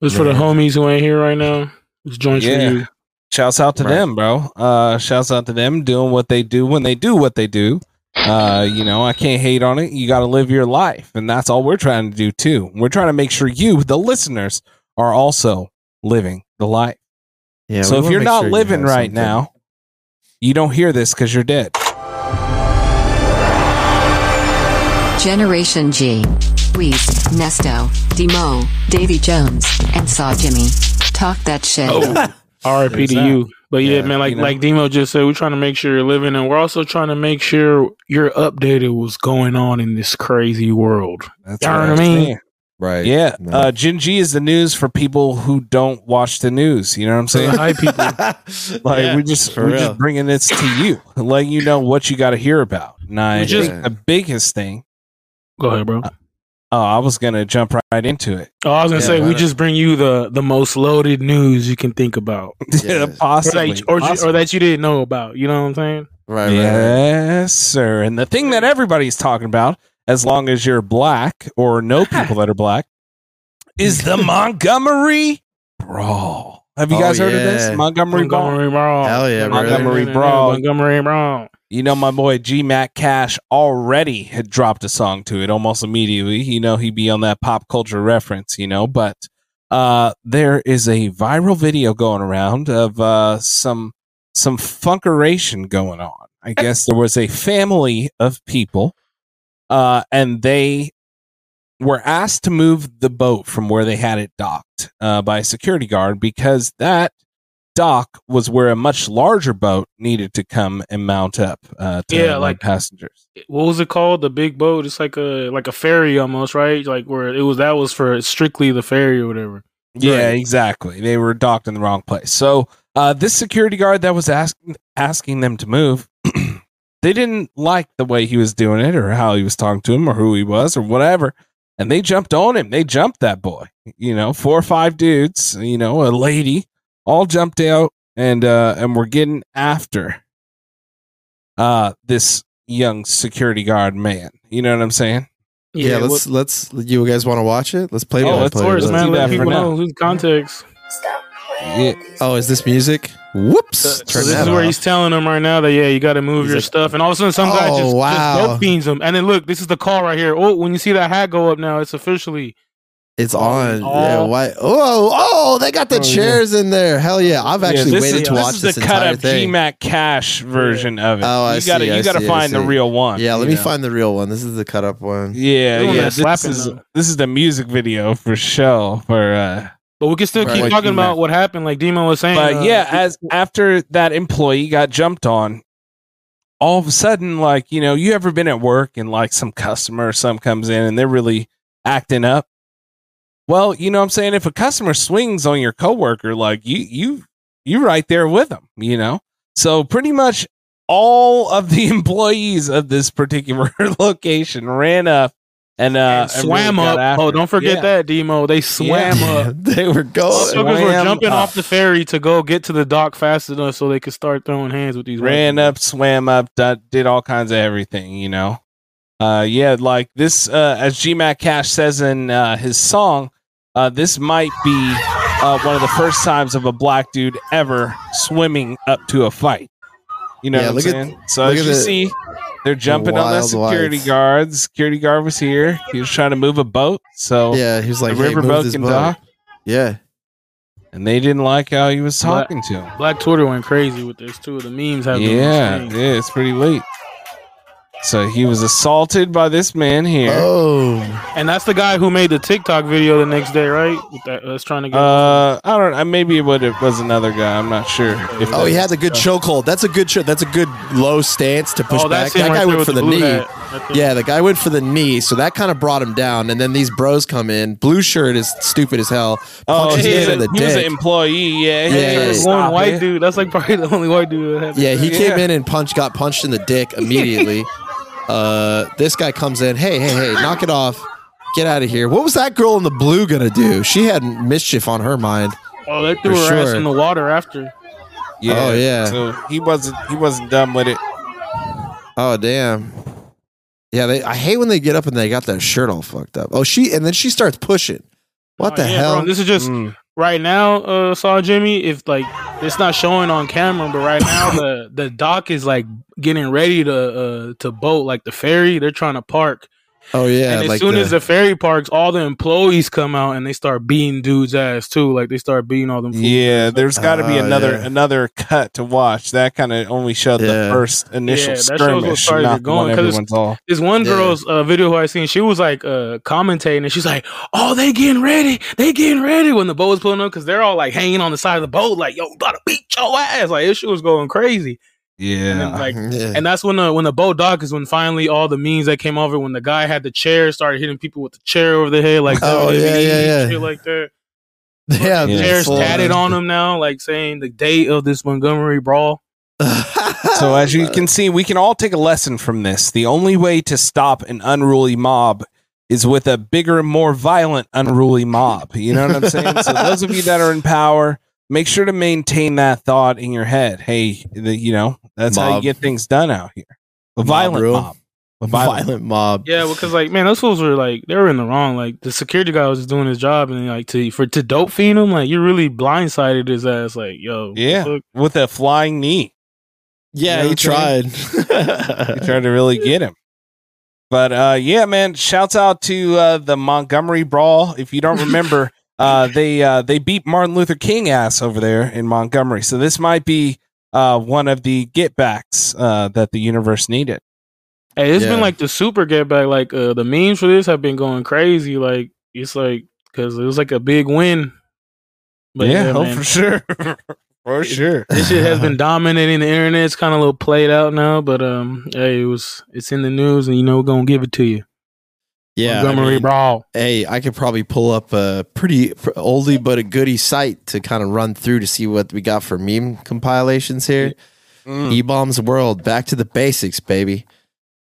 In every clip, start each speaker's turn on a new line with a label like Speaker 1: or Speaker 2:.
Speaker 1: This is for the
Speaker 2: Yeah.
Speaker 1: homies who ain't here right now. This joint's
Speaker 2: Yeah.
Speaker 1: for you.
Speaker 2: Shouts out to
Speaker 3: Right.
Speaker 2: them, bro. Uh, shouts out to them doing what they do when they do what they do. Uh, you know, I can't hate on it. You got to live your life, and that's all we're trying to do too. We're trying to make sure you, the listeners, are also living the life.
Speaker 3: Yeah. we
Speaker 2: so if
Speaker 3: wanna
Speaker 2: you're
Speaker 3: make
Speaker 2: not
Speaker 3: sure you
Speaker 2: living
Speaker 3: have
Speaker 2: right
Speaker 3: something.
Speaker 2: now, you don't hear this because you're dead.
Speaker 4: Generation G. Weez, Nesto, Demo, Davy Jones, and Saw Jimmy. Talk that shit.
Speaker 1: Oh, R.I.P. to
Speaker 2: There's
Speaker 1: you. But yeah,
Speaker 2: Oh. Yeah,
Speaker 1: man, like
Speaker 2: you know.
Speaker 1: like Demo just said, we're trying to make sure you're living, and we're also trying to make sure you're updated what's going on in this crazy world.
Speaker 2: That's
Speaker 1: You know what I mean?
Speaker 5: Right.
Speaker 2: Yeah,
Speaker 3: No.
Speaker 2: uh, Gen G is the news for people who don't watch the news. You know what I'm
Speaker 1: So
Speaker 2: saying?
Speaker 1: the high people.
Speaker 2: like
Speaker 3: Yeah,
Speaker 2: we're just
Speaker 3: for
Speaker 2: we're
Speaker 3: real.
Speaker 2: just bringing this to you, letting you know what you got to hear about. And I
Speaker 1: We just-
Speaker 2: think the biggest thing.
Speaker 1: Go ahead, bro.
Speaker 2: Oh, I was gonna jump right into it.
Speaker 1: Oh, I was gonna
Speaker 3: Yeah,
Speaker 1: say
Speaker 3: why
Speaker 1: we
Speaker 3: not?
Speaker 1: just bring you the the most loaded news you can think about,
Speaker 3: Yeah.
Speaker 1: or that,
Speaker 2: possibly,
Speaker 1: or, you-
Speaker 2: possibly.
Speaker 1: or that you didn't know about. You know what I'm saying?
Speaker 3: Right. Right. right.
Speaker 2: yes, sir. And the thing that everybody's talking about, as long as you're black or know people that are black, is the Montgomery Brawl. Have you
Speaker 3: Oh,
Speaker 2: guys heard of
Speaker 3: yeah.
Speaker 2: this Montgomery Brawl?
Speaker 1: Montgomery Brawl.
Speaker 3: Hell yeah, brother.
Speaker 2: Montgomery Brawl.
Speaker 1: Montgomery Brawl.
Speaker 2: You know, my boy G Mac Cash already had dropped a song to it almost immediately. You know, he'd be on that pop culture reference, you know, but uh, there is a viral video going around of uh, some some funkeration going on. I guess there was a family of people uh, and they were asked to move the boat from where they had it docked uh, by a security guard because that dock was where a much larger boat needed to come and mount up uh, to
Speaker 1: Yeah,
Speaker 2: yeah,
Speaker 1: like-
Speaker 2: like passengers.
Speaker 1: What was it called? The big boat. It's like a like a ferry almost, right? Like where it was. That was for strictly the ferry or whatever.
Speaker 2: Yeah, exactly. They were docked in the wrong place. So uh, this security guard that was ask- asking them to move, they didn't like the way he was doing it or how he was talking to him or who he was or whatever. And they jumped on him. They jumped that boy. You know, four or five dudes, you know, a lady, all jumped out and uh and we're getting after uh this young security guard man. You know what I'm saying?
Speaker 3: Yeah. let's let's. You guys want to watch it? Let's play.
Speaker 2: Oh,
Speaker 3: by
Speaker 1: of
Speaker 2: let's-
Speaker 3: play.
Speaker 1: course,
Speaker 2: let's
Speaker 1: man.
Speaker 2: do
Speaker 1: Let
Speaker 2: that for
Speaker 1: people
Speaker 2: now.
Speaker 1: know who's context.
Speaker 2: Yeah.
Speaker 3: Oh, is this music? Whoops.
Speaker 1: Uh, So
Speaker 3: Turn
Speaker 1: this
Speaker 3: that
Speaker 1: is where
Speaker 3: off.
Speaker 1: he's telling them right now that yeah, you got to move
Speaker 2: He's
Speaker 1: your
Speaker 2: like-
Speaker 1: stuff, and all of a sudden some guy
Speaker 3: Oh,
Speaker 1: just,
Speaker 3: wow.
Speaker 1: just dope beams him, and then look, this is the call right here. Oh, when you see that hat go up now, it's officially
Speaker 3: It's
Speaker 1: Oh, oh.
Speaker 3: on. yeah. Why? Oh, oh, they got
Speaker 1: Oh,
Speaker 3: the
Speaker 1: yeah.
Speaker 3: chairs in there. Hell yeah! I've actually
Speaker 2: Yeah, this
Speaker 3: waited
Speaker 2: is,
Speaker 3: to watch this,
Speaker 2: is the cut
Speaker 3: entire
Speaker 2: up G
Speaker 3: thing.
Speaker 2: Mac Cash version of it.
Speaker 3: Oh, I
Speaker 2: you gotta,
Speaker 3: see,
Speaker 2: you
Speaker 3: I
Speaker 2: gotta
Speaker 3: see, I
Speaker 2: find the
Speaker 3: see.
Speaker 2: real one.
Speaker 3: Yeah, let
Speaker 2: you
Speaker 3: me
Speaker 2: know?
Speaker 3: find the real one. This is the cut up one.
Speaker 2: Yeah,
Speaker 1: They don't
Speaker 2: yeah.
Speaker 1: wanna slap
Speaker 2: This
Speaker 1: him,
Speaker 2: is
Speaker 1: though.
Speaker 2: this is the music video for show for uh
Speaker 1: But we can still
Speaker 3: Right.
Speaker 1: keep
Speaker 3: Like
Speaker 1: talking
Speaker 3: He-Man.
Speaker 1: about what happened, like Demo was saying.
Speaker 2: but
Speaker 1: uh,
Speaker 2: yeah, as after that employee got jumped on, all of a sudden, like, you know, you ever been at work and like some customer or some comes in and they're really acting up? Well, you know what I'm saying? If a customer swings on your coworker, like you you you right there with them, you know? So pretty much all of the employees of this particular location ran up and uh
Speaker 1: and swam
Speaker 2: really got
Speaker 1: up.
Speaker 2: after
Speaker 1: Oh,
Speaker 2: it.
Speaker 1: don't forget
Speaker 2: Yeah.
Speaker 1: that Demo. They swam up.
Speaker 3: they were going.
Speaker 1: Suckers were
Speaker 2: Swam
Speaker 1: jumping
Speaker 2: up.
Speaker 1: off the ferry to go get to the dock fast enough so they could start throwing hands with these. white
Speaker 2: ran
Speaker 1: people.
Speaker 2: up, swam up, do- did all kinds of everything, you know. Uh, yeah, like this, uh, as G Mac Cash says in uh, his song, uh, this might be uh, one of the first times of a black dude ever swimming up to a fight. You know
Speaker 3: Yeah,
Speaker 2: what I'm
Speaker 3: look at-
Speaker 2: saying? so
Speaker 3: look
Speaker 2: as
Speaker 3: at
Speaker 2: you
Speaker 3: the-
Speaker 2: see, they're jumping on that
Speaker 3: wild
Speaker 2: security
Speaker 3: whites.
Speaker 2: guard. Security guard was here. He was trying to move a boat, so
Speaker 3: Yeah, he was like,
Speaker 2: the
Speaker 3: hey,
Speaker 2: river
Speaker 3: move
Speaker 2: boat
Speaker 3: this
Speaker 2: can
Speaker 3: boat.
Speaker 2: dock.
Speaker 3: Yeah,
Speaker 2: And they didn't like how he was
Speaker 1: Black-
Speaker 2: talking to him.
Speaker 1: Black Twitter went crazy with this too. The memes have been
Speaker 2: Yeah,
Speaker 1: insane.
Speaker 2: yeah, it's pretty late. So he was assaulted by this man here.
Speaker 3: Oh,
Speaker 1: and that's the guy who made the TikTok video the next day, right? With that, us trying to get.
Speaker 2: Uh, I don't. know. Maybe it would- it was another guy. I'm not sure. If
Speaker 3: oh, he has a good chokehold. That's a good choke. That's a good low stance to push
Speaker 1: oh,
Speaker 3: back.
Speaker 1: that's
Speaker 3: That
Speaker 1: him right
Speaker 3: guy
Speaker 1: there
Speaker 3: went
Speaker 1: with
Speaker 3: for the
Speaker 1: blue
Speaker 3: knee.
Speaker 1: hat. That's him.
Speaker 3: Yeah, the guy went for the knee, so that kind of brought him down. And then these bros come in. Blue shirt is stupid as hell.
Speaker 2: Oh,
Speaker 3: Punches
Speaker 2: he
Speaker 3: him
Speaker 2: was,
Speaker 3: in the
Speaker 2: a, he was an
Speaker 3: dick.
Speaker 2: employee.
Speaker 3: Yeah,
Speaker 2: Yeah, he was trying to
Speaker 3: yeah,
Speaker 1: That's the
Speaker 2: stop
Speaker 1: one white
Speaker 2: it.
Speaker 1: dude. That's like probably the only white dude that had.
Speaker 3: Yeah, he
Speaker 2: Yeah.
Speaker 3: came in and punch got punched in the dick immediately. uh, this guy comes in. Hey, hey, hey! Knock it off! Get out of here! What was that girl in the blue gonna do? She had mischief on her mind.
Speaker 1: Oh, they threw
Speaker 3: For
Speaker 1: her ass
Speaker 3: sure.
Speaker 1: in the water after.
Speaker 2: Yeah.
Speaker 3: Oh, yeah.
Speaker 2: So he wasn't. He wasn't done with it.
Speaker 3: Oh damn. Yeah, they I hate when they get up and they got their shirt all fucked up. Oh, she and then she starts pushing. What the
Speaker 1: Oh, yeah,
Speaker 3: hell?
Speaker 1: Bro, this is just
Speaker 2: Mm.
Speaker 1: right now. Uh, saw Jimmy. If like it's not showing on camera, but right now the the dock is like getting ready to uh to boat like the ferry. They're trying to park.
Speaker 3: oh yeah,
Speaker 1: and as
Speaker 3: like
Speaker 1: soon
Speaker 3: the-
Speaker 1: as the ferry parks, all the employees come out and they start beating dudes ass too. Like they start beating all them. fools.
Speaker 2: Yeah, there's got to be
Speaker 3: Oh,
Speaker 2: another
Speaker 3: yeah.
Speaker 2: another cut to watch. That kind of only showed the
Speaker 3: Yeah.
Speaker 2: first initial
Speaker 1: Yeah, that shows what
Speaker 2: skirmish,
Speaker 1: started it
Speaker 2: not the one
Speaker 1: going, 'cause it's-
Speaker 2: everyone's all.
Speaker 1: This one
Speaker 3: Yeah.
Speaker 1: girl's uh, video who I seen, she was like uh, commentating, and she's like, "Oh, they getting ready, they getting ready." When the boat was pulling up, because they're all like hanging on the side of the boat, like, "Yo, we gotta beat your ass!" Like this shit was going crazy, and then,
Speaker 2: Yeah,
Speaker 1: like,
Speaker 3: Yeah.
Speaker 1: and that's when the when the boat dock is when finally all the memes that came over when the guy had the chair started hitting people with the chair over the head, like,
Speaker 3: Oh,
Speaker 1: WWE
Speaker 3: yeah, yeah, yeah.
Speaker 1: shit like that.
Speaker 3: yeah,
Speaker 2: Yeah.
Speaker 1: Chairs
Speaker 3: full-
Speaker 1: tatted on him now, like saying the date of this Montgomery brawl.
Speaker 3: Oh,
Speaker 2: So as you can see, we can all take a lesson from this. The only way to stop an unruly mob is with a bigger, more violent unruly mob. You know what I'm saying? so those of you that are in power, make sure to maintain that thought in your head. Hey, the, you know, that's how you
Speaker 3: Mob.
Speaker 2: get things done out here. A
Speaker 3: Mob
Speaker 2: violent
Speaker 3: rule.
Speaker 2: mob. A
Speaker 3: a
Speaker 2: violent.
Speaker 3: violent mob.
Speaker 1: Yeah, because like man, those fools were like they were in the wrong. Like the security guy was just doing his job, and like to for to dope fiend him, like you really blindsided his ass. Like yo, what the
Speaker 2: Yeah.
Speaker 1: fuck?
Speaker 2: With a flying knee.
Speaker 3: Yeah,
Speaker 2: You know
Speaker 3: he
Speaker 2: what I'm
Speaker 3: tried.
Speaker 2: They tried to really get him. But uh, yeah, man, shouts out to uh, the Montgomery Brawl. If you don't remember, uh, they uh, they beat Martin Luther King ass over there in Montgomery. So this might be uh, one of the get backs uh, that the universe needed.
Speaker 1: Hey, it's
Speaker 3: Yeah.
Speaker 1: been like the super get back. Like uh, the memes for this have been going crazy. Like it's like because it was like a big win. But yeah,
Speaker 2: oh,
Speaker 1: man,
Speaker 2: for sure. for sure.
Speaker 1: this shit has been dominating the internet. It's kind of a little played out now, but um, hey, it was it's in the news, and you know we're gonna give it to you.
Speaker 3: yeah, I
Speaker 1: Montgomery
Speaker 3: mean,
Speaker 1: brawl.
Speaker 3: hey, I could probably pull up a pretty pr- oldie but a goodie site to kind of run through to see what we got for meme compilations here.
Speaker 2: Mm.
Speaker 3: E bombs world, back to the basics, baby.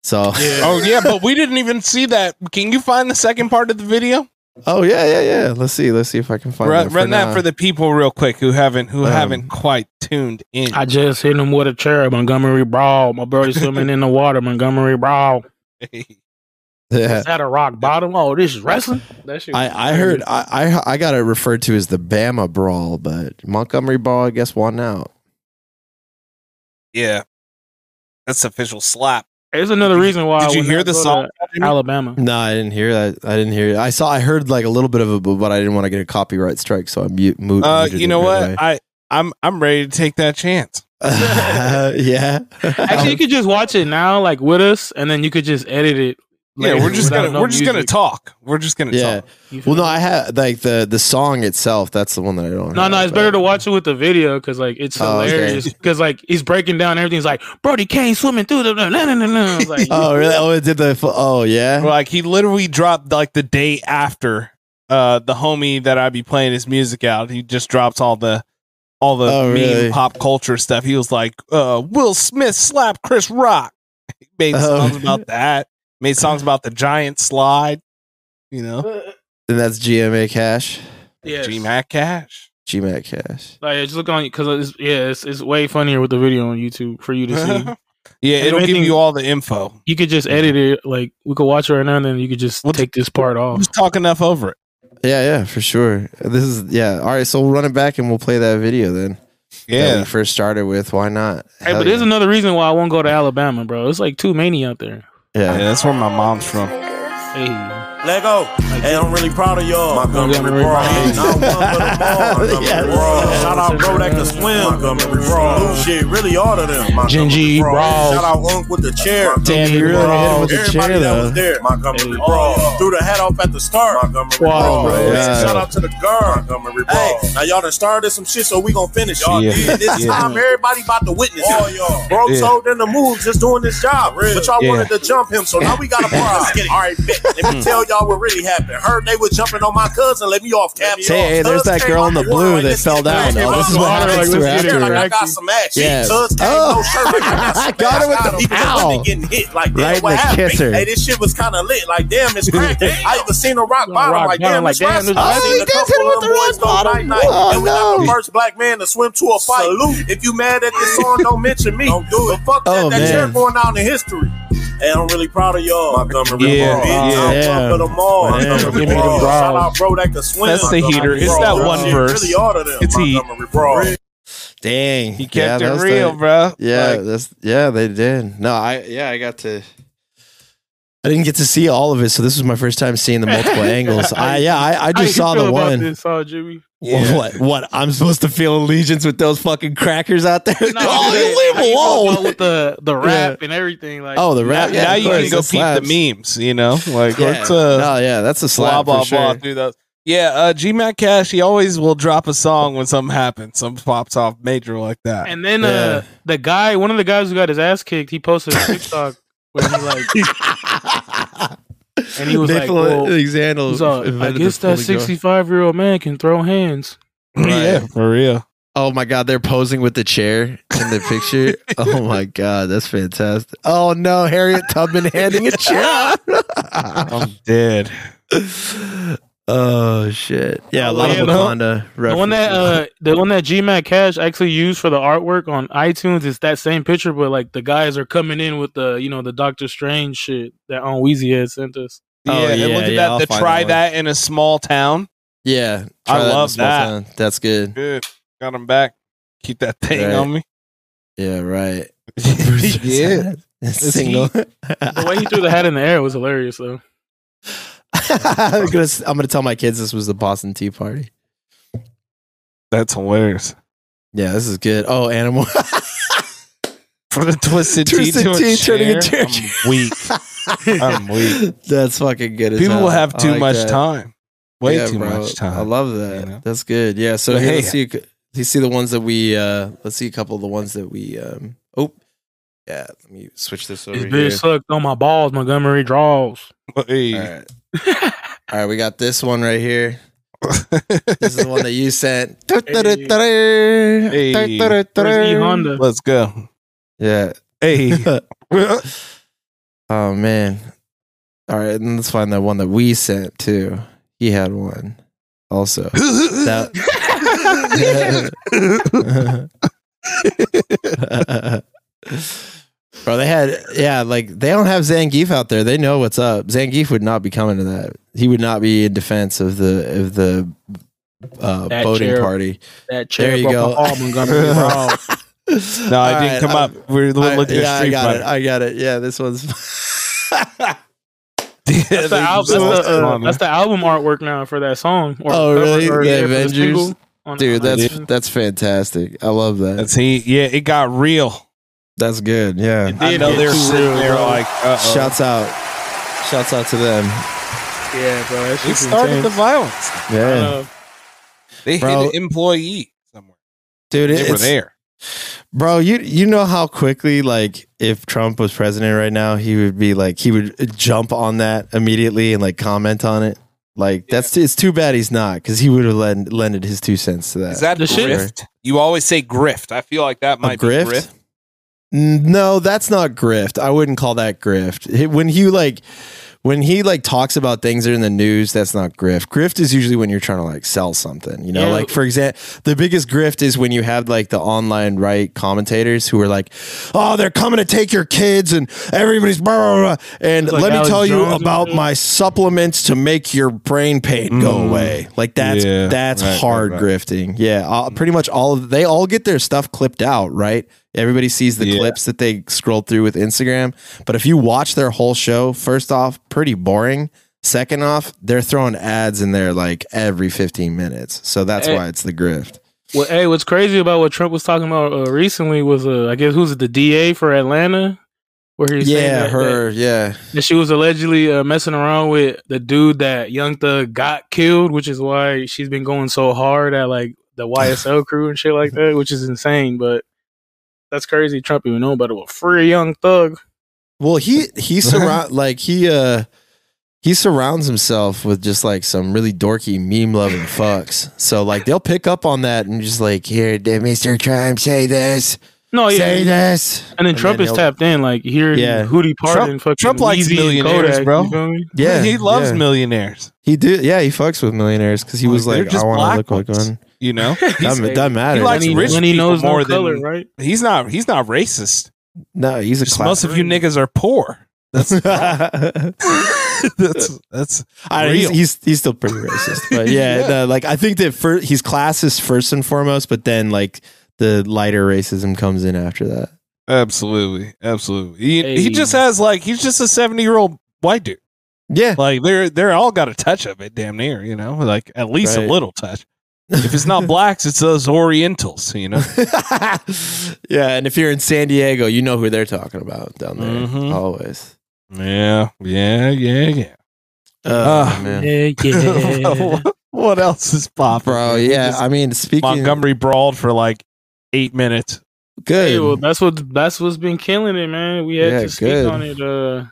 Speaker 3: So,
Speaker 2: Oh yeah, but we didn't even see that. Can you find the second part of the video?
Speaker 3: oh yeah, yeah, yeah. Let's see, let's see if I can find
Speaker 2: Run,
Speaker 3: it
Speaker 2: run that
Speaker 3: now.
Speaker 2: for the people real quick who haven't who
Speaker 3: Um,
Speaker 2: haven't quite tuned in.
Speaker 1: I just hit him with a chair, Montgomery brawl. My brother swimming in the water, Montgomery brawl.
Speaker 3: Yeah.
Speaker 1: Is that a rock bottom? Oh, this is wrestling. That shit.
Speaker 3: I, I heard I, I I got it referred to as the Bama brawl, but Montgomery brawl I guess won out.
Speaker 2: yeah, that's official slap.
Speaker 1: It's another reason why. I
Speaker 2: Did you
Speaker 1: would
Speaker 2: hear
Speaker 1: not
Speaker 2: the
Speaker 1: go to
Speaker 2: song?
Speaker 1: Alabama.
Speaker 3: No, I didn't hear that. I didn't hear. It. I saw. I heard like a little bit of it, but, but I didn't want to get a copyright strike, so I mute. mute
Speaker 2: Uh,
Speaker 3: muted
Speaker 2: you
Speaker 3: it
Speaker 2: know
Speaker 3: right
Speaker 2: what? I I'm I'm ready to take that chance.
Speaker 3: away. yeah.
Speaker 1: Actually, you could just watch it now, like with us, and then you could just edit it.
Speaker 2: Yeah,
Speaker 1: later
Speaker 2: we're just
Speaker 1: without
Speaker 2: gonna
Speaker 1: no
Speaker 2: we're just gonna
Speaker 1: music.
Speaker 2: talk. We're just gonna
Speaker 3: yeah.
Speaker 2: talk.
Speaker 1: You feel
Speaker 3: Well, no,
Speaker 1: me?
Speaker 3: I had like the the song itself. That's the one that I don't.
Speaker 1: No,
Speaker 3: have,
Speaker 1: no, it's
Speaker 3: but-
Speaker 1: better to watch it with the video because like it's
Speaker 3: Oh, okay.
Speaker 1: hilarious. Because like he's breaking down everything. He's like, Brody Kane swimming through the. No, no, no, no. Like,
Speaker 3: Oh really? Oh, it did the. fu- Oh yeah.
Speaker 2: Like he literally dropped like the day after uh the homie that I'd be playing his music out. He just drops all the all the
Speaker 3: Oh,
Speaker 2: meme
Speaker 3: really?
Speaker 2: pop culture stuff. He was like, uh Will Smith slapped Chris Rock. He made
Speaker 3: Oh.
Speaker 2: songs about that. Made songs about the giant slide, you know.
Speaker 3: And that's GMA Cash.
Speaker 1: yes.
Speaker 2: G Mac Cash.
Speaker 3: GMAC Cash.
Speaker 1: Like, just look on because it's, yeah, it's, it's way funnier with the video on YouTube for you to see.
Speaker 2: yeah, it'll give
Speaker 1: Everything-
Speaker 2: you all the info.
Speaker 1: you could just edit it. Like we could watch it right now, and then you could just
Speaker 2: What-
Speaker 1: take this part off.
Speaker 2: Who's talk enough over it?
Speaker 3: Yeah, yeah, for sure. This is yeah. All right, so we'll run it back and we'll play that video then. that we
Speaker 2: Yeah.
Speaker 3: first started with. Why not?
Speaker 1: Hey, but
Speaker 3: yeah.
Speaker 1: there's another reason why I won't go to Alabama, bro. It's like too many out there.
Speaker 2: Yeah,
Speaker 3: yeah.
Speaker 2: that's where my mom's from.
Speaker 1: Hey,
Speaker 5: Let go. Hey, I'm really proud of y'all.
Speaker 1: Montgomery
Speaker 5: Montgomery Brawl.
Speaker 1: Brawl.
Speaker 5: Not one but them all. Montgomery Brawl. Shout out bro that can swim. Montgomery Brawl. Blue shit, really all of them.
Speaker 1: Genji
Speaker 5: Montgomery
Speaker 1: Brawl.
Speaker 5: Shout out Unk with the chair.
Speaker 3: Damn, you
Speaker 1: Montgomery
Speaker 3: really hit him with the
Speaker 5: Everybody
Speaker 3: chair
Speaker 5: that
Speaker 3: though.
Speaker 5: was there. Montgomery
Speaker 1: Hey.
Speaker 5: Brawl. Threw the hat off at the start. Montgomery
Speaker 1: Wow.
Speaker 5: Brawl.
Speaker 3: Yeah.
Speaker 5: Shout out to the girl. Montgomery Brawl. Hey, now y'all done started some shit, so we gonna finish. Y'all
Speaker 2: Yeah.
Speaker 5: did. This
Speaker 2: Yeah.
Speaker 5: time everybody about to witness. All y'all. Bro
Speaker 2: Yeah.
Speaker 5: told them to move, just doing this job. But y'all
Speaker 2: Yeah.
Speaker 5: wanted to jump him, so now we got a problem. All right, bet.
Speaker 3: Hmm.
Speaker 5: Let me tell y'all what really happened. Heard they were jumping on my cousin. Let me off cap.
Speaker 3: Hey, hey, there's that girl in the blue that fell down.
Speaker 1: Oh, this is what happens to her after.
Speaker 5: Like I got some action.
Speaker 3: Yeah.
Speaker 5: Cuz came,
Speaker 3: Oh.
Speaker 5: no shirt. Like I got, some
Speaker 3: I got her with
Speaker 5: action.
Speaker 3: the-
Speaker 5: Even
Speaker 3: Ow.
Speaker 5: women getting hit. Like, damn,
Speaker 3: Right in
Speaker 5: what
Speaker 3: the
Speaker 5: happened?
Speaker 3: kisser.
Speaker 5: Hey, this shit was kind of lit. Like, damn, it's cracking. I even seen a rock
Speaker 1: Doing
Speaker 5: bottom.
Speaker 1: rock
Speaker 5: like,
Speaker 1: bottom,
Speaker 5: damn,
Speaker 1: like,
Speaker 5: it's
Speaker 1: damn,
Speaker 5: cracking.
Speaker 1: this-
Speaker 5: I
Speaker 3: Oh,
Speaker 5: seen
Speaker 3: he
Speaker 5: a
Speaker 3: did
Speaker 5: couple
Speaker 3: hit him
Speaker 5: of
Speaker 3: with
Speaker 5: them
Speaker 3: the
Speaker 5: boys
Speaker 3: rock
Speaker 5: go
Speaker 3: bottom.
Speaker 5: night-night.
Speaker 3: Oh,
Speaker 5: And we not the
Speaker 3: no.
Speaker 5: first black man to swim to a fight. If you mad at this song, don't mention me. Don't do it. But fuck that.
Speaker 3: Oh,
Speaker 5: that chair
Speaker 3: man.
Speaker 5: going down in history. Hey, I'm really proud of y'all. Montgomery
Speaker 2: Yeah,
Speaker 5: Ball.
Speaker 2: yeah.
Speaker 5: I'm
Speaker 6: Yeah.
Speaker 5: pumping them all.
Speaker 6: Yeah,
Speaker 5: Montgomery
Speaker 6: give me
Speaker 5: Ball.
Speaker 6: them
Speaker 5: Shout
Speaker 6: balls.
Speaker 5: out, bro, that could swim.
Speaker 2: That's the heater. It's that one verse.
Speaker 5: Really ought to them.
Speaker 2: It's heat.
Speaker 5: Montgomery Ball.
Speaker 3: Dang.
Speaker 2: He kept
Speaker 3: Yeah,
Speaker 2: it
Speaker 3: that's
Speaker 2: real,
Speaker 3: the-
Speaker 2: bro.
Speaker 3: Yeah,
Speaker 2: Like,
Speaker 3: that's yeah, they did. No, I yeah, I got to I didn't get to see all of it, so this was my first time seeing the multiple angles. I yeah, I, I
Speaker 1: How you
Speaker 3: just saw
Speaker 1: feel
Speaker 3: the
Speaker 1: about
Speaker 3: one.
Speaker 1: This, uh, Jimmy?
Speaker 2: Yeah.
Speaker 3: What? What? I'm supposed to feel allegiance with those fucking crackers out there?
Speaker 1: No,
Speaker 3: oh,
Speaker 1: I- I
Speaker 3: you leave
Speaker 1: feel
Speaker 3: alone.
Speaker 1: about With the the rap and everything, like
Speaker 3: oh, the
Speaker 2: now,
Speaker 3: rap. yeah,
Speaker 2: now
Speaker 3: of
Speaker 2: you
Speaker 3: course,
Speaker 2: can go
Speaker 3: that
Speaker 2: peep
Speaker 3: slaps.
Speaker 2: the memes. You know, like
Speaker 3: Yeah.
Speaker 2: let's uh,
Speaker 3: no, yeah, that's a
Speaker 2: blah
Speaker 3: slap
Speaker 2: blah
Speaker 3: for sure.
Speaker 2: blah through those. Yeah, uh, GMAC Cash. He always will drop a song when something happens, something pops off major like that.
Speaker 1: And then
Speaker 3: Yeah.
Speaker 1: uh, the guy, one of the guys who got his ass kicked, he posted a TikTok where he like, and he was
Speaker 3: Nicola
Speaker 1: like, well,
Speaker 3: Alexander
Speaker 1: he's uh, all, I
Speaker 3: invented the
Speaker 1: guess that
Speaker 3: fully going-
Speaker 1: sixty-five-year-old man can throw hands.
Speaker 2: yeah, for real.
Speaker 3: Oh my god, they're posing with the chair in the picture. oh my god, that's fantastic. Oh no, Harriet Tubman handing a chair. out.
Speaker 2: I'm dead.
Speaker 3: oh shit. Yeah, a lot
Speaker 1: Yeah,
Speaker 3: of
Speaker 1: no.
Speaker 3: Wakanda
Speaker 1: The one that uh, the one that GMAC Cash actually used for the artwork on iTunes is that same picture, but like the guys are coming in with the you know the Doctor Strange shit that on Weezy had sent us.
Speaker 3: Oh,
Speaker 2: yeah, and
Speaker 3: yeah,
Speaker 2: look at
Speaker 3: yeah,
Speaker 2: that.
Speaker 3: I'll
Speaker 2: The
Speaker 3: find
Speaker 2: try
Speaker 3: that one.
Speaker 2: that in a small town.
Speaker 3: yeah,
Speaker 2: I
Speaker 3: try in a
Speaker 2: love
Speaker 3: small
Speaker 2: that.
Speaker 3: town. That's good.
Speaker 2: Good, got him back. Keep that thing
Speaker 3: Right.
Speaker 2: on me.
Speaker 3: Yeah, right.
Speaker 2: yeah,
Speaker 3: Single.
Speaker 1: The way he threw the hat in the air was hilarious though.
Speaker 3: I'm gonna s- I'm gonna tell my kids this was the Boston Tea Party.
Speaker 2: that's hilarious.
Speaker 3: Yeah, this is good. Oh, animal.
Speaker 2: For the twisted,
Speaker 3: Twisted
Speaker 2: tea,
Speaker 3: Tea
Speaker 2: turning
Speaker 3: turning a
Speaker 2: a chair. I'm weak. I'm weak.
Speaker 3: That's fucking good. as
Speaker 2: People
Speaker 3: hell.
Speaker 2: will have
Speaker 3: I
Speaker 2: too
Speaker 3: like
Speaker 2: much
Speaker 3: that.
Speaker 2: time. Way
Speaker 3: Yeah,
Speaker 2: too
Speaker 3: bro.
Speaker 2: much time.
Speaker 3: I love that.
Speaker 2: you know?
Speaker 3: That's good. Yeah. So
Speaker 2: But
Speaker 3: here,
Speaker 2: hey-
Speaker 3: let's see. Let's see the ones that we. uh Let's see a couple of the ones that we. um Oh, yeah. Let me switch this over
Speaker 1: This
Speaker 3: here.
Speaker 1: bitch sucked on my balls, Montgomery draws.
Speaker 2: Hey.
Speaker 3: All right. All right. We got this one right here. This is the one that you sent.
Speaker 1: Where's E Honda?
Speaker 2: Let's go.
Speaker 3: Yeah.
Speaker 2: Hey.
Speaker 3: Oh man. All right, and let's find that one that we sent too. He had one also. That- Bro, they had yeah, like they don't have Zangief out there. They know what's up. Zangief would not be coming to that. He would not be in defense of the of the uh,
Speaker 1: That
Speaker 3: boating
Speaker 1: chair.
Speaker 3: party.
Speaker 1: That chair
Speaker 3: There you
Speaker 1: broke
Speaker 3: go.
Speaker 1: my ball, Montgomery draws.
Speaker 2: No, I didn't come
Speaker 3: up.
Speaker 2: up. We're
Speaker 3: I-
Speaker 2: looking
Speaker 3: yeah,
Speaker 2: at
Speaker 3: I
Speaker 2: Street
Speaker 3: got it.
Speaker 2: Fighter.
Speaker 3: I got it. Yeah, this one's.
Speaker 1: That's the, al- that's, the, uh, that's the album artwork now for that song. Or
Speaker 3: Oh,
Speaker 1: cover
Speaker 3: really?
Speaker 1: or-
Speaker 3: The
Speaker 1: or for
Speaker 3: Avengers?
Speaker 1: single on-
Speaker 3: Dude,
Speaker 1: on
Speaker 3: that's
Speaker 1: iTunes.
Speaker 3: that's fantastic. I love that.
Speaker 2: That's he. Yeah, it got real.
Speaker 3: that's good. Yeah.
Speaker 2: I
Speaker 1: did
Speaker 2: know
Speaker 1: get
Speaker 2: they're
Speaker 1: too
Speaker 2: sitting
Speaker 1: real,
Speaker 2: there
Speaker 1: bro.
Speaker 2: like, uh-oh.
Speaker 3: Shouts out. Shouts out to them.
Speaker 1: yeah, bro. That
Speaker 2: It
Speaker 1: shit's
Speaker 2: started the
Speaker 1: intense.
Speaker 2: violence.
Speaker 3: Yeah,
Speaker 1: Uh,
Speaker 2: They
Speaker 3: Bro.
Speaker 2: hit an employee somewhere.
Speaker 3: dude.
Speaker 2: They were
Speaker 3: It's,
Speaker 2: there.
Speaker 3: bro, you you know how quickly like if Trump was president right now, he would be like he would jump on that immediately and like comment on it. Like that's it's too bad he's not because he would have lend, lended his two cents to that.
Speaker 2: Is that
Speaker 1: The shit-
Speaker 2: grift? You always say grift. I feel like that
Speaker 3: A
Speaker 2: might be grift.
Speaker 3: N- No, that's not grift. I wouldn't call that grift. He- When he like when he like talks about things that are in the news, that's not grift. Grift is usually when you're trying to like sell something, you know?
Speaker 1: Yeah.
Speaker 3: Like for example, the biggest grift is when you have like the online right commentators who are like, "Oh, they're coming to take your kids and everybody's blah, blah, blah. and
Speaker 1: It's like
Speaker 3: let me
Speaker 1: Alex
Speaker 3: tell you
Speaker 1: Jones and
Speaker 3: about
Speaker 1: shit.
Speaker 3: my supplements to make your brain pain go
Speaker 2: Mm.
Speaker 3: away." Like that's
Speaker 2: Yeah.
Speaker 3: that's
Speaker 2: Right, right,
Speaker 3: hard
Speaker 2: right.
Speaker 3: grift grifting. Yeah, all, pretty much all of they all get their stuff clipped out, right? Everybody sees the
Speaker 2: Yeah.
Speaker 3: clips that they scroll through with Instagram. But if you watch their whole show, first off, pretty boring. Second off, they're throwing ads in there like every 15 minutes. So that's
Speaker 1: Eh.
Speaker 3: why it's the grift.
Speaker 1: well, hey, what's crazy about what Trump was talking about uh, recently was, uh, I guess, who's it, the DA for Atlanta? Where he's saying
Speaker 3: yeah,
Speaker 1: that,
Speaker 3: her, yeah.
Speaker 1: that- that she was allegedly uh, messing around with the dude that Young Thug got killed, which is why she's been going so hard at like the YSL crew and shit like that, which is insane. But that's crazy. Trump even know about it. Well, free Young Thug.
Speaker 3: Well, he he surround like he uh he surrounds himself with just like some really dorky meme loving fucks. So like they'll pick up on that and just like here, did Mr. Trump say this?
Speaker 2: Oh,
Speaker 1: No, yeah,
Speaker 3: Say this.
Speaker 1: And then
Speaker 3: And
Speaker 1: Trump
Speaker 3: then
Speaker 1: is
Speaker 3: he'll-
Speaker 1: tapped in, like here,
Speaker 3: Yeah.
Speaker 1: yeah. Hootie Pardon,
Speaker 2: Trump-
Speaker 1: fucking
Speaker 2: Trump likes
Speaker 1: Weezy and
Speaker 2: millionaires,
Speaker 1: Kodak,
Speaker 2: bro.
Speaker 1: you feel me?
Speaker 3: Yeah,
Speaker 2: he loves
Speaker 3: yeah.
Speaker 2: millionaires.
Speaker 3: He did. Yeah, he fucks with millionaires because he was
Speaker 2: Like, they're
Speaker 3: like,
Speaker 2: just
Speaker 3: I want to
Speaker 2: black
Speaker 3: look like
Speaker 2: ones.
Speaker 3: one.
Speaker 2: You know,
Speaker 3: That,
Speaker 1: He's-
Speaker 3: that matters.
Speaker 2: He likes
Speaker 1: when he,
Speaker 2: rich
Speaker 1: when he
Speaker 2: people
Speaker 1: knows no
Speaker 2: more than-
Speaker 1: color, right?
Speaker 2: he's not. He's not racist.
Speaker 3: No, he's a
Speaker 2: Just most
Speaker 3: class.
Speaker 2: of you niggas are poor. That's
Speaker 3: I,
Speaker 2: that's that's
Speaker 3: he's,
Speaker 2: real.
Speaker 3: he's he's still pretty racist, but yeah, the- like I think that first he's classist first and foremost, but then like the lighter racism comes in after that.
Speaker 2: absolutely absolutely. He,
Speaker 1: Hey.
Speaker 2: he just has like he's just a seventy year old white dude.
Speaker 3: Yeah,
Speaker 2: Like they're they're all got a touch of it, damn near. You know, like at least
Speaker 3: Right.
Speaker 2: a little touch. If it's not blacks, it's those Orientals. You know.
Speaker 3: yeah, and if you're in San Diego, you know who they're talking about down there
Speaker 2: Mhm.
Speaker 3: always.
Speaker 2: Yeah, yeah, yeah, yeah.
Speaker 3: Oh,
Speaker 2: Ah.
Speaker 3: man.
Speaker 1: Yeah, yeah.
Speaker 2: what else is popping,
Speaker 3: bro.
Speaker 2: We
Speaker 3: Yeah,
Speaker 2: just-
Speaker 3: I mean, speaking
Speaker 2: Montgomery brawled for like eight minutes.
Speaker 3: good.
Speaker 1: Hey, well, that's what that's what's been killing it, man. We had
Speaker 3: Yeah,
Speaker 1: to speak
Speaker 3: good.
Speaker 1: on it. Uh,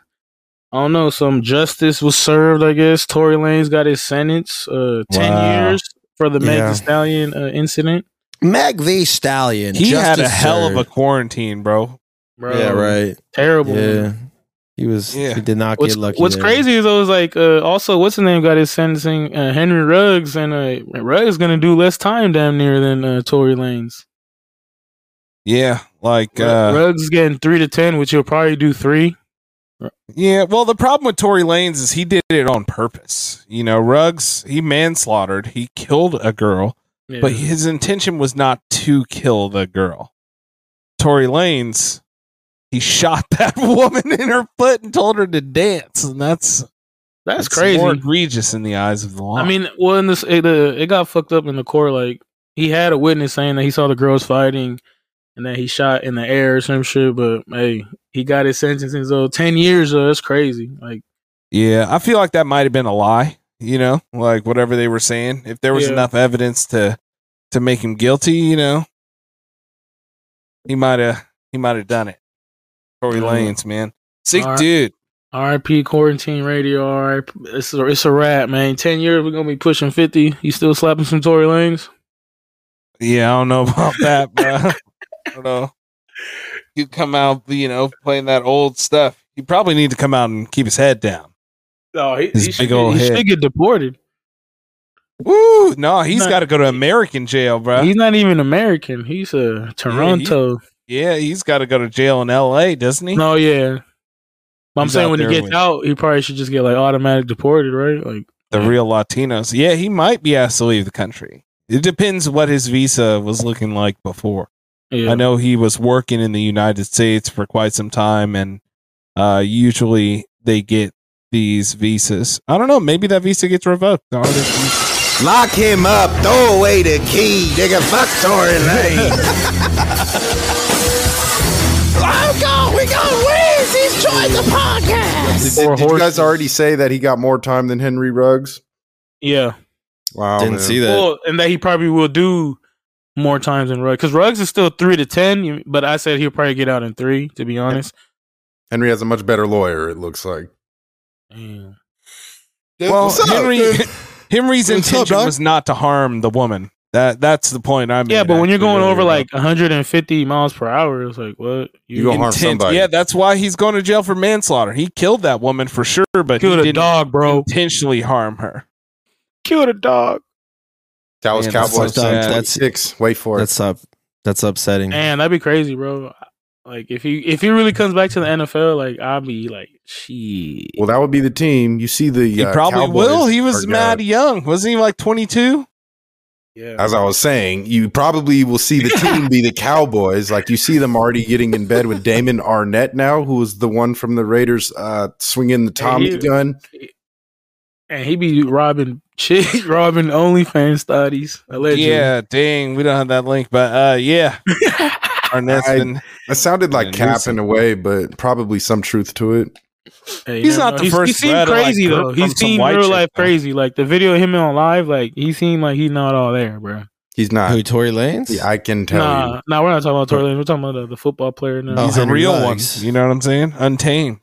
Speaker 1: I don't know. Some justice was served, I guess. Tory Lane's got his sentence, uh, ten
Speaker 2: Wow.
Speaker 1: years for the Meg
Speaker 3: Yeah.
Speaker 1: Thee Stallion uh, incident.
Speaker 3: Meg the Stallion.
Speaker 2: He had a
Speaker 3: Justice
Speaker 2: hell of a
Speaker 3: served.
Speaker 2: quarantine, bro.
Speaker 1: Bro,
Speaker 3: Yeah, right.
Speaker 1: Terrible.
Speaker 3: Yeah, he was.
Speaker 2: Yeah.
Speaker 3: He did not
Speaker 1: What's,
Speaker 3: get lucky.
Speaker 1: what's
Speaker 3: there.
Speaker 1: crazy is I was like, uh, also, what's the name got his sentencing? Uh, Henry Ruggs, and uh, Ruggs gonna do less time damn near than uh, Tory Lane's.
Speaker 2: Yeah, like
Speaker 1: Ruggs
Speaker 2: uh,
Speaker 1: Ruggs getting three to ten, which he'll probably do three.
Speaker 2: yeah. Well, the problem with Tory Lanez is he did it on purpose. You know, Ruggs he manslaughtered, he killed a girl,
Speaker 1: Yeah.
Speaker 2: but his intention was not to kill the girl. Tory Lanez, he shot that woman in her foot and told her to dance, and that's
Speaker 1: that's
Speaker 2: It's
Speaker 1: crazy.
Speaker 2: More egregious in the eyes of the law.
Speaker 1: I mean, well, in this, it, uh, it got fucked up in the court. Like he had a witness saying that he saw the girls fighting, and that he shot in the air or some shit. But hey, he got his sentence in so ten years. Uh, that's crazy. Like
Speaker 2: yeah, I feel like that might have been a lie. You know, like whatever they were saying. If there was
Speaker 1: Yeah.
Speaker 2: enough evidence to to make him guilty, you know, he might have he might have done it. Tory
Speaker 1: Mm.
Speaker 2: Lanes, man, sick
Speaker 1: All right.
Speaker 2: dude.
Speaker 1: R.I.P. Quarantine Radio. R.I.P. It's a, it's a wrap, man. Ten years, we're gonna be pushing fifty. You still slapping some Tory Lanes?
Speaker 2: Yeah, I don't know about that, but I don't know. You come out, you know, playing that old stuff. You probably need to come out and keep his head down.
Speaker 1: No, he,
Speaker 2: His big old
Speaker 1: he
Speaker 2: head.
Speaker 1: should get deported.
Speaker 2: Woo! No, he's
Speaker 1: Nah.
Speaker 2: got to go to American jail, bro.
Speaker 1: He's not even American. He's a Toronto.
Speaker 2: Yeah, he's got to go to jail in L.A., doesn't he?
Speaker 1: no, yeah. I'm
Speaker 2: He's
Speaker 1: saying
Speaker 2: out
Speaker 1: when he
Speaker 2: there
Speaker 1: gets
Speaker 2: with-
Speaker 1: out, he probably should just get like automatic deported, right? Like.
Speaker 2: The
Speaker 7: Mm.
Speaker 2: real Latinos. Yeah, he might be asked to leave the country. It depends what his visa was looking like before.
Speaker 1: Yeah.
Speaker 2: I know he was working in the United States for quite some time, and uh, usually they get these visas. I don't know. Maybe that visa gets revoked. The artist-
Speaker 6: Lock him up. Throw away the key. Nigga, fuck Tory Lane. I'm gone. We gonna win. He's joined the podcast.
Speaker 7: Did,
Speaker 1: Four
Speaker 7: did you
Speaker 1: horses.
Speaker 7: guys already say that he got more time than Henry Ruggs?
Speaker 1: Yeah.
Speaker 7: Wow,
Speaker 3: Didn't
Speaker 7: man.
Speaker 3: see that.
Speaker 1: Well, and that he probably will do more times than Ruggs because Ruggs is still three to ten. you- But I said he'll probably get out in three. To be honest.
Speaker 7: Henry has a much better lawyer. It looks like.
Speaker 1: Damn.
Speaker 2: well,
Speaker 7: What's up,
Speaker 2: Henry,
Speaker 7: dude?
Speaker 2: Henry's
Speaker 7: What's up,
Speaker 2: intention
Speaker 7: dog?
Speaker 2: was not to harm the woman. That that's the point I made.
Speaker 1: Yeah, but when you're
Speaker 2: actually
Speaker 1: going
Speaker 2: earlier
Speaker 1: over
Speaker 2: about
Speaker 1: like 150 miles per hour, it's like what
Speaker 7: You go harm somebody.
Speaker 2: Yeah, that's why he's going to jail for manslaughter. He killed that woman for sure, but
Speaker 1: Kill
Speaker 2: he
Speaker 1: the
Speaker 2: didn't
Speaker 1: dog, bro.
Speaker 2: intentionally harm her.
Speaker 1: Kill the dog.
Speaker 7: Dallas
Speaker 2: Man, that's
Speaker 7: Cowboys.
Speaker 2: so sad.
Speaker 7: That's six. Wait for it.
Speaker 3: That's up. That's upsetting.
Speaker 1: Man, that'd be crazy, bro. Like if he if he really comes back to the NFL, like I'll be like, shit.
Speaker 7: Well, that would be the team. You see the.
Speaker 2: He
Speaker 7: uh,
Speaker 2: probably
Speaker 7: Cowboys
Speaker 2: will. He was
Speaker 7: are
Speaker 2: mad young. Wasn't he like 22?
Speaker 1: Yeah.
Speaker 7: As I was saying, you probably will see the team be the Cowboys. Like you see them already getting in bed with Damon Arnett now, who was the one from the Raiders uh, swinging the Tommy
Speaker 1: you-
Speaker 7: gun.
Speaker 1: And he be robbing shit, robbing OnlyFans studies. Allegedly.
Speaker 2: Yeah, dang. We don't have that link, but uh, yeah. Arnett's
Speaker 7: I-
Speaker 2: been,
Speaker 7: That sounded like
Speaker 2: Yeah,
Speaker 7: cap
Speaker 2: Newsom.
Speaker 7: in a way, but probably some truth to it.
Speaker 1: Hey, you
Speaker 2: He's
Speaker 1: never
Speaker 2: not
Speaker 1: know.
Speaker 2: the first
Speaker 1: He seemed
Speaker 2: red, like,
Speaker 1: crazy
Speaker 2: group
Speaker 1: though.
Speaker 2: from
Speaker 1: He
Speaker 2: some
Speaker 1: seemed
Speaker 2: white
Speaker 1: real
Speaker 2: chick,
Speaker 1: life
Speaker 2: though.
Speaker 1: crazy. Like the video of him on live, like he seemed like he's not all there, bro.
Speaker 7: He's
Speaker 3: Who
Speaker 7: not.
Speaker 3: Tory Lanez?
Speaker 7: Yeah, I can tell
Speaker 1: Nah,
Speaker 7: you.
Speaker 1: nah, we're not talking about Tory Lanez. We're talking about the, the football player now.
Speaker 3: Oh,
Speaker 2: he's a
Speaker 3: Henry
Speaker 2: real
Speaker 3: Ruggs.
Speaker 2: one. You know what I'm saying? Untamed.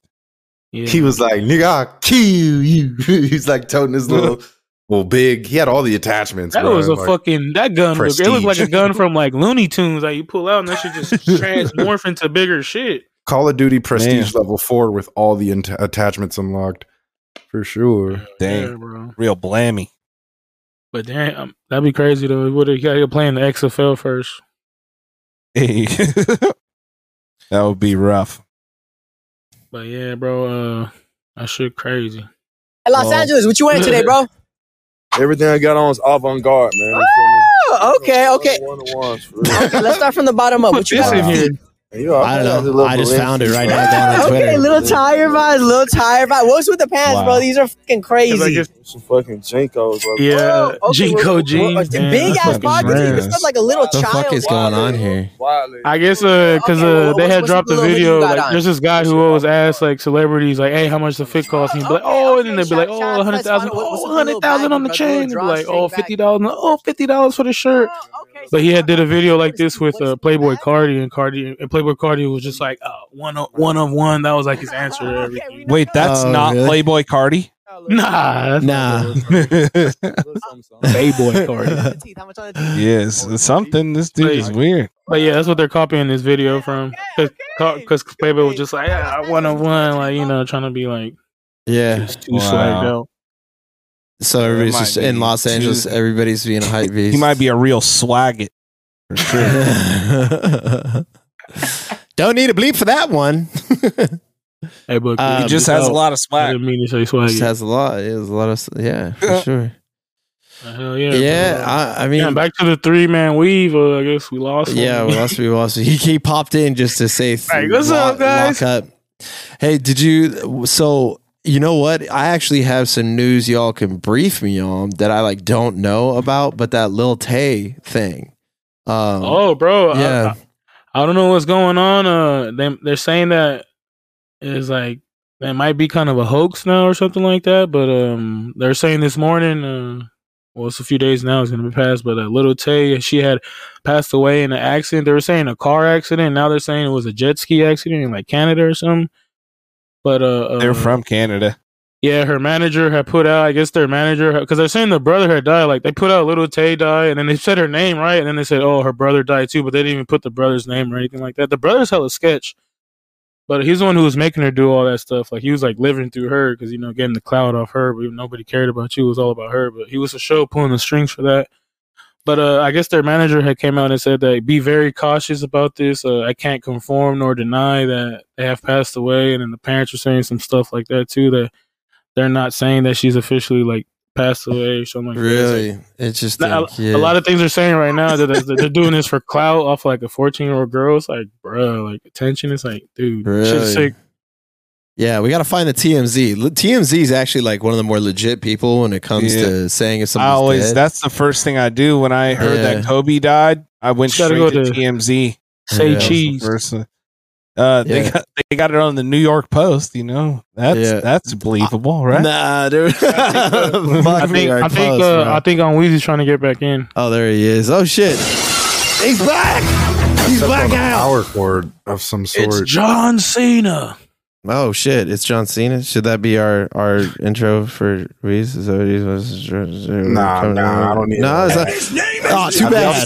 Speaker 1: Yeah.
Speaker 7: He was like, nigga, I'll kill you. He's like toting his little, well, big. He had all the attachments.
Speaker 1: that
Speaker 7: bro.
Speaker 1: was a
Speaker 7: Like,
Speaker 1: fucking that gun. Looked, it looked like a
Speaker 7: prestige.
Speaker 1: gun from like Looney Tunes. Like you pull out and that shit just transmorph into bigger shit.
Speaker 7: Call of Duty Prestige
Speaker 2: Man.
Speaker 7: level four with all the in- attachments unlocked. For sure.
Speaker 2: Dang.
Speaker 1: Yeah, bro.
Speaker 2: Real blammy.
Speaker 1: But damn, that'd be crazy though. What he got to play in the XFL first?
Speaker 2: Hey. that would be rough.
Speaker 1: But yeah, bro, uh, that shit crazy.
Speaker 8: Hey, Los
Speaker 7: Oh.
Speaker 8: Angeles, what you wearing today, bro?
Speaker 9: Everything I got on is avant garde, man. You feel me?
Speaker 8: Oh, okay, okay.
Speaker 9: One of ones, for real.
Speaker 8: Let's start from the bottom up. What you
Speaker 1: This
Speaker 8: got?
Speaker 1: in here,
Speaker 9: And, you know,
Speaker 3: I don't know.
Speaker 9: got a
Speaker 3: I just
Speaker 9: little
Speaker 3: found it
Speaker 9: Balenciaga.
Speaker 3: right now down on
Speaker 8: Okay,
Speaker 3: Twitter.
Speaker 8: little tire vibes, little tire vibes. What's with the pants,
Speaker 2: Wow.
Speaker 8: bro? These are fucking
Speaker 1: 'Cause I
Speaker 8: crazy.
Speaker 1: just-
Speaker 9: Some fucking Jinkos. Bro.
Speaker 1: yeah,
Speaker 8: Whoa,
Speaker 1: uh,
Speaker 8: okay,
Speaker 1: Jinko
Speaker 8: well, well,
Speaker 1: jeans,
Speaker 8: the
Speaker 1: man,
Speaker 8: big
Speaker 1: that's
Speaker 8: ass
Speaker 1: fucking
Speaker 8: pockets. You
Speaker 1: rare.
Speaker 8: can stuff like a little
Speaker 3: The
Speaker 8: child.
Speaker 3: fuck is going on here?
Speaker 9: Wildly.
Speaker 1: I guess uh, cause uh,
Speaker 8: Okay,
Speaker 1: they had
Speaker 8: what's
Speaker 1: dropped
Speaker 8: the
Speaker 1: a
Speaker 8: little
Speaker 1: video.
Speaker 8: video you got
Speaker 1: Like,
Speaker 8: on?
Speaker 1: there's this guy who always asks like celebrities, like, "Hey, how much the fit cost?" And he'd be like,
Speaker 8: Okay,
Speaker 1: "Oh," and
Speaker 8: okay,
Speaker 1: then they'd be like,
Speaker 8: shout- shout out
Speaker 1: "Oh,
Speaker 8: to
Speaker 1: hundred thousand,
Speaker 8: Swan. What- what's
Speaker 1: oh,
Speaker 8: the little
Speaker 1: hundred thousand
Speaker 8: baggy,
Speaker 1: on the
Speaker 8: bro?
Speaker 1: chain."
Speaker 8: Little
Speaker 1: They'd be like,
Speaker 8: drawstring
Speaker 1: "Oh,
Speaker 8: baggy.
Speaker 1: fifty dollars, oh, fifty dollars for the shirt." But he had did a video like this with uh, Playboy Cardi, and Cardi and Playboy Cardi was just like uh, one of one of one. That was like his answer to everything.
Speaker 2: Wait, that's
Speaker 3: Oh,
Speaker 2: not
Speaker 3: really?
Speaker 2: Playboy Cardi.
Speaker 1: Nah,
Speaker 3: Nah.
Speaker 1: Playboy Cardi.
Speaker 2: yes, it's something. This dude is weird.
Speaker 1: But yeah, that's what they're copying this video from. Because Playboy was just like, yeah, one on one, like, you know, trying to be like,
Speaker 3: Yeah.
Speaker 1: just too slagged
Speaker 2: Wow.
Speaker 1: out.
Speaker 3: So
Speaker 2: It
Speaker 3: everybody's
Speaker 2: might
Speaker 3: just in
Speaker 2: be
Speaker 3: Los
Speaker 2: two-
Speaker 3: Angeles. Everybody's being a hype beast.
Speaker 2: He might be a real swagget. For sure.
Speaker 3: Don't need a bleep for that one.
Speaker 1: Hey, but um,
Speaker 3: Uh,
Speaker 2: he Um, just has a lot of
Speaker 1: I
Speaker 2: swag.
Speaker 1: didn't mean to say
Speaker 3: Just
Speaker 1: swaggy.
Speaker 3: has a lot. It has a lot of yeah, for sure.
Speaker 1: Uh, Hell yeah.
Speaker 3: Yeah, I, I
Speaker 1: bro.
Speaker 3: mean,
Speaker 1: Yeah, back to the three man weave. Uh, I guess we lost.
Speaker 3: yeah.
Speaker 1: one.
Speaker 3: Well, that's what we lost. He he popped in just to say, th-
Speaker 1: Hey, what's up, guys?
Speaker 3: lock up. Hey, did you? So you know what? I actually have some news y'all can brief me on that I like don't know about, but that Lil Tay thing. Um,
Speaker 1: oh, bro. I-
Speaker 3: yeah.
Speaker 1: I, I don't know what's going on. Uh, they, they're saying that it's like, that might be kind of a hoax now or something like that. But um, they're saying this morning, uh, well, it's a few days now, it's going to be passed. But uh, little Tay, she had passed away in an accident. They were saying a car accident. Now they're saying it was a jet ski accident in like Canada or something. But uh, uh
Speaker 2: They're from Canada.
Speaker 1: yeah, her manager had put out. I guess their manager because they're saying the brother had died. Like they put out little Tay died, and then they said her name right, and then they said, "Oh, her brother died too," but they didn't even put the brother's name or anything like that. The brother's hella sketch, but he's the one who was making her do all that stuff. Like he was like living through her because you know getting the cloud off her, but nobody cared about you. It was all about her. But he was a show pulling the strings for that. But uh, I guess their manager had came out and said that be very cautious about this. Uh, I can't conform nor deny that they have passed away, and then the parents were saying some stuff like that too. That they're not saying that she's officially like passed away or something like that.
Speaker 3: Really interesting.
Speaker 1: Now, uh, a,
Speaker 3: yeah.
Speaker 1: a lot of things they're saying right now that they're, that they're doing this for clout off like a 14 year old girl. It's like, bruh, like attention. It's like, dude,
Speaker 3: Really?
Speaker 1: shit's sick.
Speaker 3: yeah, we got to find the TMZ. Le- TMZ is actually like one of the more legit people when it comes
Speaker 2: Yeah.
Speaker 3: to saying if
Speaker 2: I
Speaker 3: somebody's
Speaker 2: always.
Speaker 3: dead.
Speaker 2: That's the first thing I do when I heard
Speaker 3: Yeah.
Speaker 2: that Kobe died. I went
Speaker 1: Just gotta
Speaker 2: straight
Speaker 1: go
Speaker 2: to,
Speaker 1: to-
Speaker 2: TMZ.
Speaker 1: Say
Speaker 3: Yeah.
Speaker 1: cheese.
Speaker 2: First, Uh, they
Speaker 3: Yeah.
Speaker 2: got they got it on the New York Post. You know that's
Speaker 3: Yeah.
Speaker 2: that's believable, right?
Speaker 3: Nah, dude.
Speaker 1: I think I think uh, I think on Weezy's trying to get back in.
Speaker 3: oh, there he is. Oh shit. He's back. He's back
Speaker 7: on a
Speaker 3: out.
Speaker 7: power cord of some sort.
Speaker 1: John Cena.
Speaker 3: Oh shit! It's John Cena. Should that be our our intro for Reese? Is that what he was?
Speaker 7: Nah,
Speaker 3: coming
Speaker 7: nah,
Speaker 3: out?
Speaker 7: I don't need
Speaker 3: Nah,
Speaker 7: it.
Speaker 3: it's not- oh, too bad.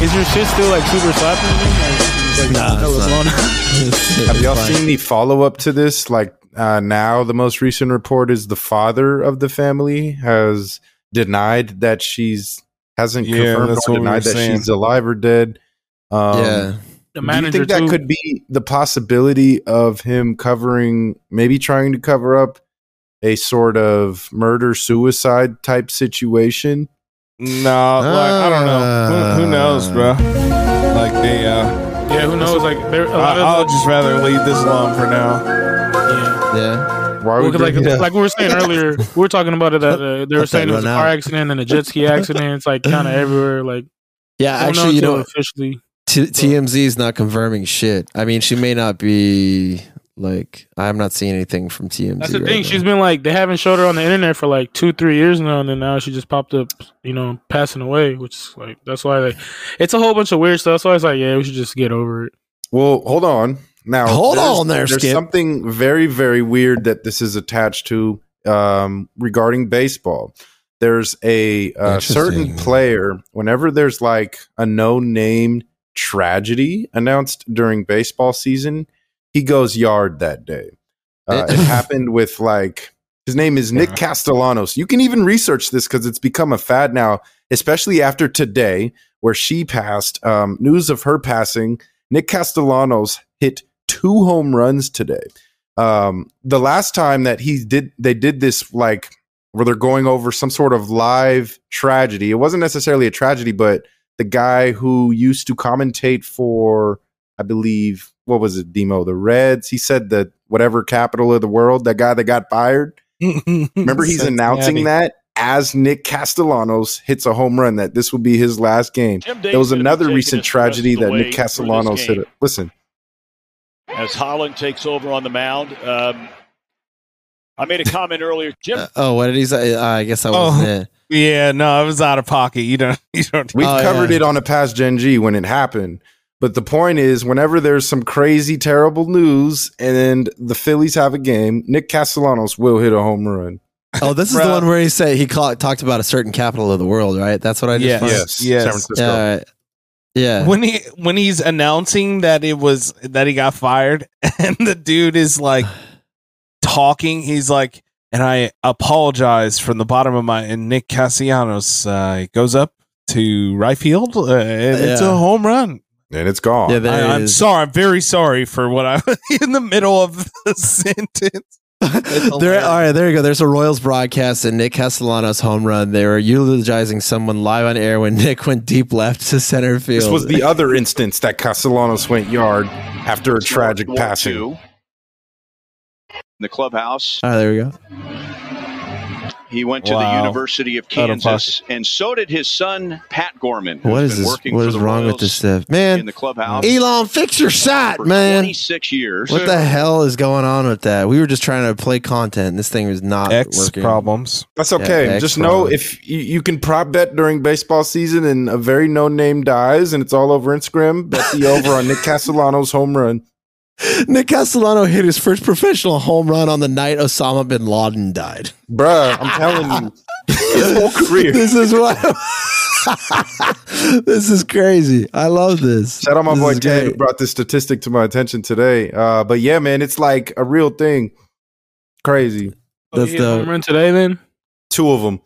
Speaker 1: Is your shit still like super slapping? Like,
Speaker 3: Nah,
Speaker 1: no,
Speaker 3: it's
Speaker 1: it's
Speaker 3: not.
Speaker 1: on.
Speaker 7: Have y'all
Speaker 3: Fine.
Speaker 7: seen the follow up to this? Like uh, now, the most recent report is the father of the family has denied that she's hasn't
Speaker 2: Yeah,
Speaker 7: confirmed
Speaker 2: that's
Speaker 7: or
Speaker 2: what we were
Speaker 7: denied that
Speaker 2: saying.
Speaker 7: she's alive or dead. Um,
Speaker 3: yeah,
Speaker 1: The
Speaker 7: Do you
Speaker 1: manager
Speaker 7: think that
Speaker 1: too.
Speaker 7: could be the possibility of him covering, maybe trying to cover up a sort of murder suicide type situation?
Speaker 2: No, like, I don't know. Who, who knows, bro? Like the uh,
Speaker 1: yeah, who knows? Like there a lot
Speaker 2: I,
Speaker 1: of
Speaker 2: I'll
Speaker 1: the-
Speaker 2: just rather leave this alone for now.
Speaker 1: yeah.
Speaker 3: yeah.
Speaker 7: Why
Speaker 1: Well,
Speaker 7: would
Speaker 1: 'cause like,
Speaker 7: bring it up?
Speaker 1: like we were saying earlier, we were talking about it that uh, they were
Speaker 3: Let
Speaker 1: saying
Speaker 3: that
Speaker 1: it was a
Speaker 3: run
Speaker 1: car
Speaker 3: out.
Speaker 1: accident and a jet ski accident. It's like kind of everywhere. Like
Speaker 3: Yeah,
Speaker 1: I don't
Speaker 3: actually, you
Speaker 1: until
Speaker 3: know,
Speaker 1: officially.
Speaker 3: T- TMZ is not confirming shit. I mean, she may not be like. I'm not seeing anything from TMZ.
Speaker 1: That's the
Speaker 3: right
Speaker 1: thing.
Speaker 3: now.
Speaker 1: She's been like they haven't showed her on the internet for like two, three years now, and then now she just popped up, you know, passing away. Which is like that's why like it's a whole bunch of weird stuff. That's why it's like yeah, we should just get over it.
Speaker 7: Well, hold on. Now,
Speaker 3: Hold
Speaker 7: there's-
Speaker 3: on there,
Speaker 7: There's
Speaker 3: Skip.
Speaker 7: something very, very weird that this is attached to um, regarding baseball. There's a uh, certain
Speaker 3: Interesting.
Speaker 7: player. Whenever there's like a no-name tragedy announced during baseball season, he goes yard that day. Uh, it happened with like his name is Nick Castellanos. You can even research this because it's become a fad now, especially after today, where she passed. Um, news of her passing Nick Castellanos hit two home runs today. Um, the last time that he did, they did this like where they're going over some sort of live tragedy. It wasn't necessarily a tragedy, but the guy who used to commentate for, I believe, what was it, Demo, the Reds? He said that whatever capital of the world, that guy that got fired. Remember, he's announcing that as Nick Castellanos hits a home run that this will be his last game. There was another recent tragedy that Nick Castellanos hit. A, listen,
Speaker 10: As Holland takes over on the mound, um, I made a comment earlier. Jim
Speaker 3: Oh, what did he say? Uh, I guess I wasn't there.
Speaker 2: Yeah, no, I was out of pocket. You don't. You don't.
Speaker 7: we've
Speaker 3: Oh,
Speaker 7: covered
Speaker 3: yeah.
Speaker 7: it on a past Gen G when it happened. But the point is, whenever there's some crazy, terrible news and the Phillies have a game, Nick Castellanos will hit a home run.
Speaker 3: Oh, this is the one where he said he called, talked about a certain capital of the world, right? That's what I just
Speaker 2: Yes.
Speaker 3: found.
Speaker 2: Yes. Yes.
Speaker 7: San Francisco.
Speaker 3: Yeah, all right. yeah.
Speaker 2: when he when he's announcing that it was that he got fired and the dude is like talking he's like and i apologize from the bottom of my and nick cassianos uh goes up to right field uh, and it's
Speaker 3: Yeah.
Speaker 2: a home run
Speaker 7: And it's gone.
Speaker 3: Yeah,
Speaker 2: I,
Speaker 3: there it
Speaker 2: i'm
Speaker 3: is.
Speaker 2: sorry i'm very sorry for what i was in the middle of the sentence
Speaker 3: there, all right, there you go. There's a Royals broadcast and Nick Castellanos home run. They were eulogizing someone live on air when Nick went deep left to center field.
Speaker 7: This was the other instance that Castellanos went yard after a tragic passing.
Speaker 10: In the clubhouse,
Speaker 3: all right, there we go.
Speaker 10: he went to the
Speaker 2: Wow.
Speaker 10: University of
Speaker 2: Out of
Speaker 10: Kansas, and so did his son Pat Gorman. who's
Speaker 3: What is
Speaker 10: been
Speaker 3: this?
Speaker 10: working
Speaker 3: What
Speaker 10: for
Speaker 3: is
Speaker 10: the
Speaker 3: wrong with
Speaker 10: Royals
Speaker 3: this stuff,
Speaker 10: In
Speaker 3: man?
Speaker 10: the clubhouse,
Speaker 3: Elon, fix your shot,
Speaker 10: for
Speaker 3: man.
Speaker 10: 26 years.
Speaker 3: What the hell is going on with that? We were just trying to play content. and This thing was not
Speaker 2: x
Speaker 3: working.
Speaker 2: problems
Speaker 7: That's
Speaker 3: Yeah,
Speaker 7: okay.
Speaker 3: that's
Speaker 7: Just know
Speaker 3: fine.
Speaker 7: if you, you can prop bet during baseball season and a very no name dies and it's all over Instagram, bet the over on Nick Castellanos' home run.
Speaker 3: Nick Castellano hit his first professional home run on the night Osama bin Laden died.
Speaker 7: Bruh, I'm telling you, his whole career.
Speaker 3: This is what. this is crazy. I love this.
Speaker 7: Shout out my
Speaker 3: This
Speaker 7: boy
Speaker 3: is
Speaker 7: Ted who
Speaker 3: great.
Speaker 7: brought this statistic to my attention today. Uh, but yeah, man, it's like a real thing. Crazy.
Speaker 3: That's
Speaker 1: hit home
Speaker 3: dope.
Speaker 1: run today, then.
Speaker 7: Two of them.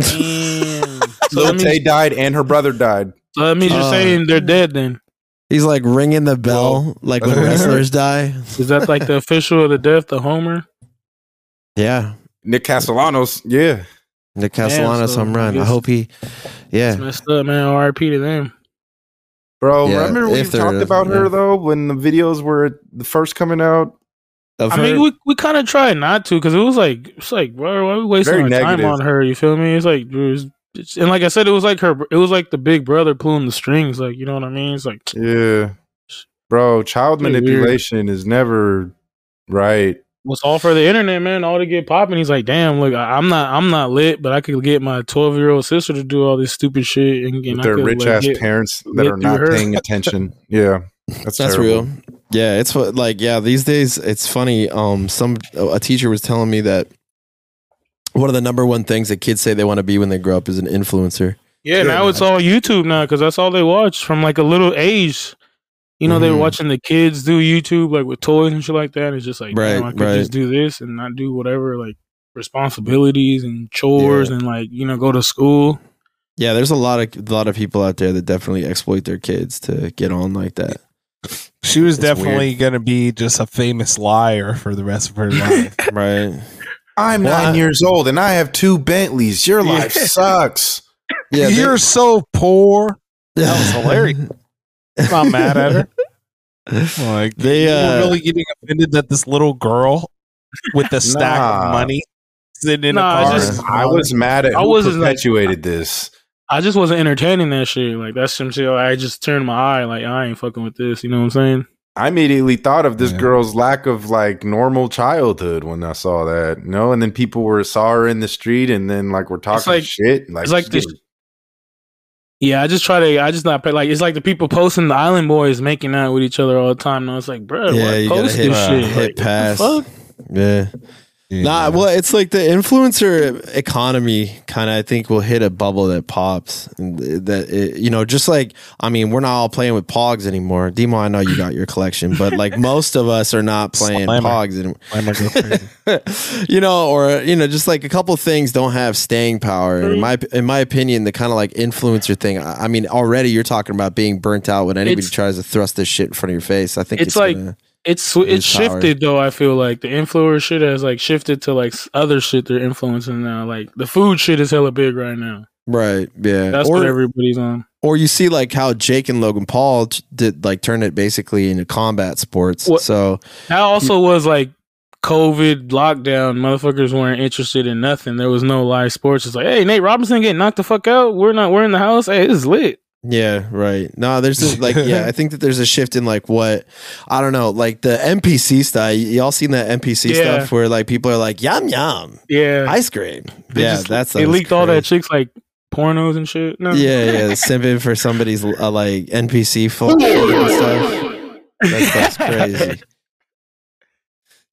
Speaker 1: So that
Speaker 7: Lil
Speaker 1: means,
Speaker 7: Tay died and her brother died.
Speaker 1: so that means
Speaker 3: Uh,
Speaker 1: you're saying they're dead. Then
Speaker 3: He's like ringing the bell, like when wrestlers die.
Speaker 1: is that like the official of the death, the homer?
Speaker 3: Yeah,
Speaker 7: Nick Castellanos, yeah.
Speaker 3: Nick Castellanos
Speaker 1: so
Speaker 3: home run.
Speaker 1: I
Speaker 3: I
Speaker 1: guess-
Speaker 3: hope he.
Speaker 1: It's
Speaker 3: Yeah,
Speaker 1: messed up, man. R.I.P. to them.
Speaker 7: Bro,
Speaker 3: Yeah,
Speaker 7: remember we
Speaker 3: if they're-
Speaker 7: talked about
Speaker 3: yeah.
Speaker 7: her though when the videos were the first coming out?
Speaker 3: Of
Speaker 1: I
Speaker 3: her-
Speaker 1: mean, we we kind of tried not to because it was like it's like bro, why are we wasting
Speaker 7: Very
Speaker 1: our
Speaker 7: negative.
Speaker 1: time on her? You feel me? It's like dude, it's- it's- and like I said, it was like her. It was like the big brother pulling the strings. Like you know what I mean? It's like
Speaker 7: Yeah. Bro, child
Speaker 1: Pretty weird.
Speaker 7: manipulation is never right.
Speaker 1: was all for the internet, man. All to get popping. He's like, damn, look, I, I'm not, I'm not lit, but I could get my 12 year old sister to do all this stupid shit and, and
Speaker 7: With
Speaker 1: I
Speaker 7: their
Speaker 1: could,
Speaker 7: rich
Speaker 1: like,
Speaker 7: ass
Speaker 1: get-
Speaker 7: parents that
Speaker 1: get
Speaker 7: are
Speaker 1: through
Speaker 7: not
Speaker 1: her.
Speaker 7: paying attention. Yeah. That's,
Speaker 3: that's
Speaker 7: terrible.
Speaker 3: real. Yeah, it's what like yeah. These days, it's funny. Um, some a teacher was telling me that one of the number one things that kids say they want to be when they grow up is an influencer.
Speaker 1: Yeah, now it's all YouTube now because that's all they watch from like a little age. You know, they were
Speaker 3: Mhm.
Speaker 1: watching the kids do YouTube like with toys and shit like that. It's just like, damn,
Speaker 3: Right,
Speaker 1: I could
Speaker 3: right.
Speaker 1: just do this and not do whatever like responsibilities and chores and like you know go to school.
Speaker 3: Yeah, there's a lot of a lot of people out there that definitely exploit their kids to get on like that.
Speaker 2: she was
Speaker 3: It's
Speaker 2: definitely gonna be just a famous liar for the rest of her life
Speaker 3: Right.
Speaker 7: I'm
Speaker 3: Well,
Speaker 7: nine
Speaker 3: I-
Speaker 7: years old and I have two Bentleys. Your life sucks.
Speaker 3: Yeah.
Speaker 2: you're so poor
Speaker 3: that
Speaker 2: was hilarious. I'm not mad at her. Like
Speaker 3: They,
Speaker 2: they
Speaker 3: uh,
Speaker 2: were really getting offended that this little girl with the stack
Speaker 7: Nah.
Speaker 2: of money sitting in
Speaker 1: Nah,
Speaker 2: a
Speaker 1: it's
Speaker 2: car.
Speaker 1: just-
Speaker 7: I was mad at
Speaker 1: I
Speaker 7: who
Speaker 1: wasn't, like-
Speaker 7: perpetuated this.
Speaker 1: I just wasn't entertaining that shit. Like that's some shit. I just turned my eye like I ain't fucking with this. You know what I'm saying?
Speaker 7: I immediately thought of this
Speaker 2: Yeah.
Speaker 7: girl's lack of like normal childhood when I saw that. You know, and then people were saw her in the street and then like we're talking
Speaker 1: like-
Speaker 7: shit. Like,
Speaker 1: it's like
Speaker 7: she
Speaker 1: this-
Speaker 7: didn't-
Speaker 1: Yeah, I just try to. I just not pay. Like it's like the people posting the Island Boys making out with each other all the time. And I was like, bro,
Speaker 3: Yeah,
Speaker 1: why
Speaker 3: you gotta
Speaker 1: post
Speaker 3: hit,
Speaker 1: this shit?
Speaker 3: hit
Speaker 1: Like, what the
Speaker 3: pass.
Speaker 1: fuck?
Speaker 3: Yeah. Nah, well, it's like the influencer economy kind of, I think, will hit a bubble that pops. And that, it, you know, just like, I mean, we're not all playing with Pogs anymore. Demo, I know you got your collection, but like most of us are not playing
Speaker 2: Slammer.
Speaker 3: Pogs anymore.
Speaker 2: Why am I going crazy?
Speaker 3: you know, or you know, just like a couple things don't have staying power. In my in my opinion, the kind of like influencer thing. I, I mean, already you're talking about being burnt out when anybody
Speaker 1: It's-
Speaker 3: tries to thrust this shit in front of your face. I think
Speaker 1: it's like-
Speaker 3: gonna-
Speaker 1: It's sw- it's
Speaker 2: His power.
Speaker 1: shifted though. I feel like the influencer shit has like shifted to like s- other shit they're influencing now. Like the food shit is hella big right now.
Speaker 3: Right. Yeah.
Speaker 1: That's
Speaker 3: or,
Speaker 1: what everybody's on.
Speaker 3: or you see like how Jake and Logan Paul t- did like turn it basically into combat sports.
Speaker 1: What-
Speaker 3: So
Speaker 1: That also was like COVID lockdown. Motherfuckers weren't interested in nothing. There was no live sports. It's like, hey, Nate Robinson getting knocked the fuck out. We're not. We're in the house. Hey, this is lit.
Speaker 3: yeah, right. No, there's this, like yeah, I think that there's a shift in like what I don't know, like the NPC style. Y- Y'all seen that NPC
Speaker 1: Yeah.
Speaker 3: stuff where like people are like yum yum
Speaker 1: Yeah,
Speaker 3: ice cream.
Speaker 1: They
Speaker 3: yeah,
Speaker 1: just-
Speaker 3: that's
Speaker 1: they leaked all that chicks like pornos and shit. No.
Speaker 3: Yeah, yeah, simping for somebody's uh, like NPC phone and stuff. That stuff's crazy.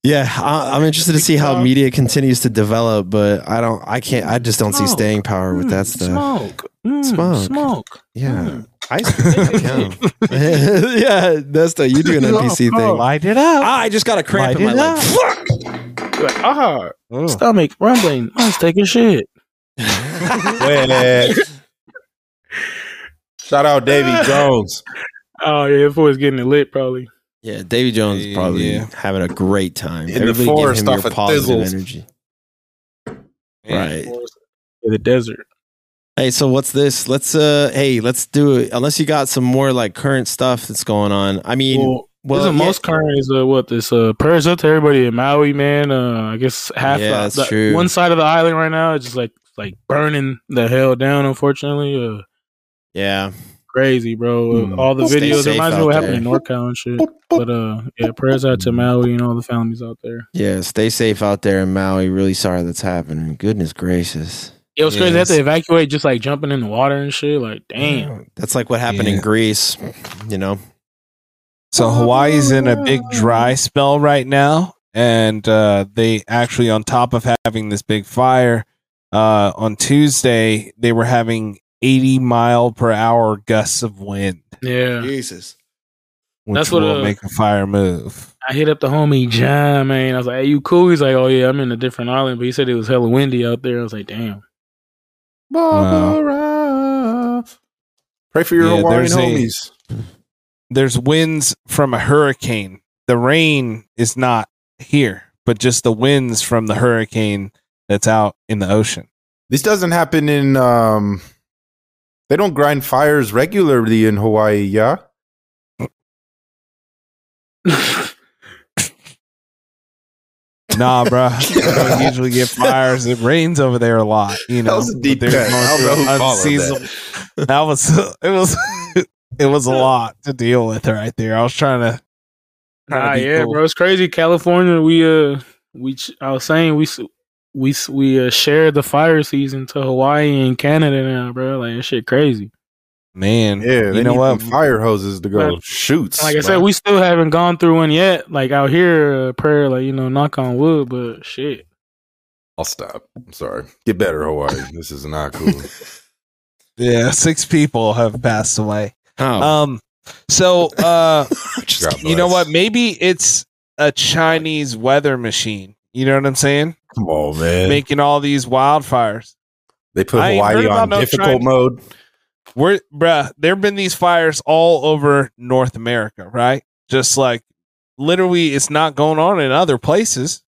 Speaker 3: Yeah, I, I'm interested to see how media continues to develop, but I don't, I can't, I just don't see staying power with
Speaker 7: Hmm,
Speaker 3: that stuff.
Speaker 1: Mm, Smoke. Mm,
Speaker 3: Smoke.
Speaker 1: smoke. Smoke.
Speaker 3: Yeah, ice cream. yeah. yeah, Nesta, you do an NPC thing.
Speaker 2: Light it up.
Speaker 3: Ah, I just got a cramp in my
Speaker 2: Light it
Speaker 3: leg. Fuck!
Speaker 1: Like, ah, stomach rumbling. I was taking shit.
Speaker 7: Wet. Shout out Davy Jones.
Speaker 1: Oh yeah, if it was getting it lit, probably.
Speaker 3: Yeah, Davy Jones is probably
Speaker 2: Yeah.
Speaker 3: having a great time.
Speaker 7: In the forest
Speaker 3: give him
Speaker 7: off
Speaker 3: your
Speaker 7: of
Speaker 3: positive
Speaker 7: Thizzles.
Speaker 3: energy.
Speaker 2: Yeah.
Speaker 3: Right.
Speaker 1: In the desert.
Speaker 3: Hey, so what's this? Let's uh hey, let's do it. Unless you got some more like current stuff that's going on. I mean, well,
Speaker 1: Well, Well, the
Speaker 3: yeah,
Speaker 1: most current is uh, what this uh, prayers up to everybody in Maui, man. Uh, I guess half
Speaker 3: Yeah,
Speaker 1: the-
Speaker 3: that's
Speaker 1: the,
Speaker 3: true.
Speaker 1: one side of the island right now is just like like burning the hell down. Unfortunately, uh,
Speaker 3: yeah.
Speaker 1: crazy, bro. Uh, All the
Speaker 3: Hmm. Stay
Speaker 1: videos
Speaker 3: safe
Speaker 1: reminds me
Speaker 3: out
Speaker 1: what happened
Speaker 3: there. Hmm.
Speaker 1: in NorCal and shit. But uh, yeah, prayers out to Maui and all the families out there.
Speaker 3: Yeah, stay safe out there in Maui. Really sorry that's happening. Goodness gracious.
Speaker 1: It was crazy. They had to
Speaker 3: Yes.
Speaker 1: evacuate, just like jumping in the water and shit. Like, damn.
Speaker 3: That's like what happened in
Speaker 2: Yeah.
Speaker 3: Greece, you know.
Speaker 2: So Hawaii's in a big dry spell right now, and uh, they actually, on top of having this big fire, uh, on Tuesday they were having 80 mile per hour gusts of wind,
Speaker 1: Yeah.
Speaker 3: Jesus.
Speaker 2: which
Speaker 1: That's what,
Speaker 2: will
Speaker 1: uh,
Speaker 2: make a fire move.
Speaker 1: I hit up the homie John, man. I was like, "Hey, you cool?" He's like, "Oh yeah, I'm in a different island," but he said it was hella windy out there. I was like, "Damn."
Speaker 7: Barbara. Pray for your
Speaker 2: Yeah,
Speaker 7: Hawaiian
Speaker 2: there's a-
Speaker 7: homies.
Speaker 2: There's winds from a hurricane. The rain is not here, but just the winds from the hurricane that's out in the ocean.
Speaker 7: This doesn't happen in um they don't grind fires regularly in Hawaii, yeah?
Speaker 2: Nah, bro. you don't usually get fires. It rains over there a lot. You know,
Speaker 7: That was a deep
Speaker 2: But they're
Speaker 7: cut.
Speaker 2: going
Speaker 7: I don't
Speaker 2: through
Speaker 7: know who
Speaker 2: an
Speaker 7: followed
Speaker 2: unseasonal- That was it was it was a lot to deal with right there. I was trying to. trying to
Speaker 1: Ah,
Speaker 2: be
Speaker 1: yeah,
Speaker 2: cool.
Speaker 1: bro. It's crazy. California, we uh, we ch- I was saying we s- we s- we uh, share the fire season to Hawaii and Canada now, bro. Like that shit crazy.
Speaker 2: Man,
Speaker 7: Yeah, they
Speaker 2: you know
Speaker 7: need
Speaker 2: what?
Speaker 7: them fire hoses to go shoots.
Speaker 1: Like I said, we still haven't gone through one yet. Like out here, uh, prayer, like you know, knock on wood, but shit.
Speaker 7: I'll stop. I'm sorry. Get better, Hawaii. This is not cool.
Speaker 2: Yeah, six people have passed away.
Speaker 3: Oh.
Speaker 2: Um, so uh,
Speaker 7: God
Speaker 2: you know what?
Speaker 7: bless.
Speaker 2: Maybe it's a Chinese weather machine. You know what I'm saying?
Speaker 7: Come on, man.
Speaker 2: Making all these wildfires.
Speaker 7: they put
Speaker 2: I ain't heard
Speaker 7: Hawaii
Speaker 2: about
Speaker 7: on
Speaker 2: no
Speaker 7: difficult
Speaker 2: China-
Speaker 7: mode.
Speaker 2: We're bruh, there have been these fires all over North America, right? Just like literally it's not going on in other places.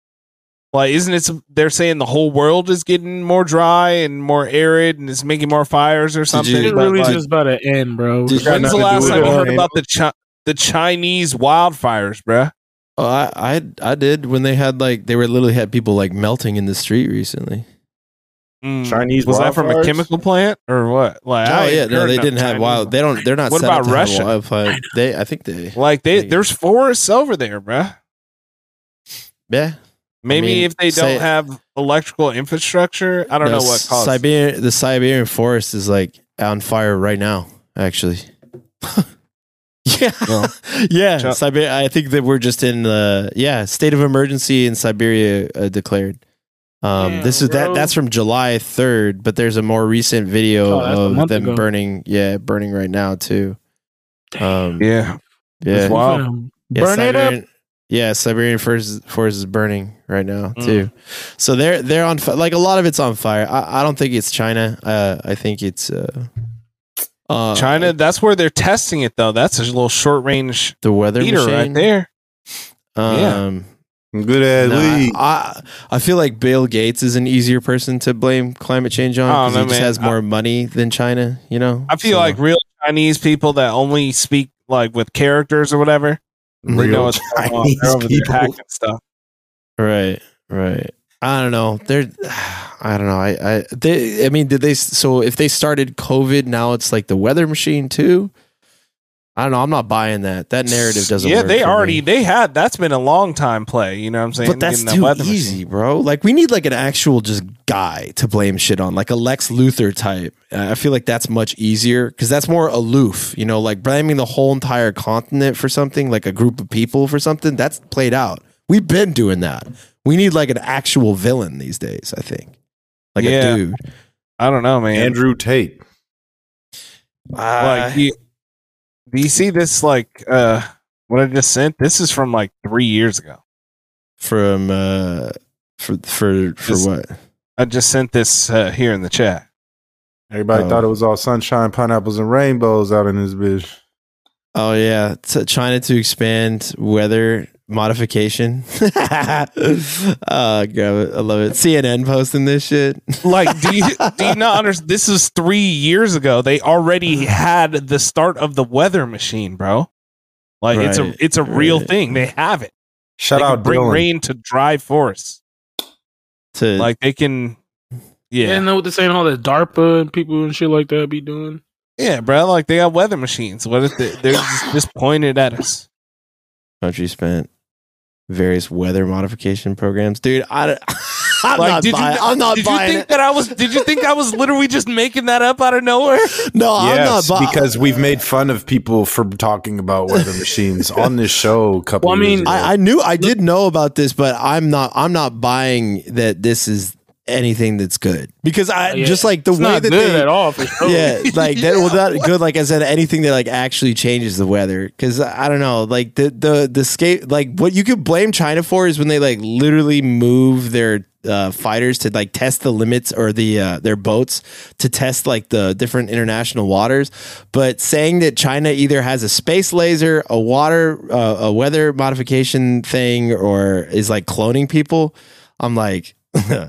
Speaker 2: Like, isn't it some- they're saying the whole world is getting more dry and more arid and it's making more fires or something?
Speaker 1: It
Speaker 2: but,
Speaker 1: really
Speaker 2: like,
Speaker 1: just about to end, bro.
Speaker 7: Did- got
Speaker 2: when's the
Speaker 7: nothing to
Speaker 2: last
Speaker 7: do
Speaker 2: time
Speaker 7: with
Speaker 2: you
Speaker 7: it.
Speaker 2: heard about the chi- the Chinese wildfires, bruh?
Speaker 3: Oh, I, I I did when they had like they were literally had people like melting in the street recently.
Speaker 2: Mm.
Speaker 7: Chinese
Speaker 2: was that from a
Speaker 7: wildfires?
Speaker 2: chemical plant or what? Like,
Speaker 3: Oh
Speaker 2: I ain't
Speaker 3: yeah, no,
Speaker 2: heard
Speaker 3: they
Speaker 2: no
Speaker 3: didn't have
Speaker 2: Chinese-
Speaker 3: wild. They don't. They're not.
Speaker 2: What
Speaker 3: set up
Speaker 2: about
Speaker 3: to have
Speaker 2: Russia?
Speaker 3: wildfire. They. I think they.
Speaker 2: Like they,
Speaker 3: They-
Speaker 2: there's forests over there, bruh.
Speaker 3: Yeah.
Speaker 2: Maybe
Speaker 3: mean,
Speaker 2: if they don't
Speaker 3: say-
Speaker 2: have electrical infrastructure, I don't
Speaker 3: No,
Speaker 2: know what caused. it.
Speaker 3: Siberian. The Siberian forest is like on fire right now. Actually, yeah,
Speaker 2: Well,
Speaker 3: yeah.
Speaker 2: Chuck-
Speaker 3: Siberia. I think that we're just in the yeah state of emergency in Siberia uh, declared. Um,
Speaker 1: Damn,
Speaker 3: this is that.
Speaker 1: bro.
Speaker 3: That's from July third, but there's a more recent
Speaker 1: Oh,
Speaker 3: video
Speaker 1: that's a
Speaker 3: of
Speaker 1: month
Speaker 3: them
Speaker 1: ago.
Speaker 3: burning. Yeah, burning right now too. Um, yeah,
Speaker 2: Yeah,
Speaker 3: yeah.
Speaker 2: wild. Wow.
Speaker 1: Burn
Speaker 3: Yeah,
Speaker 1: it up.
Speaker 3: Siberian- Yeah, Siberian forest, forest is burning right now
Speaker 2: Mm.
Speaker 3: too. So they're they're on fi- like a lot of it's on fire. I, I don't think it's China. Uh, I think it's uh, uh,
Speaker 2: China. That's where they're testing it though. That's a little short range
Speaker 3: The weather
Speaker 2: heater
Speaker 3: machine.
Speaker 2: right there. Yeah.
Speaker 3: Um,
Speaker 7: Good ass
Speaker 3: no, I,
Speaker 7: league.
Speaker 3: I I feel like Bill Gates is an easier person to blame climate change on
Speaker 2: Oh,
Speaker 3: because
Speaker 2: no,
Speaker 3: he just
Speaker 2: man.
Speaker 3: has more money than China. You know,
Speaker 2: I feel like real Chinese people that only speak like with characters or whatever. they
Speaker 7: Real
Speaker 2: know what's going on. They're
Speaker 7: Chinese
Speaker 2: over there
Speaker 7: people.
Speaker 2: hacking stuff.
Speaker 3: Right, right. I don't know. They're, I don't know. I, I, they, I mean, did they? So if they started COVID, now it's like the weather machine too. I don't know. I'm not buying that. That narrative doesn't.
Speaker 2: Yeah,
Speaker 3: work
Speaker 2: they
Speaker 3: for
Speaker 2: already
Speaker 3: me.
Speaker 2: they had that's been a long time play. You know what I'm saying?
Speaker 3: But that's
Speaker 2: Getting that
Speaker 3: too
Speaker 2: weather machine.
Speaker 3: easy, bro. Like we need like an actual just guy to blame shit on, like a Lex Luthor type. Uh, I feel like that's much easier because that's more aloof. You know, like blaming the whole entire continent for something, like a group of people for something. That's played out. We've been doing that. We need like an actual villain these days. I think, like
Speaker 2: Yeah.
Speaker 3: a dude.
Speaker 2: I don't know, man.
Speaker 7: Andrew Tate. Uh,
Speaker 3: Uh,
Speaker 2: like you, do you see this like uh what I just sent? This is from like three years ago.
Speaker 3: from uh, for for for
Speaker 2: Just-
Speaker 3: what?
Speaker 2: I just sent this uh, here in the chat.
Speaker 7: Everybody
Speaker 3: Oh.
Speaker 7: thought it was all sunshine, pineapples, and rainbows out in this bitch.
Speaker 3: Oh yeah, T- China to expand weather modification. oh, grab it. I love it. CNN posting this shit.
Speaker 2: Like, do you do you not understand? This is three years ago. They already had the start of the weather machine, bro. Like it's a
Speaker 3: Right,
Speaker 2: it's a real
Speaker 3: right.
Speaker 2: thing. They have it.
Speaker 7: Shout
Speaker 2: they can
Speaker 7: out
Speaker 2: bring
Speaker 7: Dylan.
Speaker 2: rain to dry forests.
Speaker 3: To
Speaker 2: Like they can.
Speaker 1: Yeah.
Speaker 2: Yeah,
Speaker 1: And know what they're saying, all that DARPA and people and shit like that be doing.
Speaker 2: yeah, bro. Like they got weather machines. What if they, they're just, just pointed at us?
Speaker 3: country spent various weather modification programs, dude. I don't- I'm
Speaker 2: like,
Speaker 3: not
Speaker 2: did
Speaker 3: buying.
Speaker 2: you?
Speaker 3: I'm not
Speaker 2: did
Speaker 3: buying
Speaker 2: you think
Speaker 3: it.
Speaker 2: that I was? Did you think I was literally just making that up out of nowhere?
Speaker 3: No,
Speaker 7: yes,
Speaker 3: I'm not buying.
Speaker 7: because we've made fun of people for talking about weather machines on this show. A couple.
Speaker 1: Well, I
Speaker 7: years
Speaker 1: mean,
Speaker 7: ago.
Speaker 3: I, I knew I did know about this, but I'm not. I'm not buying that this is anything that's good because I
Speaker 2: Oh,
Speaker 1: Yeah.
Speaker 3: just like the
Speaker 1: It's
Speaker 3: way
Speaker 1: not
Speaker 3: that
Speaker 1: good
Speaker 3: they,
Speaker 1: at all for sure.
Speaker 3: yeah, like that was not good. Like I said, anything that like actually changes the weather, because I don't know, like the the the skate, like what you could blame China for is when they like literally move their uh, fighters to like test the limits or the uh, their boats to test like the different international waters. But saying that China either has a space laser, a water, uh, a weather modification thing, or is like cloning people, I'm like.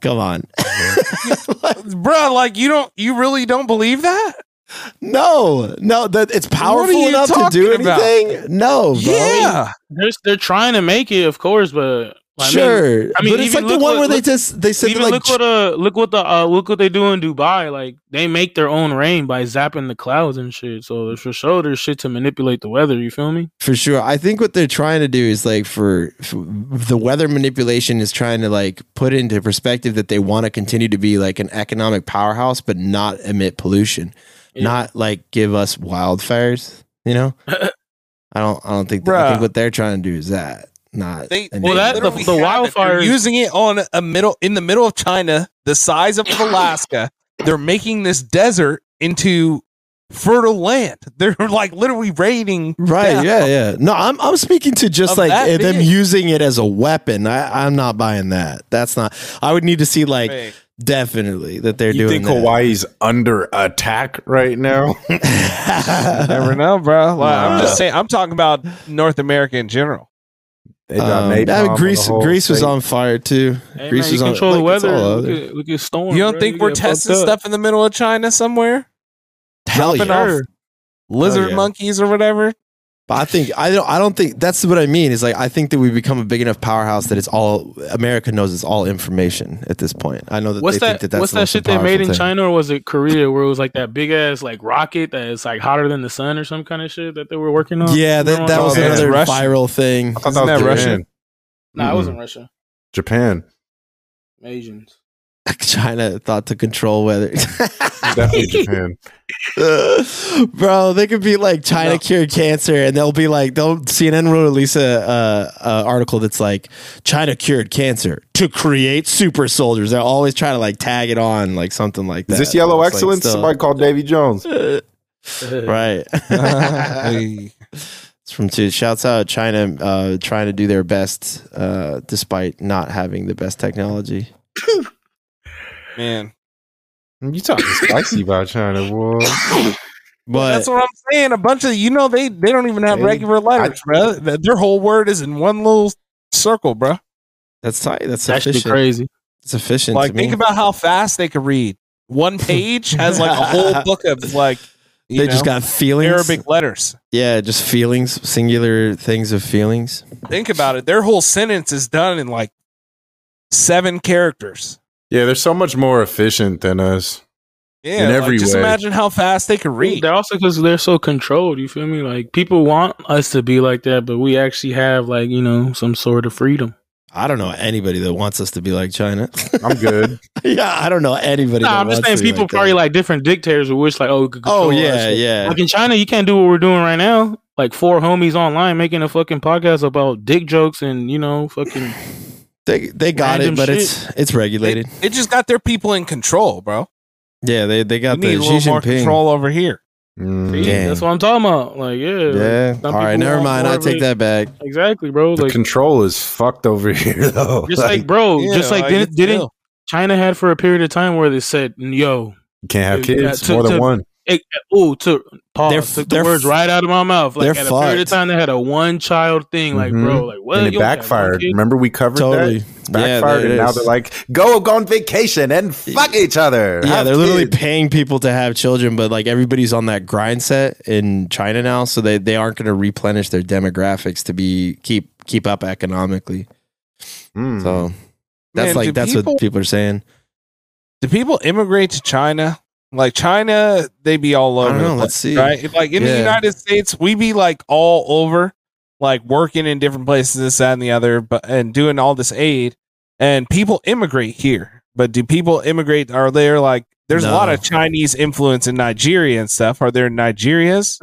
Speaker 3: Come on.
Speaker 2: bro like you don't you really don't believe that
Speaker 3: No, no, that it's
Speaker 2: you
Speaker 3: powerful enough to do
Speaker 2: talking about?
Speaker 3: anything. No, bro.
Speaker 2: yeah
Speaker 1: They're, they're trying to make it, of course, but I mean-
Speaker 3: sure.
Speaker 1: I mean,
Speaker 3: but it's
Speaker 1: even
Speaker 3: like the
Speaker 1: look
Speaker 3: one
Speaker 1: what-
Speaker 3: where they
Speaker 1: look-
Speaker 3: just they said
Speaker 1: Even
Speaker 3: like
Speaker 1: look what uh look what the uh look what they do in Dubai. Like they make their own rain by zapping the clouds and shit. So there's for sure there's shit to manipulate the weather. You feel me?
Speaker 3: for sure. I think what they're trying to do is like for, for the weather manipulation is trying to like put into perspective that they want to continue to be like an economic powerhouse, but not emit pollution,
Speaker 1: Yeah.
Speaker 3: not like give us wildfires. You know, I don't. I don't think. That, I think
Speaker 2: Bruh.
Speaker 3: what they're trying to do is that. Not
Speaker 2: they
Speaker 1: Well, that- the-
Speaker 2: literally
Speaker 1: the
Speaker 2: have it. They're
Speaker 1: wildfires-
Speaker 2: using it on a middle in the middle of china the size of alaska they're making this desert into fertile land they're like literally raiding
Speaker 3: Right.
Speaker 2: down.
Speaker 3: Yeah. Yeah. No, I'm I'm speaking to just
Speaker 2: Of
Speaker 3: like
Speaker 2: that
Speaker 3: eh, them
Speaker 2: big.
Speaker 3: using it as a weapon. I I'm not buying that. That's not. I would need to see like
Speaker 2: Right.
Speaker 3: definitely that they're
Speaker 7: you
Speaker 3: doing
Speaker 7: think
Speaker 3: that.
Speaker 7: Hawaii's under attack right now?
Speaker 2: never know bro like, i'm
Speaker 7: Nah.
Speaker 2: just saying i'm talking about north america in general
Speaker 7: They got
Speaker 3: Um,
Speaker 7: napalm
Speaker 3: I mean,
Speaker 7: on the
Speaker 3: Greece
Speaker 7: whole
Speaker 3: Greece was
Speaker 7: state.
Speaker 3: on fire too.
Speaker 1: Hey,
Speaker 3: Greece
Speaker 1: man, you
Speaker 3: was on
Speaker 1: control the
Speaker 3: like, it's
Speaker 1: weather.
Speaker 3: all
Speaker 1: Look
Speaker 3: over.
Speaker 1: at, look at storm.
Speaker 2: you don't
Speaker 1: bro.
Speaker 2: think
Speaker 1: You
Speaker 2: we're
Speaker 1: get fucked
Speaker 2: testing
Speaker 1: up.
Speaker 2: stuff in the middle of china somewhere
Speaker 3: Hell
Speaker 2: Dropping
Speaker 3: yeah.
Speaker 2: off lizard
Speaker 3: yeah.
Speaker 2: monkeys or whatever
Speaker 3: But I think I don't. I don't think that's what I mean. Is like I think that we've become a big enough powerhouse that it's all America knows. It's all information at this point. I know that
Speaker 1: What's
Speaker 3: they
Speaker 1: that?
Speaker 3: think that that's
Speaker 1: what's
Speaker 3: the
Speaker 1: that
Speaker 3: most
Speaker 1: shit they made
Speaker 3: powerful
Speaker 1: in
Speaker 3: thing.
Speaker 1: China or was it Korea where it was like that big ass like rocket that is like hotter than the sun or some kind of shit that they were working on?
Speaker 3: Yeah, that, that
Speaker 1: Remember
Speaker 3: was
Speaker 1: when-
Speaker 7: yeah.
Speaker 3: another
Speaker 2: Russian.
Speaker 3: viral thing.
Speaker 7: I thought
Speaker 2: Isn't
Speaker 7: that was
Speaker 2: that
Speaker 7: Japan.
Speaker 2: Russian?
Speaker 1: Nah, it was in
Speaker 7: Mhm.
Speaker 1: Russia.
Speaker 7: Japan.
Speaker 1: Asians.
Speaker 3: China thought to control weather.
Speaker 7: Definitely Japan.
Speaker 3: Bro, they could be like China cured cancer, and they'll be like, they'll CNN will release a, uh uh article that's like China cured cancer to create super soldiers. They're always trying to like tag it on like something like that.
Speaker 7: Is this yellow
Speaker 3: It's like
Speaker 7: excellence?
Speaker 3: still-
Speaker 7: Somebody called Davy Jones.
Speaker 3: right?
Speaker 2: Hey.
Speaker 3: it's from two. Shouts out China uh, trying to do their best uh, despite not having the best technology.
Speaker 2: man
Speaker 7: You talking spicy about China, boy?
Speaker 3: But
Speaker 2: That's what I'm saying. A bunch of you know they they don't even have
Speaker 3: They-
Speaker 2: regular letters, bro. Th- Their whole word is in one little circle, bro.
Speaker 3: That's tight. That's
Speaker 1: That should be
Speaker 3: efficient.
Speaker 1: crazy.
Speaker 3: It's efficient.
Speaker 2: Like
Speaker 3: to me.
Speaker 2: think about how fast they could read. One page has like a whole book of like you
Speaker 3: they just
Speaker 2: know,
Speaker 3: got feelings.
Speaker 2: Arabic letters.
Speaker 3: Yeah, just feelings, singular things of feelings.
Speaker 2: Think about it. Their whole sentence is done in like seven characters.
Speaker 7: Yeah, they're so much more efficient than us.
Speaker 2: Yeah,
Speaker 7: In
Speaker 2: like,
Speaker 7: every
Speaker 2: just
Speaker 7: way.
Speaker 2: imagine how fast they could read.
Speaker 1: They're also because they're so controlled. You feel me? Like people want us to be like that, but we actually have like you know some sort of freedom.
Speaker 3: I don't know anybody that wants us to be like China.
Speaker 7: I'm good.
Speaker 3: yeah, I don't know anybody.
Speaker 1: Nah,
Speaker 3: that
Speaker 1: I'm just
Speaker 3: wants
Speaker 1: saying
Speaker 3: to be
Speaker 1: people
Speaker 3: like that.
Speaker 1: probably like different dictators would wish like oh we could
Speaker 3: Oh,
Speaker 1: control
Speaker 3: yeah,
Speaker 1: us.
Speaker 3: yeah.
Speaker 1: like in China you can't do what we're doing right now. Like four homies online making a fucking podcast about dick jokes and you know fucking
Speaker 3: they they got
Speaker 1: random
Speaker 3: it, but
Speaker 1: shit.
Speaker 3: it's it's regulated.
Speaker 2: They just got their people in control, bro.
Speaker 3: yeah, they they
Speaker 2: We
Speaker 3: got
Speaker 2: need
Speaker 3: the
Speaker 2: a
Speaker 3: Xi
Speaker 2: little more
Speaker 3: Jinping.
Speaker 2: control over here.
Speaker 7: Mm.
Speaker 3: Dang.
Speaker 1: that's what I'm talking about. Like yeah, like,
Speaker 3: Yeah.
Speaker 1: uh, some
Speaker 3: All right,
Speaker 1: people
Speaker 3: never
Speaker 1: want
Speaker 3: mind.
Speaker 1: more
Speaker 3: I
Speaker 1: of
Speaker 3: take
Speaker 1: it.
Speaker 3: that back.
Speaker 1: exactly, bro.
Speaker 7: The
Speaker 1: Like
Speaker 7: control is fucked over here, though.
Speaker 1: just like, bro,
Speaker 2: Yeah,
Speaker 1: just like,
Speaker 2: like,
Speaker 1: didn't
Speaker 2: it's
Speaker 1: didn't
Speaker 2: chill.
Speaker 1: China had for a period of time where they said yo
Speaker 7: you can't have
Speaker 1: Yeah,
Speaker 7: kids
Speaker 1: to-
Speaker 7: more than
Speaker 1: to-
Speaker 7: one.
Speaker 1: It, oh, to pause.
Speaker 3: They're-
Speaker 1: took the
Speaker 3: they're-
Speaker 1: words right out of my mouth. Like at
Speaker 3: they're
Speaker 1: a period of
Speaker 3: fucked.
Speaker 1: time, they had a one child thing. Like,
Speaker 7: Mhm.
Speaker 1: bro, like what?
Speaker 7: and it
Speaker 1: You only have one
Speaker 7: backfired.
Speaker 1: kid?
Speaker 7: Remember we covered
Speaker 3: Totally.
Speaker 7: that? It's
Speaker 3: Yeah, there
Speaker 7: backfired,
Speaker 3: it
Speaker 7: and now
Speaker 3: is.
Speaker 7: they're like, go go on vacation and fuck each other.
Speaker 3: Yeah,
Speaker 7: Have
Speaker 3: they're literally
Speaker 7: kids.
Speaker 3: paying people to have children, but like everybody's on that grind set in China now, so they, they aren't going to replenish their demographics to be keep keep up economically.
Speaker 7: Mm.
Speaker 3: So that's
Speaker 2: Man, do
Speaker 3: like that's
Speaker 2: people-
Speaker 3: what people are saying.
Speaker 2: Do people immigrate to China? Like China, they be all
Speaker 3: I
Speaker 2: over.
Speaker 3: don't
Speaker 2: the
Speaker 3: know,
Speaker 2: place,
Speaker 3: let's see.
Speaker 2: Right? Like in the
Speaker 3: Yeah.
Speaker 2: United States, we be like all over, like working in different places, this, that, and the other, but and doing all this aid. And people immigrate here. But do people immigrate? Are there like there's a lot
Speaker 3: No.
Speaker 2: of Chinese influence in Nigeria and stuff? Are there Nigerias?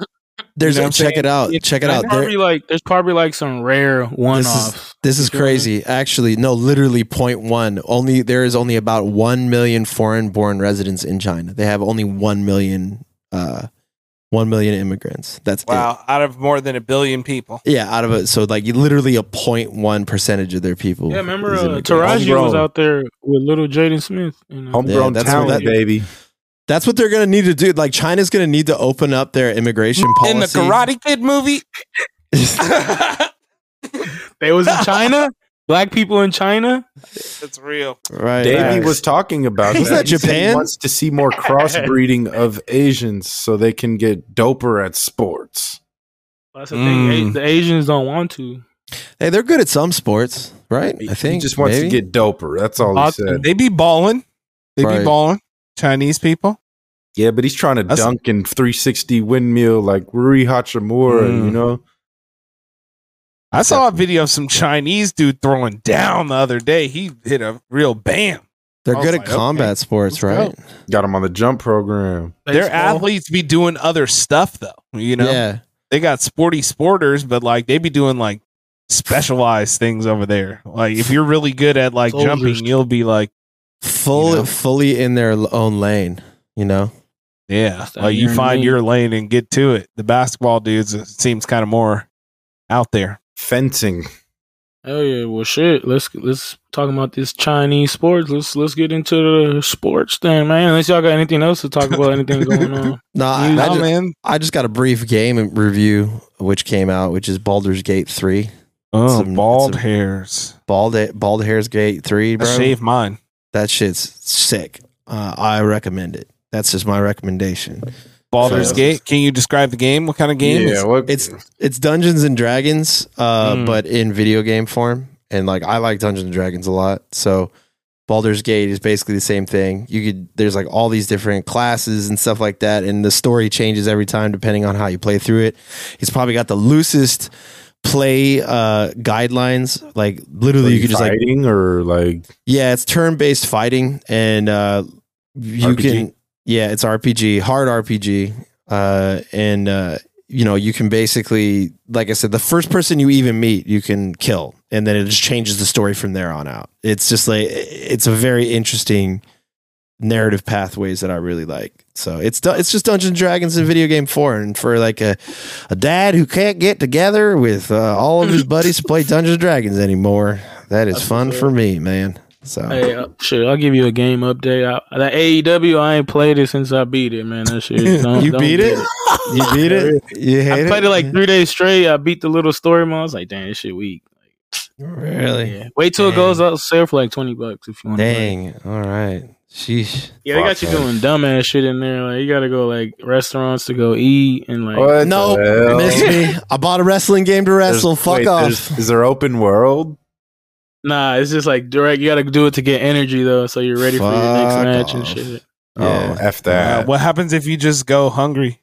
Speaker 3: There's
Speaker 2: You know what I'm
Speaker 3: check
Speaker 2: saying?
Speaker 3: it out,
Speaker 2: It's
Speaker 3: check it
Speaker 1: There's
Speaker 3: out. There,
Speaker 1: probably like there's probably like some rare one off.
Speaker 3: This is
Speaker 1: You know what I mean?
Speaker 3: crazy. Actually, no, literally 0.1. Only there is only about 1 million foreign-born residents in China. They have only 1 million uh 1 million immigrants. That's it.
Speaker 2: Wow, out of more than a billion people.
Speaker 3: Yeah, out of it. So like literally a 0.1 percentage of their people.
Speaker 1: Yeah, remember
Speaker 3: is
Speaker 1: uh,
Speaker 3: immigrants.
Speaker 1: Taraji was
Speaker 7: Homegrown.
Speaker 1: out there with little Jaden Smith. And, uh,
Speaker 7: Homegrown
Speaker 3: Yeah, that's what
Speaker 7: talent,
Speaker 3: that-
Speaker 7: baby.
Speaker 3: That's what they're going to need to do. Like China's going to need to open up their immigration policy.
Speaker 2: In the Karate Kid movie,
Speaker 1: they was in China. Black people in China.
Speaker 2: it's real.
Speaker 3: right.
Speaker 7: Davey
Speaker 3: right.
Speaker 7: was talking about
Speaker 3: Was that
Speaker 7: He said He
Speaker 3: Japan?
Speaker 7: wants to see more crossbreeding of Asians so they can get doper at sports.
Speaker 1: That's the thing.
Speaker 2: Mm.
Speaker 1: A- The Asians don't want to.
Speaker 3: Hey, they're good at some sports, right?
Speaker 7: He,
Speaker 3: I think
Speaker 7: he just wants
Speaker 3: maybe.
Speaker 7: to get doper. That's all he
Speaker 1: Boxing.
Speaker 7: said.
Speaker 2: They be balling. They
Speaker 3: Right.
Speaker 2: be balling. Chinese people.
Speaker 7: Yeah, but he's trying to
Speaker 2: That's-
Speaker 7: dunk in 360 windmill like Rui Hachimura,
Speaker 2: Mm.
Speaker 7: you know?
Speaker 2: I saw a video of some Chinese dude throwing down the other day. He hit a real bam.
Speaker 3: They're
Speaker 2: I was
Speaker 3: good at
Speaker 2: like,
Speaker 3: combat
Speaker 2: okay,
Speaker 3: sports,
Speaker 2: let's
Speaker 3: right?
Speaker 7: Got him on the jump program.
Speaker 2: Their
Speaker 1: Baseball.
Speaker 2: athletes be doing other stuff though. You know,
Speaker 3: Yeah.
Speaker 2: they got sporty sporters, but like they be doing like specialized things over there. Like if you're really good at like
Speaker 1: Soldiers.
Speaker 2: jumping, you'll be like,
Speaker 3: Full
Speaker 2: You know?
Speaker 3: fully in their l- own lane, you know?
Speaker 2: yeah,
Speaker 1: That's that
Speaker 2: like you
Speaker 1: iron
Speaker 2: find
Speaker 1: lane.
Speaker 2: your lane and get to it. The basketball dudes it seems kind of more out there.
Speaker 7: Fencing.
Speaker 1: Hell yeah! Well, shit. Let's let's talk about this Chinese sports. Let's let's get into the sports thing, man. Unless y'all got anything else to talk about, anything going on.
Speaker 3: No, I,
Speaker 1: You-
Speaker 3: I
Speaker 2: Nah,
Speaker 3: ju-
Speaker 2: man.
Speaker 3: I just got a brief game review which came out, which is Baldur's Gate three.
Speaker 2: Oh,
Speaker 3: Some-
Speaker 2: bald
Speaker 3: some-
Speaker 2: hairs.
Speaker 3: Bald Bald Hairs Gate three,
Speaker 2: I
Speaker 3: bro.
Speaker 2: shave mine.
Speaker 3: That shit's sick. Uh, I recommend it. That's just my recommendation.
Speaker 2: Baldur's
Speaker 7: So-
Speaker 2: Gate. Can you describe the game? What kind of game?
Speaker 7: yeah,
Speaker 2: is-
Speaker 7: what,
Speaker 3: It's it's Dungeons and Dragons, uh,
Speaker 2: Mm.
Speaker 3: but in video game form. And like I like Dungeons and Dragons a lot, so Baldur's Gate is basically the same thing. You could there's like all these different classes and stuff like that, and the story changes every time depending on how you play through it. He's probably got the loosest play uh, guidelines. Like literally, you could just like
Speaker 7: fighting or like
Speaker 3: Yeah, it's turn based fighting, and uh, you
Speaker 7: RPG?
Speaker 3: can yeah, it's RPG, hard RPG, uh, and uh, you know you can basically, like I said, the first person you even meet, you can kill, and then it just changes the story from there on out. It's just like it's a very interesting narrative pathways that I really like. So it's du- it's just Dungeons and Dragons in video game form, and for like a a dad who can't get together with uh, all of his buddies to play Dungeons and Dragons anymore. That is fun for me, man. So
Speaker 1: Hey, uh, shit, I'll give you a game update. I, that AEW, I ain't played it since I beat it, man. That shit. Don't,
Speaker 3: you
Speaker 1: don't
Speaker 3: beat
Speaker 1: get
Speaker 3: it? You beat it? You hate
Speaker 1: I played it
Speaker 3: it? Mm-hmm.
Speaker 1: like three days straight. I beat the little story mode. I was like, damn, this shit weak.
Speaker 3: Really?
Speaker 1: Yeah. Wait till it goes up sale for like twenty bucks if you want.
Speaker 3: Dang. All right. Sheesh.
Speaker 1: Yeah, they got you doing dumbass shit in there. Like you gotta go like restaurants to go eat and like.
Speaker 3: no, miss me. I bought a wrestling game to wrestle. Fuck off.
Speaker 7: Is there open world?
Speaker 1: Nah, it's just like direct. You gotta do it to get energy though, so you're ready for your next
Speaker 7: Fuck
Speaker 1: match and shit.
Speaker 7: Oh, f
Speaker 2: Uh,
Speaker 7: that.
Speaker 2: what happens if you just go hungry?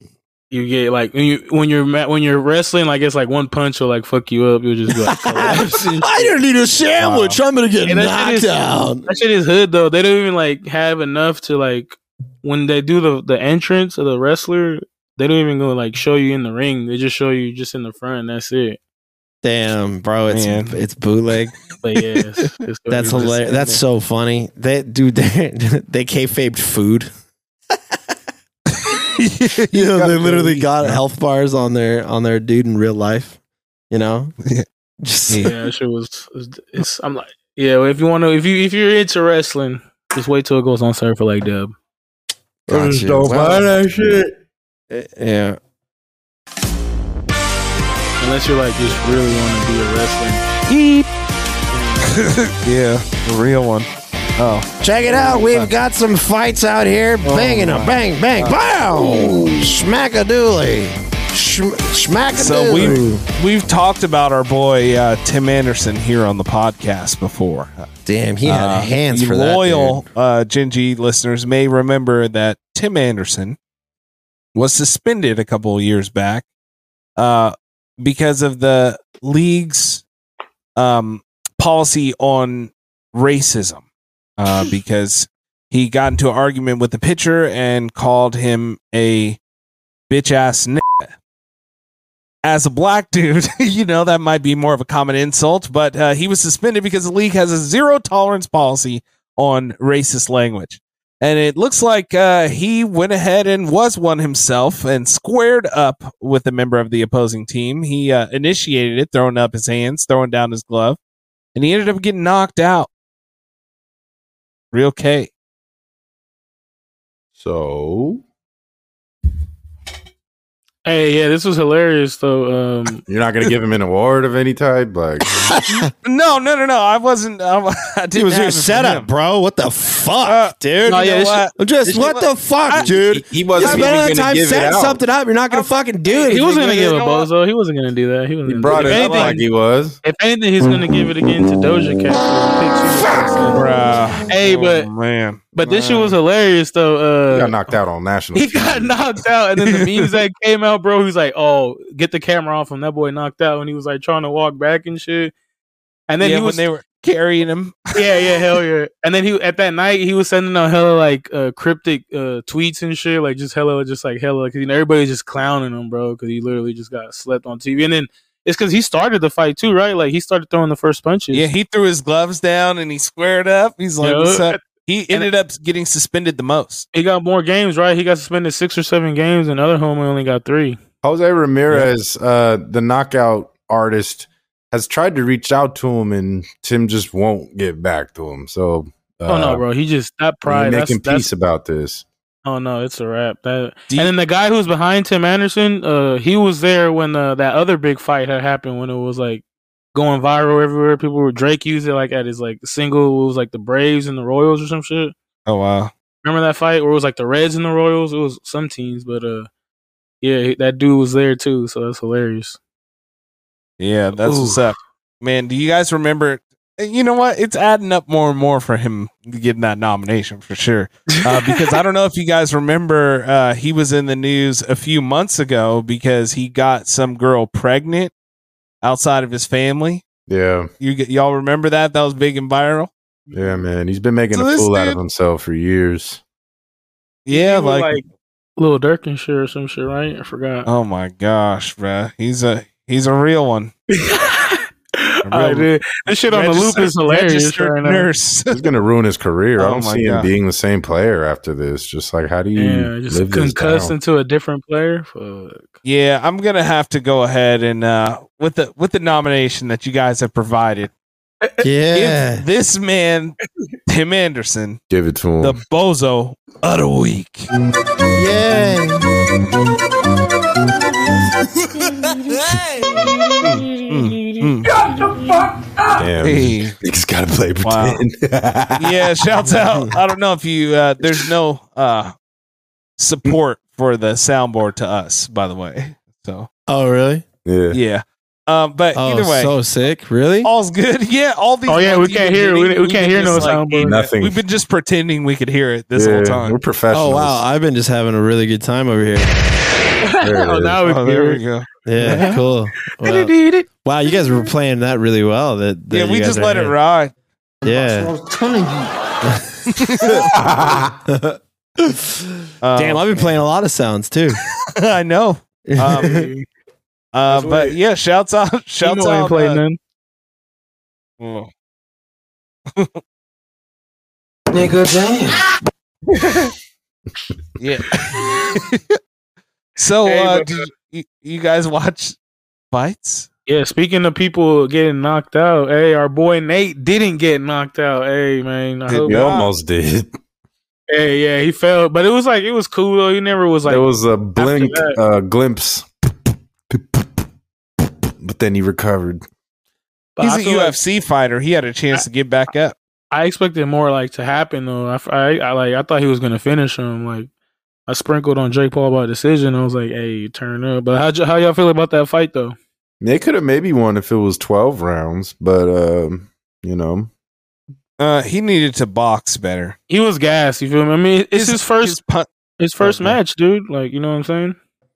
Speaker 1: You get like when you when you're ma- when you're wrestling, like it's like one punch will like fuck you up. You'll just go. Like, collapse.
Speaker 3: Oh. I don't need a sandwich. I'm gonna get
Speaker 1: And that shit is-
Speaker 3: knocked out.
Speaker 1: That shit is hood though. They don't even like have enough to like when they do the the entrance of the wrestler. They don't even go like show you in the ring. They just show you just in the front. That's it.
Speaker 3: Damn, bro, it's
Speaker 2: Man.
Speaker 3: it's bootleg.
Speaker 1: But yeah, it's, it's-
Speaker 3: That's
Speaker 1: it's-
Speaker 3: hilarious. That's so funny. They dude, they they kayfabed food. you know, they literally got health bars on their on their dude in real life. You know, just
Speaker 1: Yeah, that shit was. It's, I'm like, yeah. well, If you want to, if you if you're into wrestling, just wait till it goes on sale for like dub.
Speaker 3: Gotcha. Well, eh,
Speaker 7: that shit.
Speaker 3: yeah.
Speaker 1: Unless you're like just really want to be a wrestling.
Speaker 2: Yeah, the real one. Oh,
Speaker 3: Check it out. We've got some fights out here. Banging them. Bang, bang, bow. Smack a dooley. Smack a
Speaker 2: so we've we've talked about our boy uh, Tim Anderson here on the podcast before.
Speaker 3: Damn, he had
Speaker 2: Uh,
Speaker 3: hands
Speaker 2: the
Speaker 3: for that.
Speaker 2: loyal
Speaker 3: dude.
Speaker 2: uh, Genji listeners may remember that Tim Anderson was suspended a couple of years back uh, because of the league's um, policy on racism. Uh, because he got into an argument with the pitcher and called him a bitch ass n. As a black dude, you know, that might be more of a common insult, but uh, he was suspended because the league has a zero tolerance policy on racist language. And it looks like uh, he went ahead and was one himself and squared up with a member of the opposing team. He uh, initiated it, throwing up his hands, throwing down his glove, and he ended up getting knocked out. Real K.
Speaker 7: So
Speaker 1: Hey, yeah, this was hilarious though. Um,
Speaker 7: you're not gonna give him an award of any type, like
Speaker 2: No, no, no, no. I wasn't. I, wa- I didn't
Speaker 3: It was
Speaker 2: have
Speaker 3: your
Speaker 2: it for
Speaker 3: setup,
Speaker 2: him.
Speaker 3: bro. What the fuck,
Speaker 2: Uh,
Speaker 3: dude?
Speaker 1: no,
Speaker 2: You
Speaker 1: yeah,
Speaker 2: know
Speaker 1: this
Speaker 2: what?
Speaker 3: Just
Speaker 2: This
Speaker 3: what
Speaker 2: is-
Speaker 3: the fuck,
Speaker 2: I-
Speaker 3: dude?
Speaker 7: he, he
Speaker 3: You
Speaker 7: wasn't
Speaker 3: spend all
Speaker 7: even
Speaker 3: the
Speaker 7: gonna
Speaker 3: time
Speaker 7: give it
Speaker 3: setting
Speaker 7: out.
Speaker 3: something up. You're not gonna fucking do it.
Speaker 1: he was gonna give a
Speaker 2: know what?
Speaker 1: bozo. He wasn't gonna do that. He wasn't. gonna
Speaker 7: He brought
Speaker 1: do
Speaker 7: it
Speaker 1: that.
Speaker 7: up like he was.
Speaker 1: If anything, he's gonna give it again to Doja Cat. for the picks.
Speaker 2: Bruh.
Speaker 1: Hey, but-
Speaker 2: Oh, man.
Speaker 1: But this shit was hilarious though. Uh,
Speaker 7: He got knocked out on national.
Speaker 1: he got knocked out, and then the memes that came out, bro. He's like, "Oh, get the camera off him." That boy knocked out, and he was like trying to walk back and shit. And then
Speaker 2: yeah,
Speaker 1: he was,
Speaker 2: when they were carrying him.
Speaker 1: yeah, yeah, hell yeah. And then he at that night he was sending out hella like uh, cryptic uh, tweets and shit, like just hella, just like hella, because you know, everybody's just clowning him, bro, because he literally just got slept on TV. And then it's because he started the fight too, right? Like he started throwing the first punches.
Speaker 2: Yeah, he threw his gloves down and he squared up. He's like,
Speaker 1: Yeah.
Speaker 2: "What's up?" He ended up getting suspended the most.
Speaker 1: he got more games, right? He got suspended six or seven games, and other homie only got three.
Speaker 7: Jose Ramirez, uh, the knockout artist, has tried to reach out to him, and Tim just won't get back to him. So, uh,
Speaker 1: oh no, bro, he just that pride.
Speaker 7: we're
Speaker 1: That's,
Speaker 7: making
Speaker 1: that's
Speaker 7: peace about this.
Speaker 1: Oh no, it's a wrap. That
Speaker 2: Do you-
Speaker 1: and then the guy who was behind Tim Anderson, uh, he was there when uh, that other big fight had happened when it was like going viral everywhere. People were Drake used it like at his like single. It was like the Braves and the Royals or some shit.
Speaker 2: Oh wow!
Speaker 1: Remember that fight where it was like the Reds and the Royals? It was some teams, but uh, yeah, he- that dude was there too. So that's hilarious.
Speaker 2: Yeah, that's what's up, man. Do you guys remember? You know what? It's adding up more and more for him getting that nomination for sure. Uh, because I don't know if you guys remember, uh, he was in the news a few months ago because he got some girl pregnant outside of his family.
Speaker 7: Yeah,
Speaker 2: You g- y'all remember that? That was big and viral.
Speaker 7: yeah, man. He's been making
Speaker 2: So
Speaker 7: a
Speaker 2: this
Speaker 7: fool out of
Speaker 2: dude-
Speaker 7: himself for years.
Speaker 2: Yeah,
Speaker 1: People
Speaker 2: like,
Speaker 1: Little Dirk and shit or some shit, right? I forgot.
Speaker 2: oh my gosh, bruh. He's a he's a real one.
Speaker 1: I did. This shit on the loop is hilarious.
Speaker 2: Registered
Speaker 1: Right now.
Speaker 2: nurse.
Speaker 7: He's gonna ruin his career. I
Speaker 2: Oh
Speaker 7: don't
Speaker 2: my
Speaker 7: see him
Speaker 2: God.
Speaker 7: being the same player after this. Just like, how do you
Speaker 1: Yeah, just
Speaker 7: live
Speaker 1: concussed
Speaker 7: this down?
Speaker 1: into a different player. Fuck.
Speaker 2: Yeah, I'm gonna have to go ahead and uh, with the with the nomination that you guys have provided,
Speaker 3: Yeah.
Speaker 2: Give this man, Tim Anderson,
Speaker 7: Give it to him.
Speaker 2: the bozo of the week.
Speaker 6: Shut the fuck up!
Speaker 7: Damn.
Speaker 2: Hey.
Speaker 7: Niggas gotta play
Speaker 2: Wow.
Speaker 7: pretend.
Speaker 2: yeah, shouts out. I don't know if you uh there's no uh support for the soundboard to us, by the way. So
Speaker 3: Oh, really?
Speaker 7: yeah.
Speaker 2: yeah. Um but
Speaker 3: Oh,
Speaker 2: either way,
Speaker 3: so sick. Really?
Speaker 2: all's good. Yeah, all these
Speaker 1: Oh, yeah,
Speaker 2: ones
Speaker 1: we
Speaker 2: you've
Speaker 1: can't
Speaker 2: been
Speaker 1: hear- we-
Speaker 2: getting,
Speaker 1: we
Speaker 2: we've
Speaker 1: can't
Speaker 2: been
Speaker 1: hear no
Speaker 2: just,
Speaker 1: soundboard.
Speaker 2: hating it.
Speaker 7: Nothing.
Speaker 2: We've been just pretending we could hear it this
Speaker 7: Yeah,
Speaker 2: whole time.
Speaker 7: We're professionals.
Speaker 3: Oh, wow. I've been just having a really good time over here.
Speaker 7: There it
Speaker 1: Oh,
Speaker 7: is.
Speaker 1: now we
Speaker 2: Oh,
Speaker 1: can
Speaker 2: there
Speaker 1: hear
Speaker 2: we
Speaker 1: it.
Speaker 2: go.
Speaker 3: Yeah, cool. Wow. Wow, you guys were playing that really well. That, that
Speaker 2: yeah,
Speaker 3: you
Speaker 2: we
Speaker 3: guys
Speaker 2: just
Speaker 3: are
Speaker 2: let it
Speaker 3: here.
Speaker 2: ride.
Speaker 3: Yeah.
Speaker 2: Uh,
Speaker 3: Damn, I've been playing a lot of sounds too.
Speaker 2: I know. Um, uh, but yeah, shouts out,
Speaker 1: You
Speaker 2: shouts
Speaker 1: know I ain't
Speaker 2: out.
Speaker 1: playing
Speaker 2: Uh,
Speaker 1: none.
Speaker 2: oh.
Speaker 6: Nigga, damn.
Speaker 2: Yeah. so,
Speaker 1: Hey,
Speaker 2: uh,
Speaker 1: but-
Speaker 2: did you, you guys watch fights?
Speaker 1: Yeah, speaking of people getting knocked out, hey, our boy Nate didn't get knocked out. Hey, man, I
Speaker 2: Did
Speaker 1: hope.
Speaker 7: You almost did.
Speaker 1: Hey, yeah, he fell, but it was like it was cool though. He never was like
Speaker 7: there was a blink,
Speaker 1: that-
Speaker 7: uh, glimpse, but then he recovered.
Speaker 1: but
Speaker 2: He's
Speaker 1: I
Speaker 2: a
Speaker 1: feel like-
Speaker 2: UFC fighter. He had a chance to get back up.
Speaker 1: I expected more like to happen though. I, I, I, like I thought he was gonna finish him. Like I sprinkled on Jake Paul by decision. I was like, hey, turn up. But how j- how y'all feel about that fight though?
Speaker 7: They could have maybe won if it was twelve rounds, but um, you know,
Speaker 2: Uh, he needed to box better.
Speaker 1: He was gas. You feel me? I mean, it's his, first his,
Speaker 2: pun-
Speaker 1: first
Speaker 2: okay.
Speaker 1: match, dude. Like you know what I'm saying?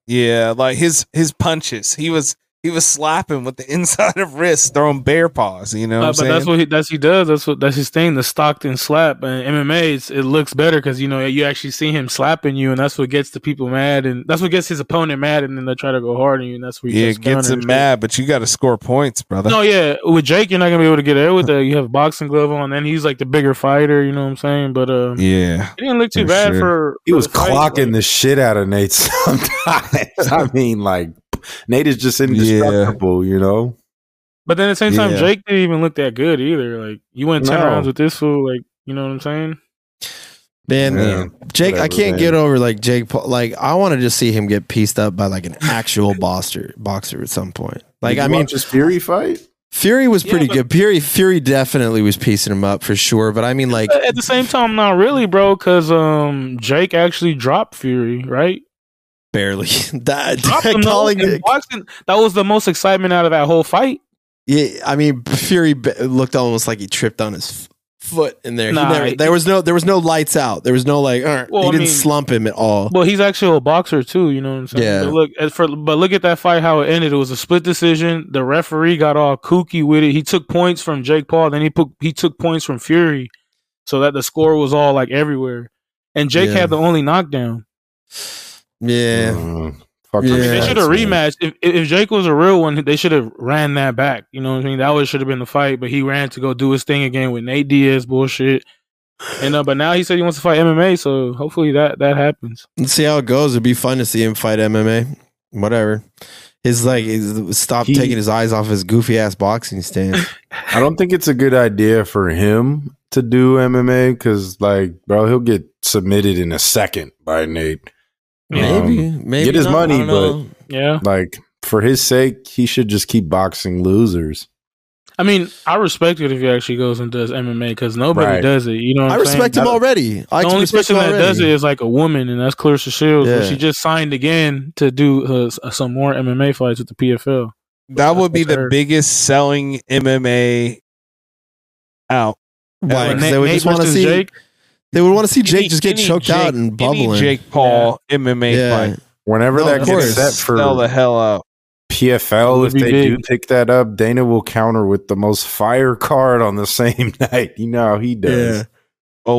Speaker 2: yeah, like his his punches. He was he was slapping with the inside of wrist, throwing bear paws. You know,
Speaker 1: Uh,
Speaker 2: what
Speaker 1: but
Speaker 2: I'm saying?
Speaker 1: that's what he that's he does. That's what that's his thing. The Stockton slap and MMA. It's, it looks better because you know you actually see him slapping you, and that's what gets the people mad, and that's what gets his opponent mad, and then they try to go hard on you, and that's where he
Speaker 2: yeah, it gets
Speaker 1: countered.
Speaker 2: him mad. But you got to score points, brother.
Speaker 1: No, yeah, with Jake, you're not gonna be able to get there with that. You have a boxing glove on, and he's like the bigger fighter. You know what I'm saying? But uh,
Speaker 2: Yeah,
Speaker 1: it didn't look too
Speaker 2: for
Speaker 1: bad
Speaker 2: sure.
Speaker 1: for.
Speaker 7: he
Speaker 1: for
Speaker 7: was
Speaker 1: the fight.
Speaker 7: clocking
Speaker 1: Like,
Speaker 7: the shit out of Nate sometimes. I mean, like Nate is just indestructible. You know,
Speaker 1: but then at the same time,
Speaker 2: Yeah.
Speaker 1: Jake didn't even look that good either. Like you went ten
Speaker 7: No.
Speaker 1: rounds with this fool. Like you know what I'm saying?
Speaker 3: Man,
Speaker 7: Yeah,
Speaker 3: Jake, I
Speaker 7: whatever,
Speaker 3: can't
Speaker 7: man.
Speaker 3: get over like Jake Paul. Like, I want to just see him get pieced up by like an actual boxer, boxer at some point. Like,
Speaker 7: Did you
Speaker 3: I mean,
Speaker 7: watch his Fury fight.
Speaker 3: Fury was
Speaker 1: Yeah,
Speaker 3: pretty
Speaker 1: but-
Speaker 3: good. Fury, Fury definitely was piecing him up for sure. But I mean, like,
Speaker 1: But at the same time, not really, bro, because um, Jake actually dropped Fury, right?
Speaker 3: barely. that,
Speaker 1: Dropped him though,
Speaker 3: calling
Speaker 1: and
Speaker 3: it-
Speaker 1: boxing- that was the most excitement out of that whole fight.
Speaker 3: yeah, I mean, Fury b- looked almost like he tripped on his f- foot in there. He
Speaker 1: Nah,
Speaker 3: never-
Speaker 1: he-
Speaker 3: there was no, there was no lights out. There was no like, uh,
Speaker 1: Well,
Speaker 3: he
Speaker 1: I
Speaker 3: didn't
Speaker 1: mean-
Speaker 3: slump him at all.
Speaker 1: Well, he's actually a boxer too. You know what I'm saying?
Speaker 3: Yeah.
Speaker 1: But look, as for but look at that fight how it ended. It was a split decision. The referee got all kooky with it. He took points from Jake Paul. Then he put he took points from Fury, so that the score was all like everywhere. And Jake
Speaker 3: Yeah.
Speaker 1: had the only knockdown.
Speaker 3: yeah,
Speaker 7: Mm, fuck
Speaker 3: I mean,
Speaker 7: these
Speaker 3: they
Speaker 1: They should
Speaker 7: cats,
Speaker 1: have
Speaker 7: man.
Speaker 1: rematched. If, if if Jake was a real one, they should have ran that back. You know what I mean? That was should have been the fight. But he ran to go do his thing again with Nate Diaz bullshit. And uh, but now he said he wants to fight MMA. So hopefully that that happens.
Speaker 3: Let's see how it goes. It'd be fun to see him fight MMA. Whatever. His like his, stop
Speaker 7: He-
Speaker 3: taking his eyes off his goofy ass boxing stance.
Speaker 7: I don't think it's a good idea for him to do MMA because, like, bro, he'll get submitted in a second by Nate.
Speaker 3: maybe,
Speaker 7: Um,
Speaker 3: maybe
Speaker 7: get his
Speaker 3: not.
Speaker 7: money,
Speaker 3: I don't know.
Speaker 1: Yeah.
Speaker 7: like for his sake, he should just keep boxing losers.
Speaker 1: I mean, I respect it if he actually goes and does MMA because nobody
Speaker 7: Right.
Speaker 1: does it. You know, what
Speaker 3: I
Speaker 1: I'm
Speaker 3: respect
Speaker 1: saying?
Speaker 3: him already. I
Speaker 1: The only
Speaker 3: respect
Speaker 1: person
Speaker 3: him
Speaker 1: that
Speaker 3: already.
Speaker 1: does it is like a woman, and that's Clarissa Shields. who
Speaker 3: Yeah.
Speaker 1: She just signed again to do uh, s- some more MMA fights with the PFL.
Speaker 2: that would be
Speaker 1: That's
Speaker 2: the
Speaker 1: her.
Speaker 2: biggest selling MMA out.
Speaker 3: Why?
Speaker 1: Like,
Speaker 3: 'Cause
Speaker 1: Nate-
Speaker 3: they would
Speaker 1: Nate
Speaker 3: just want to
Speaker 1: versus
Speaker 3: see.
Speaker 1: Jake.
Speaker 3: They would want to see Jake
Speaker 2: Any-
Speaker 3: just get
Speaker 2: any
Speaker 3: choked
Speaker 2: Jake-
Speaker 3: out and
Speaker 2: any
Speaker 3: bubbling.
Speaker 2: Jake Paul MMA
Speaker 3: yeah,
Speaker 2: fight.
Speaker 7: Whenever
Speaker 3: No,
Speaker 7: that
Speaker 3: of
Speaker 7: gets
Speaker 3: course.
Speaker 7: set for
Speaker 2: Sell the hell out.
Speaker 7: PFL, if
Speaker 1: It'd be
Speaker 7: they do
Speaker 1: big.
Speaker 7: pick that up, Dana will counter with the most fire card on the same night. You know how he does.
Speaker 3: Yeah.
Speaker 2: Oh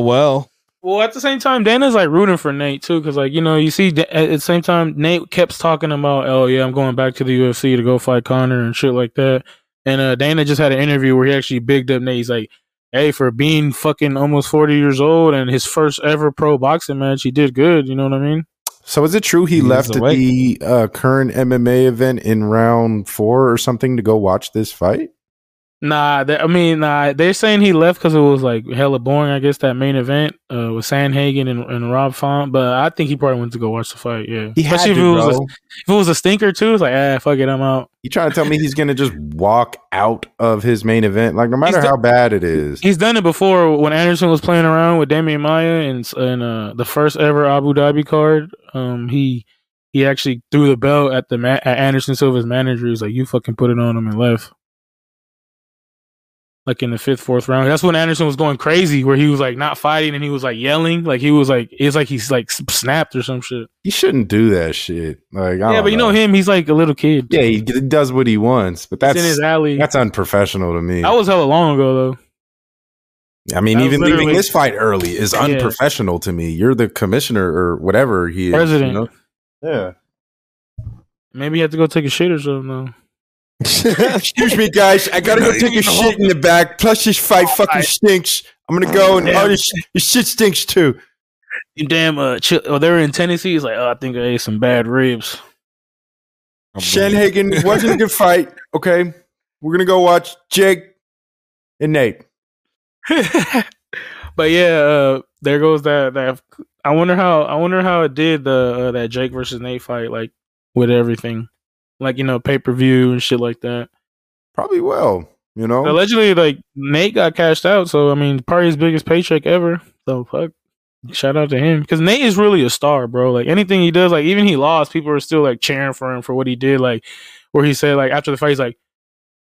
Speaker 2: well.
Speaker 1: Well, at the same time, Dana's like rooting for Nate too, because like you know, you see da- at the same time Nate kept talking about, oh yeah, I'm going back to the UFC to go fight Connor and shit like that. And uh, Dana just had an interview where he actually bigged up Nate. He's like, hey, for being fucking almost 40 years old and his first ever pro boxing match, he did good. You know what I mean?
Speaker 7: So is it true he,
Speaker 2: He was
Speaker 7: left at
Speaker 2: awake.
Speaker 7: the uh, current MMA event in round four or something to go watch this fight?
Speaker 1: Nah, they, I mean, nah, they're saying he left because it was like hella boring. I guess that main event uh, with Sandhagen and, and Rob Font, but I think he probably went to go watch the fight. Yeah,
Speaker 7: He had
Speaker 1: if,
Speaker 7: to,
Speaker 1: it was a,
Speaker 7: bro.
Speaker 1: if it was a stinker too, it's like ah, fuck it, I'm out.
Speaker 7: You trying to tell me he's gonna just walk out of his main event? Like no matter
Speaker 1: He's
Speaker 7: how
Speaker 1: the-
Speaker 7: bad it is,
Speaker 1: He's done it before when Anderson was playing around with Damian Maya and and uh, the first ever Abu Dhabi card. Um, he he actually threw the belt at the ma- at Anderson Silva's manager. He's like, "You fucking put it on him and left." Like in the fifth, fourth round. That's when Anderson was going crazy, where he was like not fighting and he was like yelling, like he was like it's like he's like s- snapped or some shit.
Speaker 7: he shouldn't do that shit. Like I
Speaker 1: Yeah,
Speaker 7: don't
Speaker 1: but you know him; he's like a little kid.
Speaker 7: yeah, he d- does what he wants, but
Speaker 1: It's
Speaker 7: that's
Speaker 1: in his alley.
Speaker 7: That's unprofessional to me.
Speaker 1: That was hella long ago though.
Speaker 7: I mean,
Speaker 1: that was
Speaker 7: even leaving
Speaker 1: literally-
Speaker 7: this fight early is
Speaker 1: Yeah.
Speaker 7: unprofessional to me. You're the commissioner or whatever he is.
Speaker 1: President.
Speaker 7: know? Yeah.
Speaker 1: Maybe he had to go take a shit or something though.
Speaker 9: Excuse me, guys. I gotta go take a shit in the back. Plus, this fight fucking stinks. I'm gonna go and oh, this, this shit stinks too.
Speaker 1: You damn uh, chill, oh, they were in Tennessee. He's like, oh, I think I ate some bad ribs.
Speaker 9: Shanhagen wasn't a good fight. Okay, we're gonna go watch Jake and Nate.
Speaker 1: But yeah, uh, there goes that that. I wonder how I wonder how it did the uh, that Jake versus Nate fight, like with everything, like you know pay per view and shit like that.
Speaker 7: Probably well, you know.
Speaker 1: Allegedly, like Nate got cashed out, so I mean, probably his biggest paycheck ever. So fuck, shout out to him because Nate is really a star, bro. Like anything he does, like even he lost, people are still like cheering for him for what he did. Like where he said, like after the fight, he's like,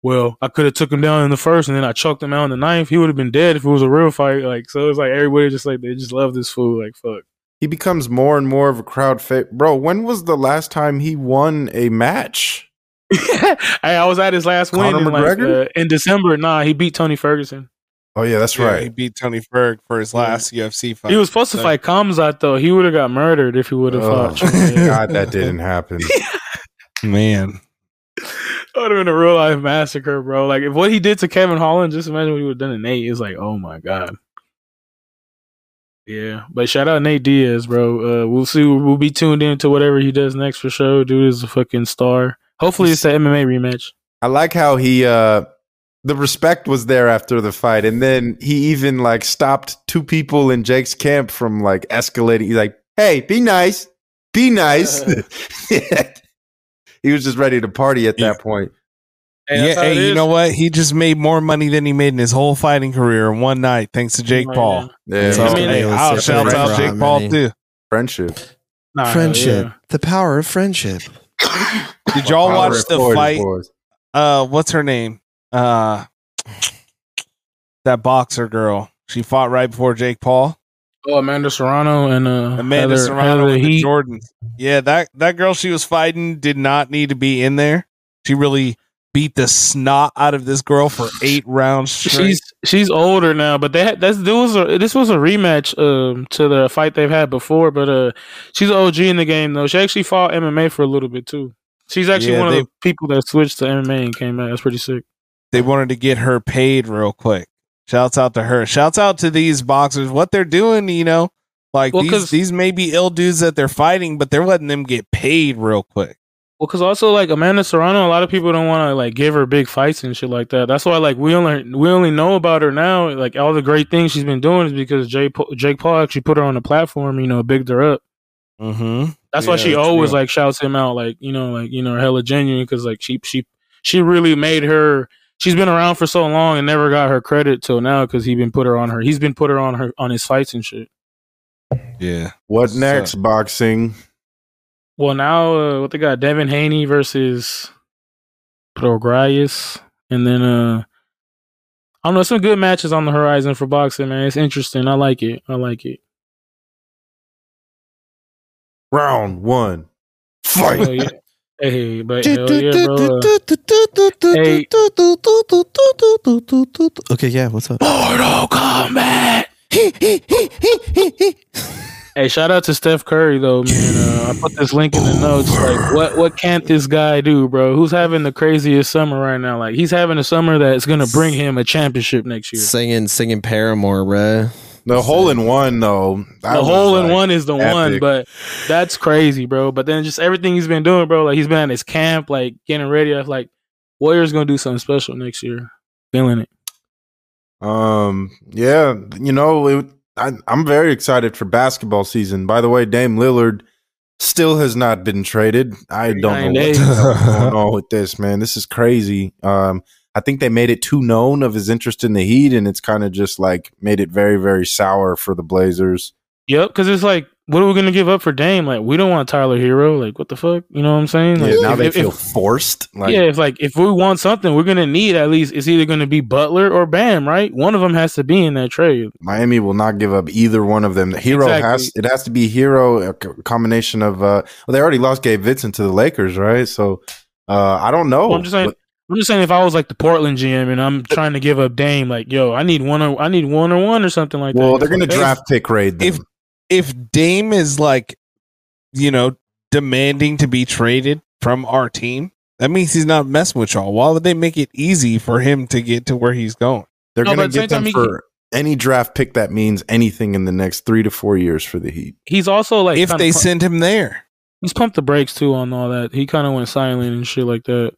Speaker 1: "Well, I could have took him down in the first, and then I choked him out in the ninth. He would have been dead if it was a real fight." Like so, it's like everybody just like they just love this fool. Like fuck,
Speaker 7: he becomes more and more of a crowd favorite. Bro, when was the last time he won a match?
Speaker 1: hey, I was at his last win
Speaker 7: Conor
Speaker 1: in, like,
Speaker 7: McGregor?
Speaker 1: uh, in December. Nah, he beat Tony Ferguson.
Speaker 7: Oh yeah, that's
Speaker 2: Yeah,
Speaker 7: right.
Speaker 2: He beat Tony Ferg for his last UFC fight.
Speaker 1: He was supposed to
Speaker 2: So-
Speaker 1: fight Kamzat though. He would have got murdered if he would have
Speaker 7: Oh,
Speaker 1: fought. Triple H.
Speaker 7: God, that didn't happen.
Speaker 2: Man,
Speaker 1: That would have been a real life massacre, bro. Like if what he did to Kevin Holland, just imagine what he would have done to Nate. It's like, oh my god. Yeah, but shout out Nate Diaz, bro. Uh, we'll see. We'll be tuned in to whatever he does next for sure. Dude is a fucking star. Hopefully, it's an MMA rematch.
Speaker 7: I like how he uh the respect was there after the fight, and then he even like stopped two people in Jake's camp from like escalating. He's like, "Hey, be nice, be nice." he was just ready to party at that point.
Speaker 2: yeah, hey, you know what? He just made more money than he made in his whole fighting career in one night, thanks to Jake
Speaker 1: Right
Speaker 2: Paul.
Speaker 7: Yeah,
Speaker 2: So,
Speaker 1: I mean,
Speaker 2: hey,
Speaker 1: like,
Speaker 2: I'll
Speaker 1: it's
Speaker 2: shout
Speaker 7: different
Speaker 2: out
Speaker 7: from
Speaker 2: Jake Paul
Speaker 3: any-
Speaker 2: too.
Speaker 7: friendship.
Speaker 1: Nah,
Speaker 3: friendship.
Speaker 1: yeah.
Speaker 3: The power of friendship.
Speaker 2: Did y'all
Speaker 7: Power
Speaker 2: watch
Speaker 7: of
Speaker 2: the
Speaker 7: Floyd,
Speaker 2: fight?
Speaker 7: boys.
Speaker 2: Uh, what's her name? Uh, that boxer girl. She fought right before Jake Paul.
Speaker 1: Oh, Amanda Serrano and uh,
Speaker 2: Amanda
Speaker 1: Heather-
Speaker 2: Serrano
Speaker 1: Heather
Speaker 2: with
Speaker 1: Heat.
Speaker 2: the Jordan. Yeah, that that girl she was fighting did not need to be in there. She really beat the snot out of this girl for eight rounds straight.
Speaker 1: She's she's older now, but that that's this was a this was a rematch um to the fight they've had before. But uh, she's an OG in the game though. She actually fought MMA for a little bit too. She's actually
Speaker 2: Yeah,
Speaker 1: one
Speaker 2: they-
Speaker 1: of the people that switched to MMA and came back. That's pretty sick.
Speaker 2: they wanted to get her paid real quick. Shouts out to her. Shouts out to these boxers. What they're doing, you know, like
Speaker 1: Well,
Speaker 2: these
Speaker 1: 'cause-
Speaker 2: these may be ill dudes that they're fighting, but they're letting them get paid real quick.
Speaker 1: Well, because also like Amanda Serrano, a lot of people don't want to like give her big fights and shit like that. That's why like we only we only know about her now. Like all the great things she's been doing is because Jay Pa- Jake Paul actually put her on the platform. You know, bigged her up.
Speaker 2: Mm-hmm.
Speaker 1: That's why
Speaker 2: Yeah,
Speaker 1: she
Speaker 2: that's
Speaker 1: always
Speaker 2: real.
Speaker 1: like shouts him out, like you know, like you know, hella genuine because like she she she really made her. She's been around for so long and never got her credit till now because he been put her on her. He's been put her on her on his fights and shit.
Speaker 2: Yeah.
Speaker 7: What
Speaker 2: So-
Speaker 7: next? Boxing.
Speaker 1: Well, now uh, what they got? Devin Haney versus Prograis, and then uh, I don't know. Some good matches on the horizon for boxing, man. It's interesting. I like it. I like it.
Speaker 7: Round one.
Speaker 1: Hell
Speaker 7: Fight.
Speaker 1: yeah. Hey, but hell yeah, bro. Uh, Hey.
Speaker 3: Okay, yeah, what's up?
Speaker 1: Mortal Kombat. hey, shout out to Steph Curry though, man. Uh, I put this link in the notes. Like, what what can't this guy do, bro? Who's having the craziest summer right now? Like, he's having a summer that's gonna bring him a championship next year.
Speaker 3: Singing, singing Paramore, bruh.
Speaker 7: The hole in one though. That
Speaker 1: The
Speaker 7: was,
Speaker 1: hole in
Speaker 7: like,
Speaker 1: one is the one,
Speaker 7: epic.
Speaker 1: but that's crazy, bro. But then just everything he's been doing, bro. Like he's been at his camp, like getting ready. I was like, Warriors gonna do something special next year. Feeling it.
Speaker 7: Um, yeah, you know, it, I, I'm very excited for basketball season. By the way, Dame Lillard still has not been traded. I don't know
Speaker 1: days.
Speaker 7: what's going on with this, man. This is crazy. Um, I think they made it too known of his interest in the Heat, and it's kind of just like made it very, very sour for the Blazers.
Speaker 1: Yep, because it's like, what are we gonna give up for Dame? Like, we don't want Tyler Hero. Like, what the fuck? You know what I'm saying? Like,
Speaker 7: Yeah, now
Speaker 1: if-
Speaker 7: they
Speaker 1: if-
Speaker 7: feel
Speaker 1: if-
Speaker 7: forced. Like,
Speaker 1: yeah, it's like if we want something, we're gonna need at least it's either gonna be Butler or Bam, right? One of them has to be in that trade.
Speaker 7: Miami will not give up either one of them. The hero
Speaker 1: Exactly.
Speaker 7: has it has to be hero a co- combination of uh well, they already lost Gabe Vincent to the Lakers, right? So uh I don't know.
Speaker 1: Well, I'm just saying.
Speaker 7: But
Speaker 1: I'm just saying, if I was like the Portland GM and I'm trying to give up Dame, like, yo, I need one, or I need one or one or something like that.
Speaker 7: well, they're going to
Speaker 1: It's like,
Speaker 7: draft pick raid them.
Speaker 2: if if Dame is like, you know, demanding to be traded from our team, that means he's not messing with y'all. Why would they make it easy for him to get to where he's going?
Speaker 7: they're
Speaker 1: No, but
Speaker 7: going
Speaker 1: at
Speaker 7: to
Speaker 1: the same
Speaker 7: get them
Speaker 1: time, he-
Speaker 7: for any draft pick that means anything in the next 3 to 4 years for the Heat.
Speaker 1: He's also like
Speaker 2: If
Speaker 1: kinda
Speaker 2: they
Speaker 1: pu-
Speaker 2: send him there,
Speaker 1: he's pumped the brakes too on all that. He kind of went silent and shit like that.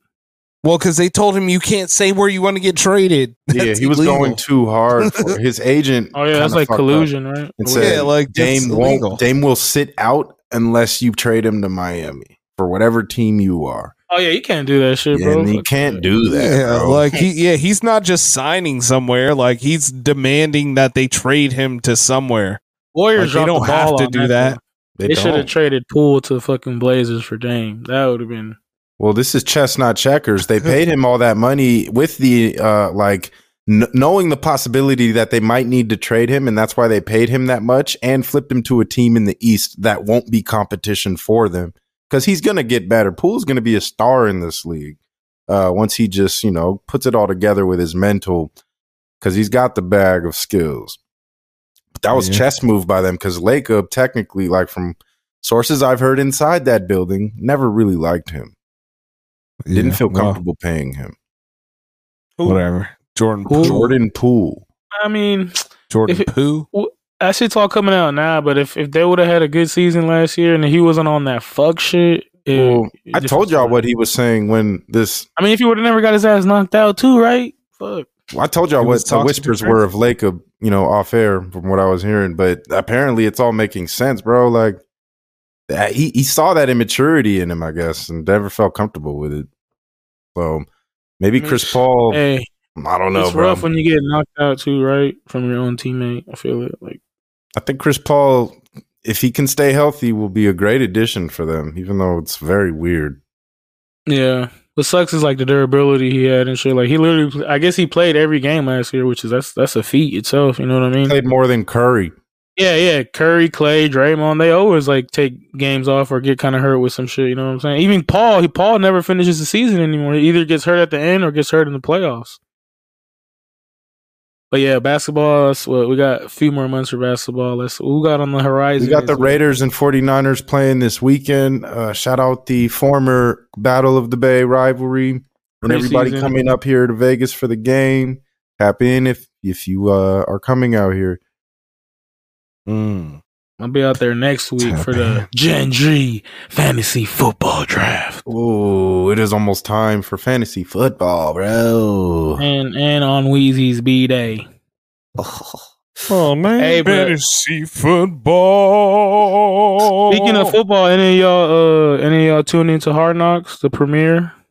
Speaker 2: well, because they told him you can't say where you want to get traded.
Speaker 7: yeah,
Speaker 2: That's
Speaker 7: he was
Speaker 2: illegal.
Speaker 7: going too hard. For, his agent
Speaker 1: Oh yeah,
Speaker 7: kinda
Speaker 1: that's like
Speaker 7: fucked up
Speaker 1: collusion, right?
Speaker 7: And
Speaker 1: Or
Speaker 7: said,
Speaker 2: Yeah, like,
Speaker 7: like
Speaker 2: that's
Speaker 7: Dame
Speaker 2: illegal.
Speaker 7: won't, Dame will sit out unless you trade him to Miami for whatever team you are.
Speaker 1: Oh yeah, you can't do that shit,
Speaker 7: Yeah,
Speaker 1: bro.
Speaker 7: and he
Speaker 1: Fuck
Speaker 7: can't
Speaker 1: that.
Speaker 7: do that.
Speaker 2: Yeah,
Speaker 7: bro.
Speaker 2: like he yeah, he's not just signing somewhere, like he's demanding that they trade him to somewhere.
Speaker 1: Warriors
Speaker 2: Like, they
Speaker 1: dropped
Speaker 2: don't
Speaker 1: the
Speaker 2: have
Speaker 1: ball
Speaker 2: to
Speaker 1: on
Speaker 2: do that.
Speaker 1: one.
Speaker 7: They
Speaker 1: They, should
Speaker 7: don't.
Speaker 1: have traded Poole to the fucking Blazers for Dame. That would have been
Speaker 7: Well, this is Chestnut Checkers. They paid him all that money with the uh like kn- knowing the possibility that they might need to trade him and that's why they paid him that much and flipped him to a team in the East that won't be competition for them cuz he's going to get better. Poole's going to be a star in this league. Uh once he just, you know, puts it all together with his mental cuz he's got the bag of skills. But that was
Speaker 2: Yeah.
Speaker 7: chess move by them cuz Lakeup technically like from sources I've heard inside that building never really liked him. Didn't feel comfortable paying him.
Speaker 2: whatever. Jordan
Speaker 1: Who?
Speaker 2: Jordan
Speaker 7: Jordan Poole.
Speaker 1: I mean,
Speaker 2: Jordan
Speaker 1: If it-
Speaker 2: Pooh.
Speaker 1: w- that shit's all coming out now, but if, if they would have had a good season last year and he wasn't on that fuck shit, it-
Speaker 7: Well,
Speaker 1: it
Speaker 7: I
Speaker 1: just
Speaker 7: told
Speaker 1: was
Speaker 7: y'all
Speaker 1: fine.
Speaker 7: what he was saying when this.
Speaker 1: I mean, if he would have never got his ass knocked out too, right? Fuck.
Speaker 7: I told y'all
Speaker 2: He was
Speaker 7: what the
Speaker 2: toxic
Speaker 7: whispers
Speaker 2: to Chris.
Speaker 7: were of Lake, of, you know, off air from what I was hearing, but apparently it's all making sense, bro. Like that, he he saw that immaturity in him, I guess, and never felt comfortable with it. So maybe
Speaker 1: Mm.
Speaker 7: Chris Paul.
Speaker 1: Hey,
Speaker 7: I don't know,
Speaker 1: it's
Speaker 7: Oh, bro.
Speaker 1: rough when you get knocked out too, right? From your own teammate. I feel it. Like
Speaker 7: I think Chris Paul, if he can stay healthy, will be a great addition for them, even though it's very weird.
Speaker 1: Yeah. What sucks is like the durability he had and shit. Like he literally, I guess he played every game last year, which is that's that's a feat itself. You know what I mean?
Speaker 7: Played more than Curry.
Speaker 1: Yeah, yeah. Curry, Clay, Draymond, they always like take games off or get kind of hurt with some shit. You know what I'm saying? Even Paul, he, Paul never finishes the season anymore. He either gets hurt at the end or gets hurt in the playoffs. But yeah, basketball. That's what we got. A few more months for basketball. Let's. Who got on the horizon?
Speaker 7: We got the
Speaker 1: is-
Speaker 7: Raiders and 49ers playing this weekend. Uh, shout out the former Battle of the Bay rivalry and everybody
Speaker 1: Preseason.
Speaker 7: coming up here to Vegas for the game. Tap in if if you uh, are coming out here.
Speaker 2: Mm.
Speaker 1: I'll be out there next week for the Gen G Fantasy Football Draft.
Speaker 7: Oh, it is almost time for fantasy football, bro.
Speaker 1: and and on Wheezy's B day.
Speaker 2: Oh man,
Speaker 1: Hey, but-
Speaker 2: fantasy football.
Speaker 1: Speaking of football, any of y'all uh any of y'all tune into Hard Knocks, the premiere?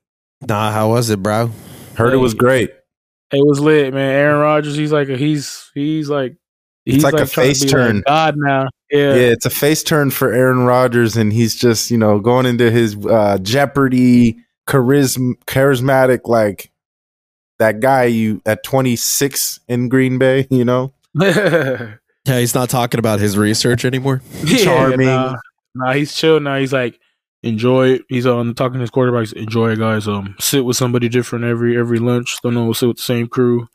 Speaker 3: Nah, how was it, bro?
Speaker 7: Heard it was great.
Speaker 1: It was lit, man. Aaron Rodgers, he's like a, he's he's like he's
Speaker 7: like a
Speaker 1: trying to
Speaker 7: face
Speaker 1: be
Speaker 7: turn.
Speaker 1: like God now. Yeah.
Speaker 7: Yeah. it's a face turn for Aaron Rodgers, and he's just you know going into his uh, Jeopardy charism, charismatic like that guy you at 26 in Green Bay, you know.
Speaker 1: Yeah,
Speaker 3: Yeah, he's not talking about his research anymore.
Speaker 7: Charming.
Speaker 1: Nah, Nah, he's chill now. He's like enjoy it. He's on talking to his quarterbacks. Enjoy it, guys. Um, sit with somebody different every every lunch. Don't know. Sit with the same crew.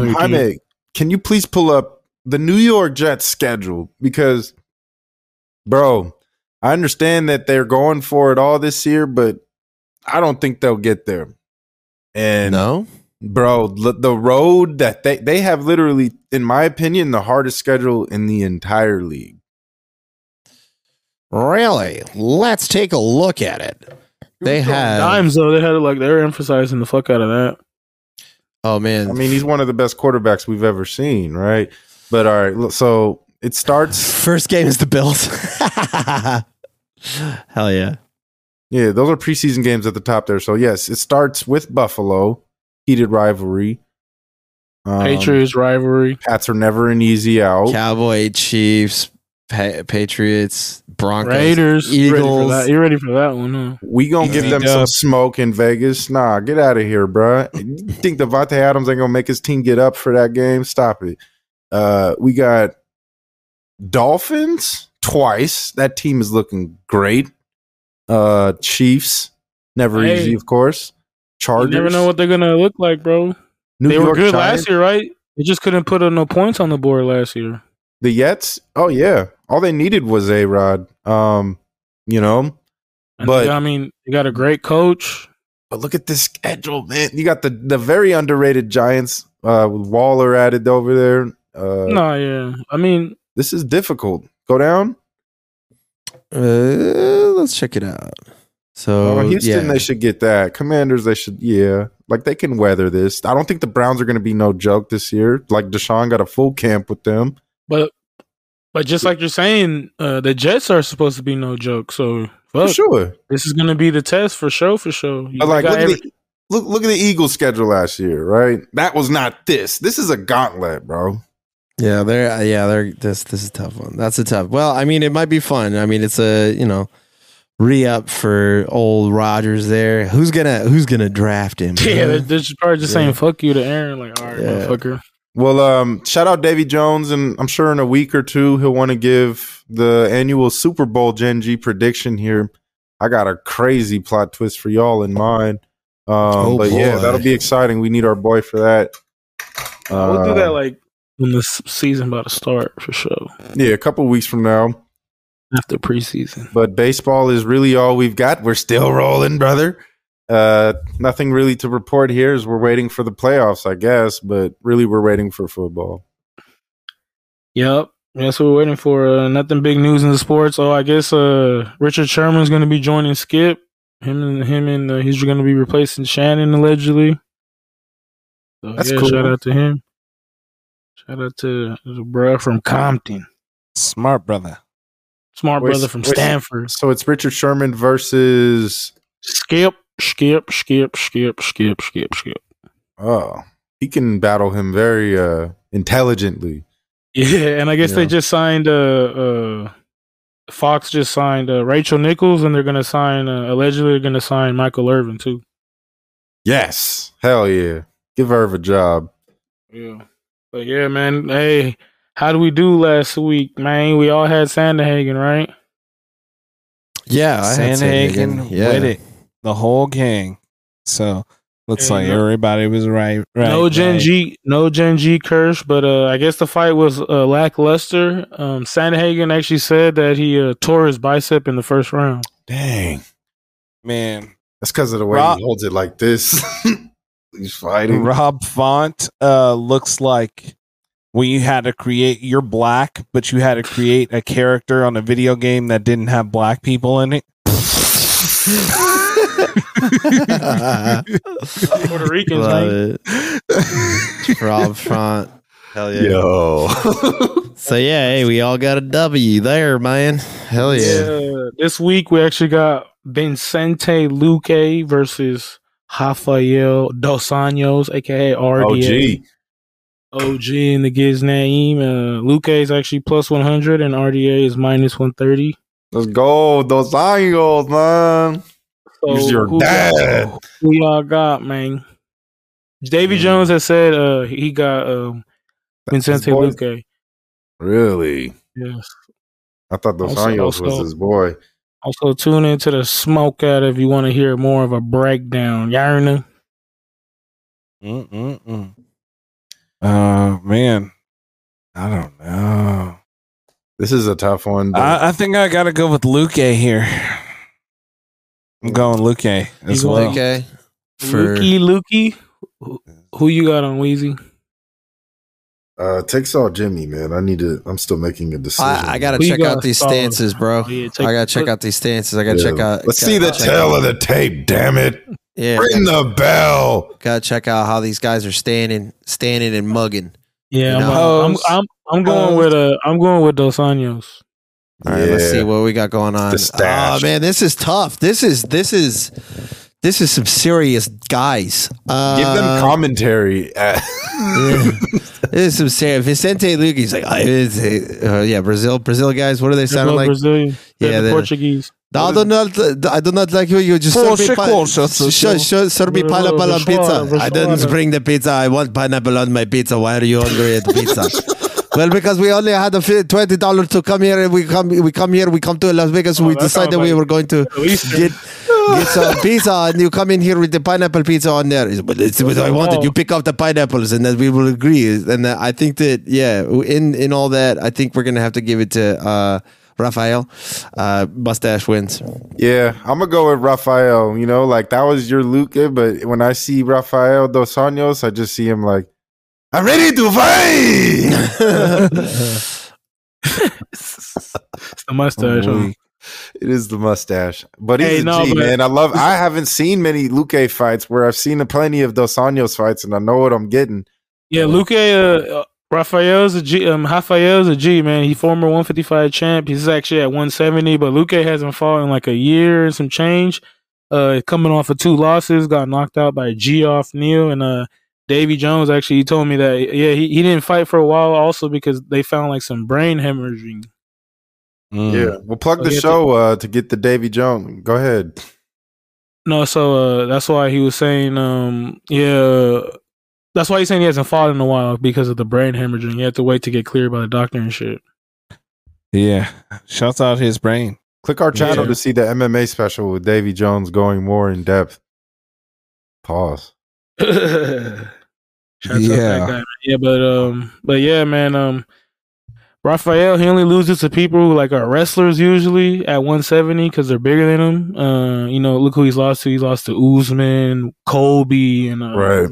Speaker 1: Who do you-
Speaker 7: Jaime, can you please pull up the New York Jets schedule? Because, bro, I understand that they're going for it all this year, but I don't think they'll get there. And
Speaker 3: No,
Speaker 7: bro, l- the road that they they have literally, in my opinion, the hardest schedule in the entire league.
Speaker 3: really. Let's take a look at it. They have
Speaker 1: Dimes though. They had it like they're emphasizing the fuck out of that.
Speaker 3: Oh man,
Speaker 7: I mean, he's one of the best quarterbacks we've ever seen, right? But all right, look, so it starts.
Speaker 3: First game is the Bills. Hell yeah.
Speaker 7: Yeah, those are preseason games at the top there. So yes, it starts with Buffalo, heated rivalry. Um,
Speaker 1: Patriots rivalry.
Speaker 7: Pats are never an easy
Speaker 1: Oh.
Speaker 7: out.
Speaker 3: Cowboy, Chiefs, pa- Patriots, Broncos,
Speaker 1: Raiders. You ready for
Speaker 3: Eagles.
Speaker 1: that- You ready for that one? Huh?
Speaker 7: We gonna give them some smoke in Vegas. Nah, get out of here, bruh. You think Devontae Adams ain't gonna make his team get up for that game? Stop it. Uh, we got Dolphins twice. That team is looking great. Uh, Chiefs, never
Speaker 1: Hey.
Speaker 7: easy, of course.
Speaker 1: You
Speaker 7: Chargers,
Speaker 1: never know what they're gonna look like, bro.
Speaker 7: New
Speaker 1: they were
Speaker 7: York
Speaker 1: good
Speaker 7: Giants.
Speaker 1: last year, right? They just couldn't put no points on the board last year.
Speaker 7: the Jets. Oh yeah, all they needed was a Rod. Um, you know,
Speaker 1: And
Speaker 7: but
Speaker 1: I mean, you got a great coach.
Speaker 7: But look at this schedule, man. You got the the very underrated Giants uh, with Waller added over there. Uh,
Speaker 1: no, yeah. I mean,
Speaker 7: this is difficult. Go down.
Speaker 3: Uh, let's check it out. So
Speaker 7: Oh, Houston,
Speaker 3: yeah.
Speaker 7: they should get that. Commanders, they should. Yeah, like they can weather this. I don't think the Browns are going to be no joke this year. Like Deshaun got a full camp with them.
Speaker 1: but but just like you're saying, uh, the Jets are supposed to be no joke. So
Speaker 7: For
Speaker 1: fuck.
Speaker 7: sure.
Speaker 1: this is gonna be the test for sure, for sure. You
Speaker 7: But like,
Speaker 1: got
Speaker 7: look at,
Speaker 1: every-
Speaker 7: the, look, look at the Eagles' schedule last year, right? That was not this. This is a gauntlet, bro.
Speaker 3: Yeah, they're uh, yeah, they're this this is a tough one. That's a tough. Well, I mean, it might be fun. I mean, it's a you know re up for old Rogers there. Who's gonna who's gonna draft him?
Speaker 1: yeah,
Speaker 3: huh?
Speaker 1: they're, they're just probably just saying fuck you to Aaron. Like, all right,
Speaker 3: Yeah.
Speaker 1: motherfucker.
Speaker 7: Well, um, shout out Davy Jones, and I'm sure in a week or two he'll want to give the annual Super Bowl Gen G prediction here. I got a crazy plot twist for y'all in mind. Um,
Speaker 3: Oh,
Speaker 7: but yeah,
Speaker 3: boy.
Speaker 7: that'll be exciting. We need our boy for that.
Speaker 1: we'll do
Speaker 7: Uh,
Speaker 1: that like when the s- season about to start for sure
Speaker 7: yeah, a couple weeks from now.
Speaker 1: after preseason.
Speaker 7: But baseball is really all we've got. We're still rolling, brother. Uh, nothing really to report here as we're waiting for the playoffs, I guess. But really, we're waiting for football.
Speaker 1: Yep. That's what we're waiting for. Uh, nothing big news in the sports. Oh, I guess uh, Richard Sherman's going to be joining Skip. Him and him and uh, he's going to be replacing Shannon allegedly. So,
Speaker 7: That's
Speaker 1: yeah,
Speaker 7: cool.
Speaker 1: Shout out to him. Shout out to the bruh from Compton,
Speaker 2: Smart brother.
Speaker 1: smart
Speaker 7: Wait,
Speaker 1: brother from
Speaker 7: wait.
Speaker 1: Stanford.
Speaker 7: So it's Richard Sherman versus
Speaker 1: Skip, skip, skip, skip, skip, skip, skip.
Speaker 7: Oh, he can battle him very uh intelligently.
Speaker 1: Yeah, and I guess they
Speaker 7: Yeah.
Speaker 1: just signed uh, uh Fox just signed uh, Rachel Nichols, and they're gonna sign uh, allegedly they're gonna sign Michael Irvin too.
Speaker 7: Yes, hell yeah. Give her a job.
Speaker 1: Yeah, but yeah, man. Hey, how do we do last week, man? We all had Sanderhagen, right?
Speaker 3: yeah, I had
Speaker 2: Sanhagen
Speaker 3: Sanhagen. Yeah,
Speaker 2: with it. The whole gang. So looks
Speaker 1: There you
Speaker 2: like
Speaker 1: go.
Speaker 2: everybody was right. right
Speaker 1: no Gen
Speaker 2: right.
Speaker 1: G, no Gen G curse, but uh, I guess the fight was uh, lackluster. Um, Sanderhagen actually said that he uh, tore his bicep in the first round.
Speaker 7: Dang.
Speaker 2: Man.
Speaker 7: That's because of the way
Speaker 2: Rob-
Speaker 7: he holds it like this. He's fighting.
Speaker 2: Rob Font uh, looks like when you had to create you're black, but you had to create a character on a video game that didn't have black people in it.
Speaker 1: Puerto Ricans,
Speaker 3: love
Speaker 1: man.
Speaker 3: it. Rob Front. Hell yeah.
Speaker 7: Yo.
Speaker 3: So yeah, hey, we all got a W there, man. Hell yeah.
Speaker 1: Yeah, this week we actually got Vincente Luque versus Rafael Dos Anjos, aka
Speaker 2: Oh,
Speaker 1: RDA.
Speaker 7: OG.
Speaker 1: OG, in the Giz name. Uh, Luque is actually plus 100 and RDA is minus 130.
Speaker 7: Let's go. Those angles, man.
Speaker 1: So
Speaker 7: He's your
Speaker 1: who
Speaker 7: dad.
Speaker 1: Who y'all got, man? Davy Jones has said uh, he got um, Vincente
Speaker 7: boys-
Speaker 1: Luque.
Speaker 7: Really?
Speaker 1: Yes.
Speaker 7: I thought those
Speaker 1: Also-
Speaker 7: angles was
Speaker 1: also-
Speaker 7: his boy.
Speaker 1: Also, tune into the smoke out if you want to hear more of a breakdown. Y'all know?
Speaker 2: Mm-mm-mm. Uh man. I don't know.
Speaker 7: This is a tough one. but
Speaker 2: I, I think I gotta go with Luke here. I'm going Luke as
Speaker 1: He's
Speaker 2: well.
Speaker 1: going
Speaker 3: Okay. For
Speaker 1: Lukey, Lukey. E, Who- Who you got on Wheezy?
Speaker 7: uh takes all Jimmy, man. I need to I'm still making a decision.
Speaker 3: I, I gotta
Speaker 1: We
Speaker 3: check
Speaker 1: gotta
Speaker 3: out these
Speaker 1: follow.
Speaker 3: stances, bro.
Speaker 1: Oh, yeah,
Speaker 3: I
Speaker 1: take-
Speaker 3: gotta check
Speaker 1: put-
Speaker 3: out these stances. I gotta
Speaker 7: Yeah.
Speaker 3: check out.
Speaker 7: Let's
Speaker 3: gotta
Speaker 7: see the
Speaker 3: check
Speaker 7: tail
Speaker 3: out-
Speaker 7: of the tape, damn it.
Speaker 3: Yeah,
Speaker 7: Ring
Speaker 3: gotta-
Speaker 7: the bell.
Speaker 3: Gotta check out how these guys are standing, standing and mugging.
Speaker 1: Yeah,
Speaker 3: You
Speaker 1: I'm,
Speaker 3: know?
Speaker 1: I'm, I'm, I'm going with uh, I'm going with Dos Anjos.
Speaker 3: All right, let's
Speaker 7: Yeah.
Speaker 3: see what we got going on.
Speaker 7: The stash.
Speaker 3: Oh man, this is tough. This is this is this is some serious guys. Uh,
Speaker 7: Give them commentary. Uh,
Speaker 3: This is some serious. Vicente Luque's like, I, it's a- uh, yeah, Brazil, Brazil guys. What do they sound like?
Speaker 1: Brazilian. They're
Speaker 3: Yeah,
Speaker 1: the
Speaker 3: they're-
Speaker 1: Portuguese.
Speaker 3: I do not. I do not like you. You just
Speaker 2: Poor
Speaker 3: serve me,
Speaker 2: shit,
Speaker 3: pa-
Speaker 2: sir, sir,
Speaker 3: Sure,
Speaker 2: sir.
Speaker 3: sure, serve me
Speaker 1: No, no,
Speaker 3: pineapple on
Speaker 1: Rashad,
Speaker 3: pizza. I didn't
Speaker 1: Rashad.
Speaker 3: bring the pizza. I want pineapple on my pizza. Why are you hungry at pizza? well, because we only had a fi- twenty dollars to come here, and we come, we come here, we come to Las Vegas. we
Speaker 1: that
Speaker 3: decided
Speaker 1: sounds
Speaker 3: we
Speaker 1: like
Speaker 3: were going to
Speaker 1: Middle Eastern.
Speaker 3: get get some pizza, and you come in here with the pineapple pizza on there. It's- But it's what I wanted.
Speaker 1: Oh.
Speaker 3: You pick up the pineapples, and then we will agree. And uh, I think that yeah, in in all that, I think we're gonna have to give it to. uh Raphael, uh, mustache wins.
Speaker 7: yeah, I'm gonna go with Rafael. You know, like that was your Luca, but when I see Rafael Dos Anjos, I just see him like, I'm ready to fight.
Speaker 1: It's the mustache. huh?
Speaker 7: Ooh. It is the mustache, but he's
Speaker 1: Hey,
Speaker 7: a
Speaker 1: no,
Speaker 7: G,
Speaker 1: but-
Speaker 7: man. I love. I haven't seen many Luque fights where I've seen plenty of Dos Anjos fights, and I know what I'm getting.
Speaker 1: Yeah, Luke. Uh, uh, Rafael's a G. Um, Rafael's a G man. He former 155 champ. He's actually at 170, but Luke hasn't fought in like a year and some change. Uh, coming off of two losses, got knocked out by G off Neil and uh Davy Jones. Actually, he told me that yeah, he, he didn't fight for a while also because they found like some brain hemorrhaging.
Speaker 2: Mm.
Speaker 7: Yeah, we'll plug
Speaker 1: Oh,
Speaker 7: the
Speaker 1: yeah,
Speaker 7: show uh, to get the Davy Jones. Go ahead.
Speaker 1: No, so uh, that's why he was saying, um, yeah, that's why he's saying he hasn't fought in a while because of the brain hemorrhaging. You have to wait to get cleared by the doctor and shit.
Speaker 2: Yeah. Shouts out his brain.
Speaker 7: Click our channel
Speaker 1: Yeah.
Speaker 7: to see the MMA special with Davy Jones going more in depth. Pause.
Speaker 1: Shouts out
Speaker 2: Yeah.
Speaker 1: that guy. man. Yeah, but um, but yeah, man, um, Rafael he only loses to people who like are wrestlers usually at 170 because they're bigger than him. Uh, you know, look who he's lost to. He's lost to Usman, Colby, and uh,
Speaker 7: Right.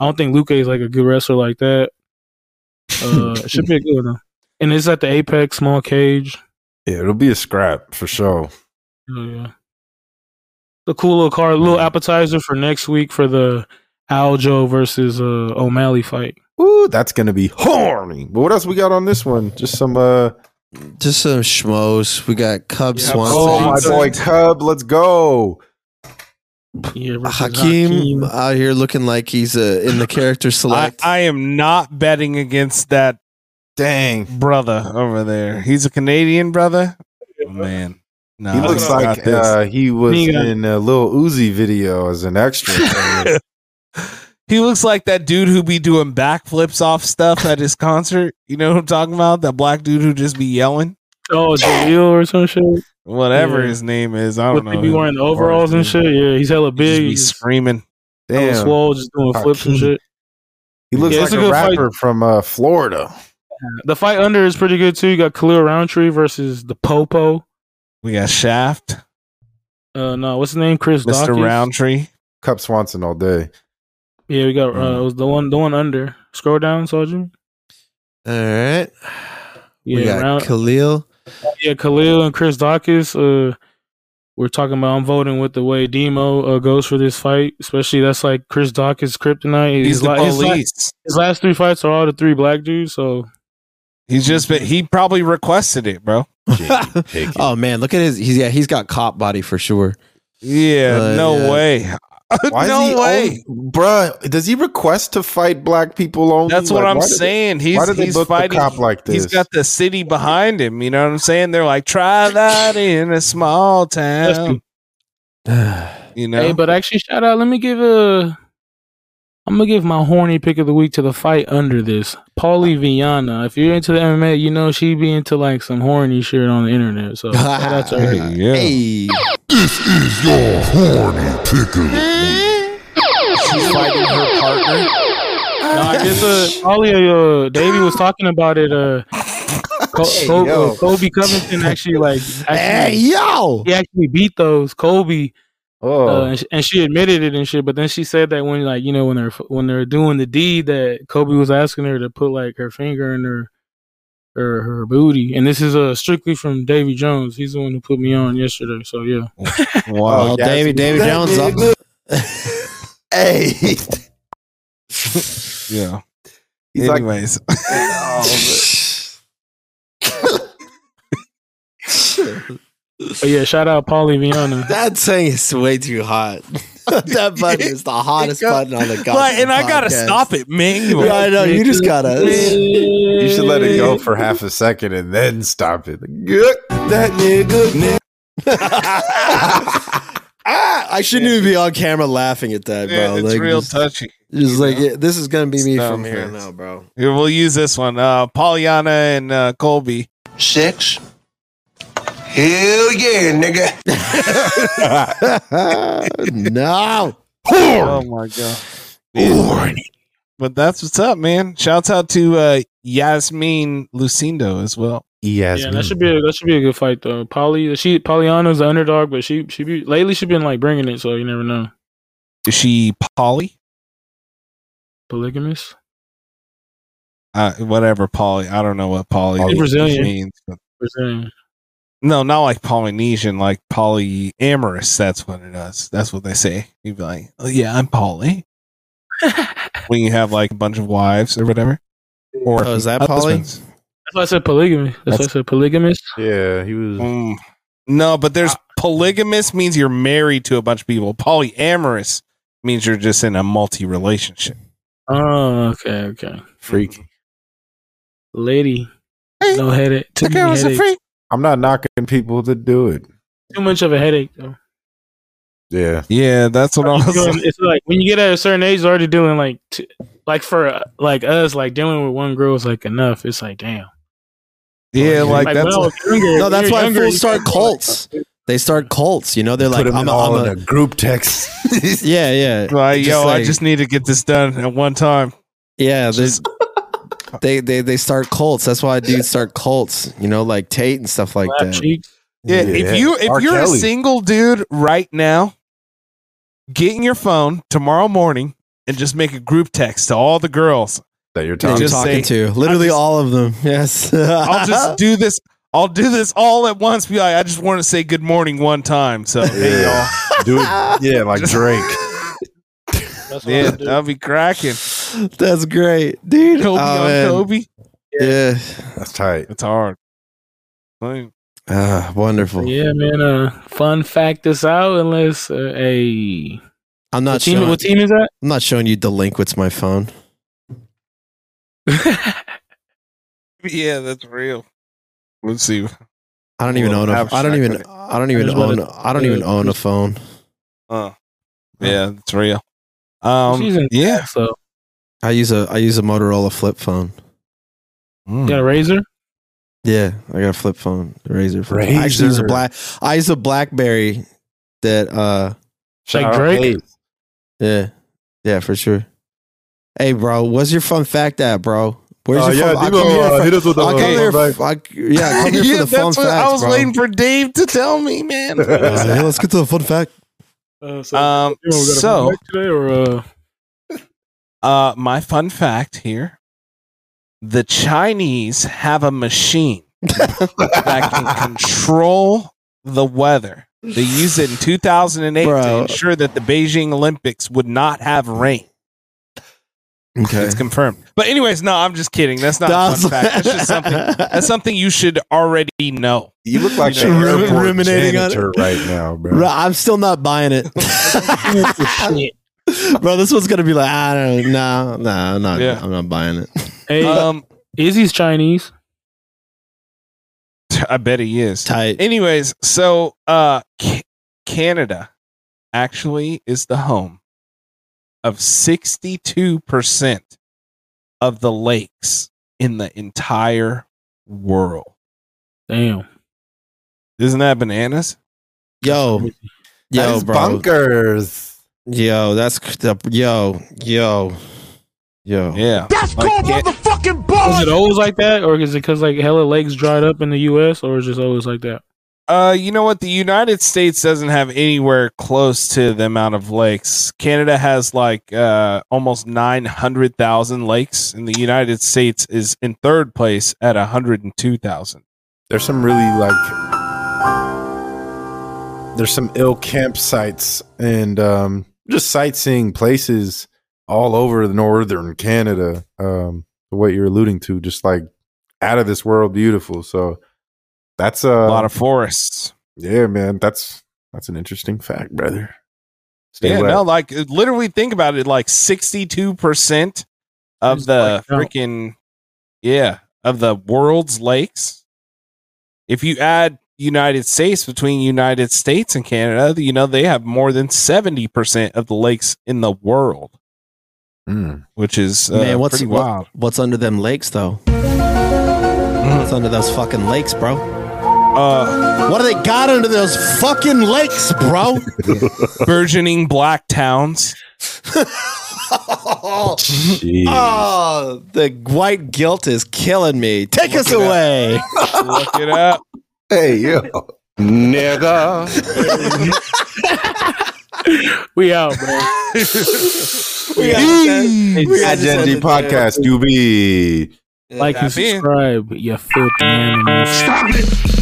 Speaker 1: I don't think Luke is like a good wrestler like that. Uh, it should be a good one. Though. And it's at the Apex small cage.
Speaker 7: Yeah, it'll be a scrap for sure.
Speaker 1: Oh, yeah. The cool little card, little appetizer for next week for the Aljo versus uh, O'Malley fight.
Speaker 7: Ooh, that's gonna be horny. But what else we got on this one? Just some. uh
Speaker 3: Just some schmoes. We got Cub Swanson.
Speaker 7: Oh, my boy Cub, let's go.
Speaker 1: Yeah, versus
Speaker 3: Hakeem,
Speaker 1: Hakeem.
Speaker 3: out here looking like he's uh, in the character
Speaker 2: I,
Speaker 3: select.
Speaker 2: I am not betting against that
Speaker 7: Dang,
Speaker 2: brother over there. He's a Canadian brother. Man. No,
Speaker 7: he looks
Speaker 2: I got
Speaker 7: like uh, he was
Speaker 1: Me got-
Speaker 7: in a little Uzi video as an extra.
Speaker 2: He looks like that dude who be doing backflips off stuff at his concert. You know what I'm talking about? That black dude who just be yelling,
Speaker 1: Oh, Jaleel or some shit.
Speaker 2: whatever
Speaker 1: Yeah.
Speaker 2: his name is. I don't
Speaker 1: Would
Speaker 2: know.
Speaker 1: they be wearing the overalls and shit? Yeah, he's hella
Speaker 2: He just
Speaker 1: big.
Speaker 2: be
Speaker 1: He's
Speaker 2: screaming.
Speaker 1: hella
Speaker 7: Damn,
Speaker 1: swole, just doing flips and
Speaker 7: Hakeem.
Speaker 1: shit.
Speaker 7: he looks
Speaker 1: Yeah,
Speaker 7: like
Speaker 1: it's
Speaker 7: a,
Speaker 1: a good fight.
Speaker 7: rapper from uh, Florida.
Speaker 1: The fight under is pretty good too. You got Khalil Roundtree versus the Popo.
Speaker 2: We got Shaft,
Speaker 1: Uh, no, what's his name? Chris
Speaker 2: Mister
Speaker 1: Dawkins.
Speaker 2: Roundtree.
Speaker 7: Cub Swanson all day.
Speaker 1: Yeah, we got. Uh,
Speaker 2: Mm.
Speaker 1: it was the one, the one under. Scroll down, soldier.
Speaker 3: All right.
Speaker 1: Yeah,
Speaker 3: we got
Speaker 1: Round-
Speaker 3: Khalil.
Speaker 1: Yeah, Khalil and Chris Dawkins. Uh, we're talking about. I'm voting with the way Demo uh, goes for this fight, especially that's like Chris Dawkins' kryptonite.
Speaker 2: He's,
Speaker 1: His
Speaker 2: the
Speaker 1: la- his, la-
Speaker 2: police.
Speaker 1: his last three fights are all the three black dudes. So
Speaker 2: He's just been. He probably requested it, bro.
Speaker 3: oh man, look at his. He's, yeah, he's got cop body for sure.
Speaker 2: Yeah,
Speaker 3: Uh,
Speaker 2: no
Speaker 3: yeah.
Speaker 2: way.
Speaker 7: Why
Speaker 2: no
Speaker 7: is he
Speaker 2: way.
Speaker 7: only- bruh? Does he request to fight black people only?
Speaker 2: That's what
Speaker 7: Like,
Speaker 2: I'm
Speaker 7: why do-
Speaker 2: saying.
Speaker 7: why
Speaker 2: he's
Speaker 7: did they
Speaker 2: he's
Speaker 7: book the
Speaker 2: fighting.
Speaker 7: cop like
Speaker 2: He's
Speaker 7: this?
Speaker 2: got the city behind him. You know what I'm saying? They're like, try that in a small town. You know,
Speaker 1: hey, but actually, shout out. Let me give a. I'm gonna give my horny pick of the week to the fight under this.
Speaker 2: Uh-huh.
Speaker 1: Paulie Viana. If you're into the MMA, you know she be into like some horny shit on the internet. So shout out to her.
Speaker 2: Hey, yeah.
Speaker 3: Hey,
Speaker 2: she's fighting her partner.
Speaker 1: No, I guess uh, Ollie, uh, Davey was talking about it. Uh, Co- Kobe,
Speaker 7: yo.
Speaker 1: Kobe Covington actually like
Speaker 3: hey,
Speaker 1: actually,
Speaker 3: yo!
Speaker 2: Oh,
Speaker 1: he actually beat those Kobe,
Speaker 7: Oh,
Speaker 1: uh, and, she, and she admitted it and shit. But then she said that when like you know when they're when they're doing the deed that Kobe was asking her to put like her finger in her her, her booty, and this is uh, strictly from Davy Jones. He's the one who put me on yesterday. So yeah,
Speaker 7: Oh,
Speaker 2: Wow.
Speaker 3: David, David Oh, Jones up. Hey.
Speaker 2: Yeah.
Speaker 7: He's like-
Speaker 2: Anyways,
Speaker 1: But yeah, shout out Paulie Viana.
Speaker 3: That thing is way too hot. that button is the hottest button on the goddamn
Speaker 2: and I gotta
Speaker 3: podcast.
Speaker 2: stop it, Ming.
Speaker 3: Yeah, I know you just gotta.
Speaker 7: You should let it go for half a second and then stop it. Good, that nigga. nigga.
Speaker 3: Ah, I shouldn't even be on camera laughing at that, bro.
Speaker 2: Eh, it's
Speaker 3: like,
Speaker 2: real
Speaker 3: just,
Speaker 2: touchy.
Speaker 3: just like yeah, this is gonna be me
Speaker 2: Stop
Speaker 3: from here
Speaker 2: it.
Speaker 3: on out, bro.
Speaker 2: Here, we'll use this one. Uh, Pollyanna and uh, Colby.
Speaker 6: Six. Hell yeah, nigga.
Speaker 3: no,
Speaker 2: Oh my god. But that's what's up, man. Shouts out to uh, Yasmin Lucindo as well.
Speaker 1: Yeah, that should be a, that should be a good fight though. Polly, she Pollyanna's the underdog, but she she be lately she been like bringing it, so you never know.
Speaker 2: Is she Polly?
Speaker 1: Polygamous,
Speaker 2: Uh, whatever Polly. I don't know what Polly
Speaker 1: She's Brazilian.
Speaker 2: means. but-
Speaker 1: Brazilian.
Speaker 2: No, not like Polynesian, like polyamorous. That's what it is. That's what they say. You'd be like, oh, yeah, I'm Polly. when you have like a bunch of wives or whatever. Or
Speaker 3: Oh, is that Polly?
Speaker 2: husbands.
Speaker 1: That's why I said polygamy. That's, why I said polygamous.
Speaker 7: Yeah, he was.
Speaker 2: Mm. No, but
Speaker 7: Ah.
Speaker 2: there's polygamous means you're married to a bunch of people. Polyamorous means you're just in a multi relationship.
Speaker 1: Oh, okay, okay.
Speaker 7: Freak.
Speaker 1: Lady, no headache. Too, many headaches.
Speaker 7: I'm not knocking people that do it.
Speaker 1: Too much of a headache. Though.
Speaker 7: Yeah.
Speaker 2: Yeah, that's what I was.
Speaker 1: Doing- It's like when you get at a certain age, you're already dealing like t- like for uh, like us, like dealing with one girl is like enough. It's like damn.
Speaker 2: Yeah, like
Speaker 1: when
Speaker 2: that's.
Speaker 1: I was younger-
Speaker 3: no,
Speaker 1: when
Speaker 3: that's
Speaker 1: you're
Speaker 3: why
Speaker 1: younger,
Speaker 3: fools
Speaker 1: you-
Speaker 3: start cults. They start cults. You know, they're like,
Speaker 7: Put them
Speaker 3: I'm a,
Speaker 7: all
Speaker 3: I'm a,
Speaker 7: in a group text.
Speaker 3: yeah, yeah,
Speaker 2: Like,
Speaker 3: Just
Speaker 2: yo, I
Speaker 3: like-
Speaker 2: just need to get this done at one time.
Speaker 3: yeah. There's, they they they start cults. That's why dudes start cults. You know, like Tate and stuff like
Speaker 1: Flat
Speaker 3: that.
Speaker 1: cheeks.
Speaker 2: Yeah, if you if
Speaker 7: R.
Speaker 2: you're
Speaker 7: Kelly.
Speaker 2: a single dude right now, get in your phone tomorrow morning and just make a group text to all the girls.
Speaker 7: that you're
Speaker 3: that I'm
Speaker 7: talking.
Speaker 2: Just
Speaker 3: talking
Speaker 2: say-
Speaker 3: to literally all of them. Yes,
Speaker 2: I'll just do this. I'll do this all at once. Be like, I just want to say good morning one time. So hey y'all.
Speaker 7: Yeah. Do it. Yeah, like Drake.
Speaker 1: That's what
Speaker 2: Yeah,
Speaker 1: I do.
Speaker 2: that'll be cracking.
Speaker 3: That's great, dude.
Speaker 2: Kobe
Speaker 3: Oh,
Speaker 2: on
Speaker 3: man.
Speaker 2: Kobe.
Speaker 3: Yeah.
Speaker 7: That's tight.
Speaker 2: It's hard. Like,
Speaker 3: Ah, wonderful.
Speaker 1: Yeah, man. Uh, fun fact this out unless uh, a
Speaker 3: I'm
Speaker 1: what
Speaker 3: not
Speaker 1: team.
Speaker 3: showing,
Speaker 1: What team is that?
Speaker 3: I'm not showing you delinquents my phone.
Speaker 2: Yeah, that's real. Let's see.
Speaker 3: I don't even
Speaker 2: Well,
Speaker 3: own a. I don't
Speaker 2: abstract,
Speaker 3: even.
Speaker 2: okay.
Speaker 3: I don't even
Speaker 1: Here's what
Speaker 3: own.
Speaker 1: it-
Speaker 3: I don't even
Speaker 1: uh,
Speaker 3: own a phone.
Speaker 2: Uh, yeah, that's real. Um,
Speaker 1: She's in-
Speaker 2: yeah.
Speaker 1: So
Speaker 3: I use a. I use a Motorola flip phone. Mm.
Speaker 1: you got a razor.
Speaker 3: Yeah, I got a flip phone, razor. Flip. I actually use a
Speaker 7: Razr.
Speaker 3: black. I use a BlackBerry. That uh,
Speaker 1: Like
Speaker 7: out
Speaker 1: Drake?
Speaker 7: Hayes.
Speaker 3: yeah, yeah, for sure. Hey, bro, what's your fun fact at, bro? Where's
Speaker 7: Uh,
Speaker 3: your
Speaker 7: yeah,
Speaker 3: fun? I'll
Speaker 7: Debo,
Speaker 3: come here
Speaker 7: uh,
Speaker 3: for-
Speaker 7: hit us with the
Speaker 3: I'll come
Speaker 7: fun
Speaker 3: here
Speaker 7: fact.
Speaker 3: f- I- Yeah, I'll come here
Speaker 2: yeah,
Speaker 3: for the fun
Speaker 2: that's what I
Speaker 3: facts,
Speaker 2: was
Speaker 3: bro.
Speaker 2: waiting for Dave to tell me, man.
Speaker 3: Uh, yeah, let's get to the fun fact.
Speaker 1: Uh, so
Speaker 2: um,
Speaker 1: you know, we got a
Speaker 2: so
Speaker 1: fun fact today or uh,
Speaker 2: uh, my fun fact here: the Chinese have a machine that can control the weather. They used it in 2008 to
Speaker 3: Bro.
Speaker 2: ensure that the Beijing Olympics would not have rain.
Speaker 3: Okay.
Speaker 2: It's confirmed. But anyways, no, I'm just kidddding. That's not a fun fact. That's just something. That's something you should already know.
Speaker 7: You look like
Speaker 3: You're
Speaker 7: an
Speaker 3: ru-
Speaker 7: airport
Speaker 3: ruminating on it.
Speaker 7: janitor right now, bro.
Speaker 3: Bro, I'm still not buying it. Bro, this one's gonna be like, I don't know, no, no, I'm not,
Speaker 2: Yeah.
Speaker 3: I'm not buying it.
Speaker 1: hey,
Speaker 2: Um,
Speaker 1: Izzy's Chinese.
Speaker 2: I bet he is.
Speaker 3: Tight.
Speaker 2: Anyways, so uh, C- Canada actually is the home of 62 percent of the lakes in the entire world.
Speaker 1: Damn.
Speaker 2: Isn't that bananas?
Speaker 3: Yo,
Speaker 7: That
Speaker 3: yo,
Speaker 7: is
Speaker 3: bro,
Speaker 7: bunkers.
Speaker 3: yo, that's c- the- yo, yo, yo.
Speaker 2: Yeah.
Speaker 6: That's
Speaker 2: Like
Speaker 6: called
Speaker 2: it-
Speaker 6: motherfucking
Speaker 1: Is it
Speaker 6: bars.
Speaker 1: always like that, or is it because like hella lakes dried up in the U.S., or is it just always like that?
Speaker 2: Uh, you know what? The United States doesn't have anywhere close to the amount of lakes. Canada has like uh almost nine hundred thousand lakes, and the United States is in third place at hundred and two thousand.
Speaker 7: There's some really like there's some ill campsites and um just sightseeing places all over the northern Canada. Um, what you're alluding to, just like out of this world beautiful. So that's a,
Speaker 2: lot of forests.
Speaker 7: Yeah, man, that's that's an interesting fact, brother. Stay
Speaker 2: yeah,
Speaker 7: wet.
Speaker 2: no, like literally think about it. Like sixty-two percent of the freaking yeah of the world's lakes. If you add United States between United States and Canada, you know they have more than seventy percent of the lakes in the world,
Speaker 7: Mm,
Speaker 2: which is uh,
Speaker 3: Man, what's
Speaker 2: pretty
Speaker 3: what-
Speaker 2: wild.
Speaker 3: what's under them lakes though? What's under those fucking lakes, bro?
Speaker 2: Uh,
Speaker 3: what do they got under those fucking lakes, bro?
Speaker 2: burgeoning black towns.
Speaker 3: oh, oh, the white guilt is killing me. Take us
Speaker 2: it up.
Speaker 3: away.
Speaker 2: Look it up.
Speaker 7: Hey, yo.
Speaker 3: Nigga.
Speaker 1: we out, bro.
Speaker 7: Agenda podcast, you be
Speaker 1: Like and subscribe, you filthy animals.
Speaker 6: Stop it!